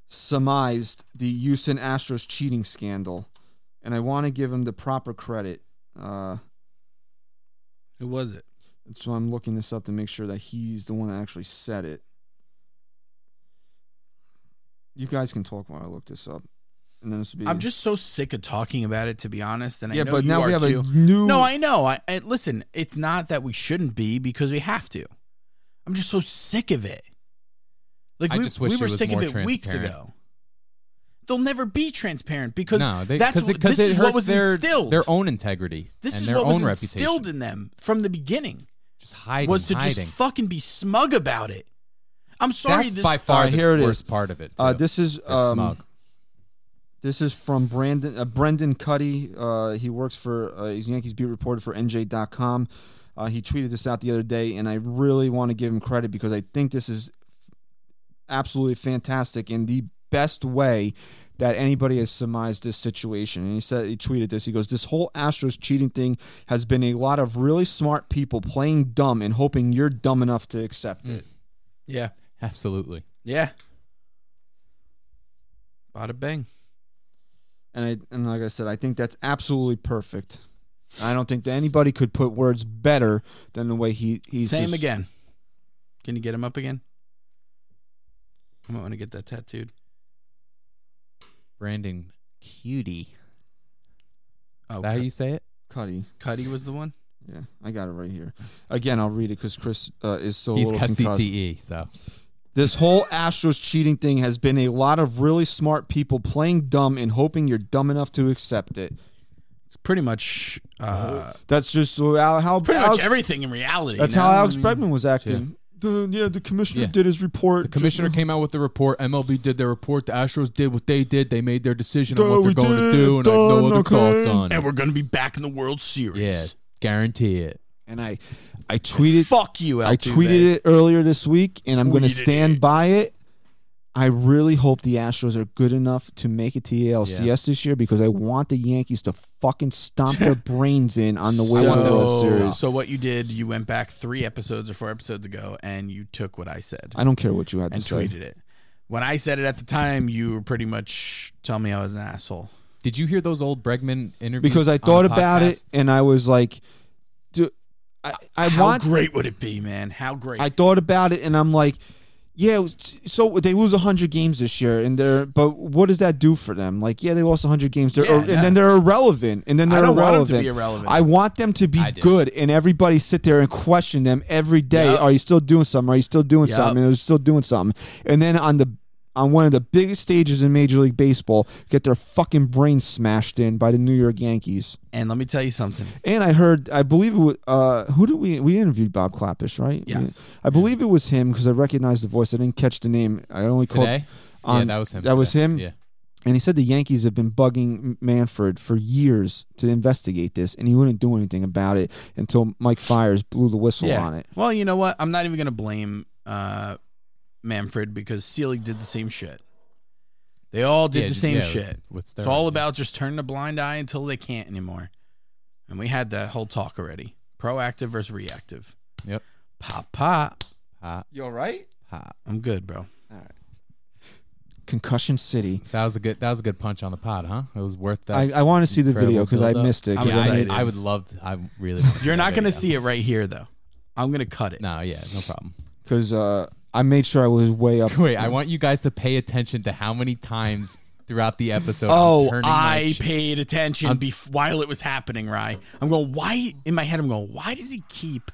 S2: surmised the Houston Astros cheating scandal and I want to give him the proper credit. Uh
S3: Who was it?
S2: So I'm looking this up to make sure that he's the one that actually said it. You guys can talk while I look this up, and then this will be.
S3: I'm just so sick of talking about it, to be honest. And I
S2: yeah,
S3: know
S2: but
S3: you
S2: now
S3: are
S2: we have
S3: too.
S2: a new.
S3: No, I know. I, I listen. It's not that we shouldn't be because we have to. I'm just so sick of it. Like
S4: I
S3: we,
S4: just wish
S3: we
S4: it
S3: were
S4: was
S3: sick of
S4: more
S3: it weeks
S4: transparent.
S3: ago. They'll never be transparent because
S4: no, they,
S3: that's
S4: cause
S3: what,
S4: it, cause
S3: this
S4: it
S3: is
S4: hurts
S3: what was
S4: their,
S3: instilled.
S4: their own integrity
S3: this
S4: and
S3: is
S4: their
S3: what
S4: own
S3: was
S4: reputation.
S3: instilled in them from the beginning
S4: just hiding,
S3: was to
S4: hiding.
S3: just fucking be smug about it. I'm sorry.
S4: That's
S3: this,
S4: by far
S2: Uh,
S4: the
S2: here it is.
S4: worst part of it.
S2: Uh,
S4: too.
S2: this is
S4: They're
S2: um,
S4: smug.
S2: this is from Brandon uh, Brendan Cuddy. Uh, he works for uh, he's Yankees beat reporter for NJ.com. Uh, he tweeted this out the other day, and I really want to give him credit because I think this is absolutely fantastic in the best way that anybody has surmised this situation. And he said he tweeted this. He goes, "This whole Astros cheating thing has been a lot of really smart people playing dumb and hoping you're dumb enough to accept it."
S3: yeah,
S4: Absolutely.
S3: yeah. Bada bang.
S2: and I, and like I said, I think that's absolutely perfect. I don't think that anybody could put words better than the way he he's
S3: Same
S2: just-
S3: again. Can you get him up again? I might want to get that tattooed.
S4: Brandon Cutie.
S3: Oh,
S4: Is that how you say it?
S2: Cuddy.
S3: Cuddy was the one.
S2: Yeah, I got it right here. Again, I'll read it because Chris uh, is still a
S4: He's
S2: little
S4: got
S2: concussed.
S4: CTE, so
S2: This whole Astros cheating thing has been a lot of really smart people playing dumb and hoping you're dumb enough to accept it.
S3: It's pretty much uh,
S2: That's just how, how
S3: pretty
S2: Alex-
S3: much everything in reality.
S2: That's
S3: you know?
S2: how Alex
S3: I mean,
S2: Bregman was acting. The, yeah, the commissioner
S4: Yeah.
S2: did his report.
S4: the commissioner came out with the report. MLB did their report. The Astros did what they did. They made their decision on
S2: Duh,
S4: what
S2: we
S4: they're going to
S2: did it.
S4: do, and I have
S2: Done,
S4: no other
S2: okay.
S4: thoughts on
S3: And
S4: it.
S3: we're gonna be back in the World Series.
S4: Yeah, guarantee it.
S2: and I, I tweeted.
S3: Fuck you,
S2: I
S3: Altuve.
S2: tweeted it earlier this week, and I'm going to
S3: Tweeted
S2: stand
S3: it.
S2: by it. I really hope the Astros are good enough to make it to the ALCS this year because I want the Yankees to fucking stomp
S3: (laughs)
S2: their brains in on the way to the World
S3: So,
S2: Series.
S3: so what you did, you went back three episodes or four episodes ago, and you took what I said
S2: I don't care what you had to
S3: and
S2: say.
S3: tweeted it. When I said it at the time, you were pretty much telling me I was an asshole.
S4: Did you hear those old Bregman interviews?
S2: Because I
S4: on the
S2: thought about it
S4: podcast?
S2: and I was like, dude, I, I
S3: How
S2: want.
S3: great would it be, man? How great?
S2: I thought about it and I'm like, yeah, it was- so they lose 100 games this year and they're but what does that do for them? Like, yeah, they lost 100 games they're,
S3: Yeah,
S2: and
S3: no.
S2: then they're irrelevant and then
S3: I
S2: they're
S3: don't want
S2: irrelevant.
S3: them to be irrelevant.
S2: I want them to be
S4: I do.
S2: good and everybody sit there and question them every day,
S3: Yep.
S2: are you still doing something? Are you still doing
S3: Yep.
S2: something? And they're still doing something. And then on the on one of the biggest stages in Major League Baseball, get their fucking brains smashed in by the New York Yankees.
S3: and let me tell you something.
S2: And I heard, I believe it was, uh, who did we, we interviewed Bob Clappish, right?
S3: Yes.
S2: I believe it was him because I recognized the voice. I didn't catch the name. I only called.
S4: today.
S2: on-
S4: yeah, that was him.
S2: That was
S4: today.
S2: him.
S4: Yeah.
S2: And he said the Yankees have been bugging Manfred for years to investigate this, and he wouldn't do anything about it until Mike Fires blew the whistle on it.
S3: Well, you know what? I'm not even going to blame uh, Manfred because Seelig did the same shit. They all did
S4: Yeah,
S3: the
S4: ju-
S3: same
S4: yeah,
S3: shit.
S4: With steroids,
S3: It's all
S4: yeah.
S3: about just turning a blind eye until they can't anymore. And we had that whole talk already. Proactive versus reactive.
S4: Yep.
S3: Pop, pop.
S4: Hot,
S2: You all right?
S4: hot.
S3: I'm good,
S4: (laughs)
S3: bro.
S2: Concussion City.
S4: That was a good. That was a good punch on the pod, huh? It was worth that.
S2: I, I want to see the video
S4: incredible
S2: because I
S4: build-up.
S2: missed it.
S3: I'm
S2: 'cause
S4: yeah, I,
S3: excited.
S4: I would love. To, I really. want to
S3: You're
S4: see
S3: not
S4: that
S3: going to
S4: video.
S3: see it right here, though. I'm going to cut it.
S4: No, yeah, no problem. (laughs)
S2: because uh, I made sure I was way up.
S4: Wait, I want you guys to pay attention to how many times throughout the episode. I'm
S3: Oh,
S4: turning my
S3: I
S4: ch-
S3: paid attention bef- while it was happening, Rye. I'm going, why? In my head, I'm going, why does he keep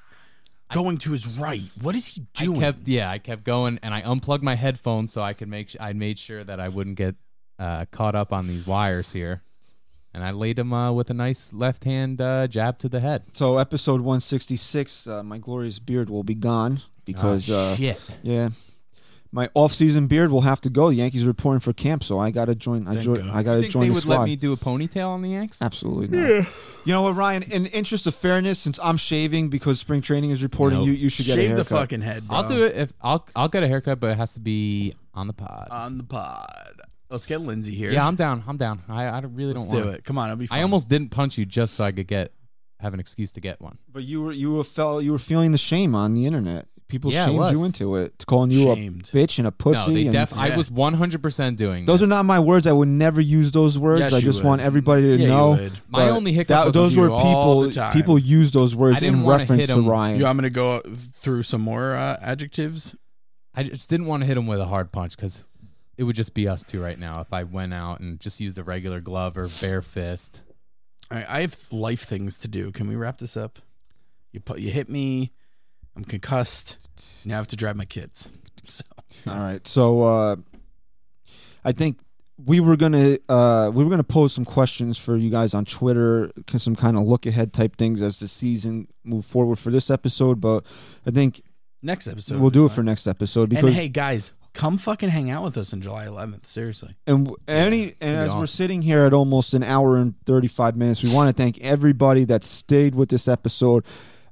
S3: going to his right? What is he
S4: I
S3: doing?
S4: kept yeah, I kept going, and I unplugged my headphones so I could make. su- I made sure that I wouldn't get uh, caught up on these wires here, and I laid him uh, with a nice left hand uh, jab to the head.
S2: So episode 166, uh, my glorious beard will be gone because
S4: Oh,
S2: uh,
S4: shit,
S2: Yeah. My off-season beard will have to go. The Yankees are reporting for camp, so I gotta join. I,
S3: Thank
S2: join.
S3: God.
S2: I
S4: I
S2: gotta
S4: think
S2: join
S4: they
S2: the
S4: would
S2: squad. Uh,
S4: let me do a ponytail on the Yanks.
S2: Absolutely not. You know what, Ryan? In interest of fairness, since I'm shaving because spring training is reporting,
S4: Nope.
S2: you you should get a
S3: Shave the
S2: haircut.
S3: fucking head.
S4: I'll do it if I'll I'll get a haircut, but it has to be on the pod.
S3: on the pod. Let's get Lindsay here.
S4: yeah, I'm down. I'm down. I, I really don't
S3: let's
S4: want
S3: do it. Come on, it'll be. Fun.
S4: I almost didn't punch you just so I could get have an excuse to get one.
S2: But you were you were felt you were feeling the shame on the internet. people
S4: Yeah, it
S2: shamed you
S4: was.
S2: into it, calling you
S3: Shamed.
S2: a bitch and a pussy.
S4: No, they
S2: and-
S4: def. I
S3: Yeah.
S4: was 100% doing
S2: those are
S4: this.
S2: not my words. I would never use those words.
S3: Yes,
S2: I
S3: you
S2: just
S3: would.
S2: want everybody to
S3: Yeah, you
S2: know.
S3: would.
S4: My
S2: but
S4: only hiccup
S2: that-
S4: was with
S2: those
S4: you
S2: were
S3: all the
S2: people.
S3: time.
S2: People used those words
S4: I didn't
S2: in
S4: wanna hit
S2: reference to
S4: him.
S2: Ryan.
S3: You want me to go through some more uh, adjectives?
S4: I just didn't want to hit him with a hard punch because it would just be us two right now if I went out and just used a regular glove or bare fist.
S3: All right, I have life things to do. Can we wrap this up? You put, you hit me. I'm concussed. Now I have to drive my kids. So
S2: All right. So uh, I think we were gonna uh, we were gonna pose some questions for you guys on Twitter, k- some kind of look ahead type things as the season move forward for this episode. But I think
S3: next episode
S2: we'll do it
S3: fine.
S2: for next episode because
S3: And hey guys, come fucking hang out with us on July 11th. Seriously,
S2: and w- any and
S4: gonna be
S2: as we're
S4: awesome.
S2: sitting here at almost an hour and 35 minutes we want to thank everybody that stayed with this episode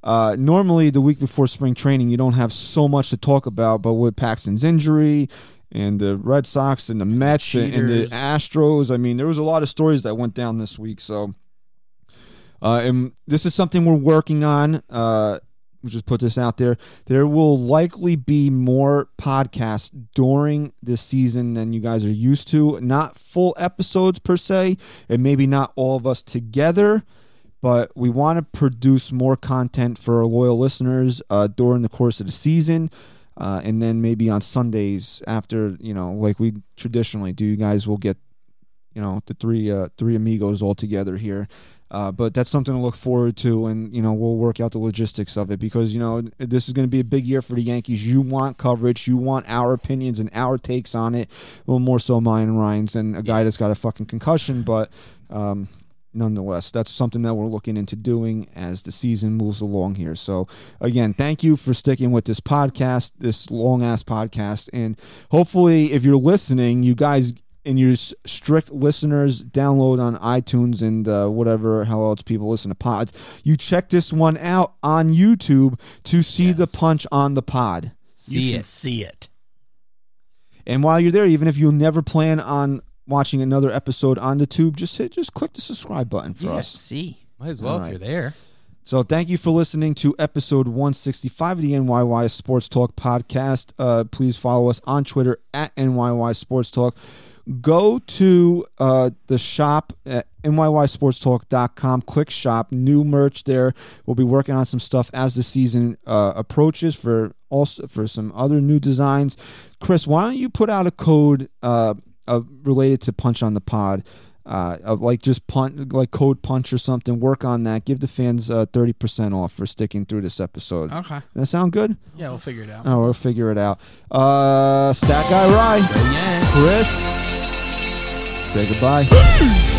S2: uh, normally the week before spring training you don't have so much to talk about but with paxton's injury and the red sox and the mets and, and the
S3: Cheaters.
S2: astros i mean there was a lot of stories that went down this week so uh, and this is something we're working on uh, we'll just put this out there. There will likely be more podcasts during this season than you guys are used to. Not full episodes per se, and maybe not all of us together, but we want to produce more content for our loyal listeners uh, during the course of the season. Uh, and then maybe on Sundays after you know, like we traditionally do, you guys will get you know the three uh, three amigos all together here. Uh, but that's something to look forward to, and you know we'll work out the logistics of it because you know this is going to be a big year for the Yankees. You want coverage, you want our opinions and our takes on it. Well, more so mine and Ryan's than a guy that's got a fucking concussion, but um, nonetheless, that's something that we're looking into doing as the season moves along here. So again, thank you for sticking with this podcast, this long ass podcast, and hopefully, if you're listening, you guys and your s- strict listeners download on iTunes and uh, whatever how else people listen to pods. You check this one out on YouTube to see the
S4: Yes.
S2: punch on the pod.
S3: you
S4: See
S3: can
S4: it.
S3: see it.
S2: And while you're there, even if you never plan on watching another episode on the tube, just hit just click the subscribe button for us.
S3: see.
S4: Might as well
S2: Alright.
S4: if you're there.
S2: So thank you for listening to episode 165 of the NYY Sports Talk podcast. Uh, please follow us on Twitter at NYY Sports Talk. Go to uh, the shop at nysportstalk.com. Click shop, new merch there. We'll be working on some stuff as the season uh, approaches for also for some other new designs. Chris, why don't you put out a code uh, uh, related to Punch on the Pod? uh, of like just punch, like code punch or something. Work on that. Give the fans uh, thirty percent off for sticking through this episode. Does
S3: Okay.
S2: that sound good?
S3: Yeah, we'll figure it out.
S2: Oh, we'll figure it out. Uh, Stat guy Rye,
S3: Yeah.
S2: Chris, say goodbye.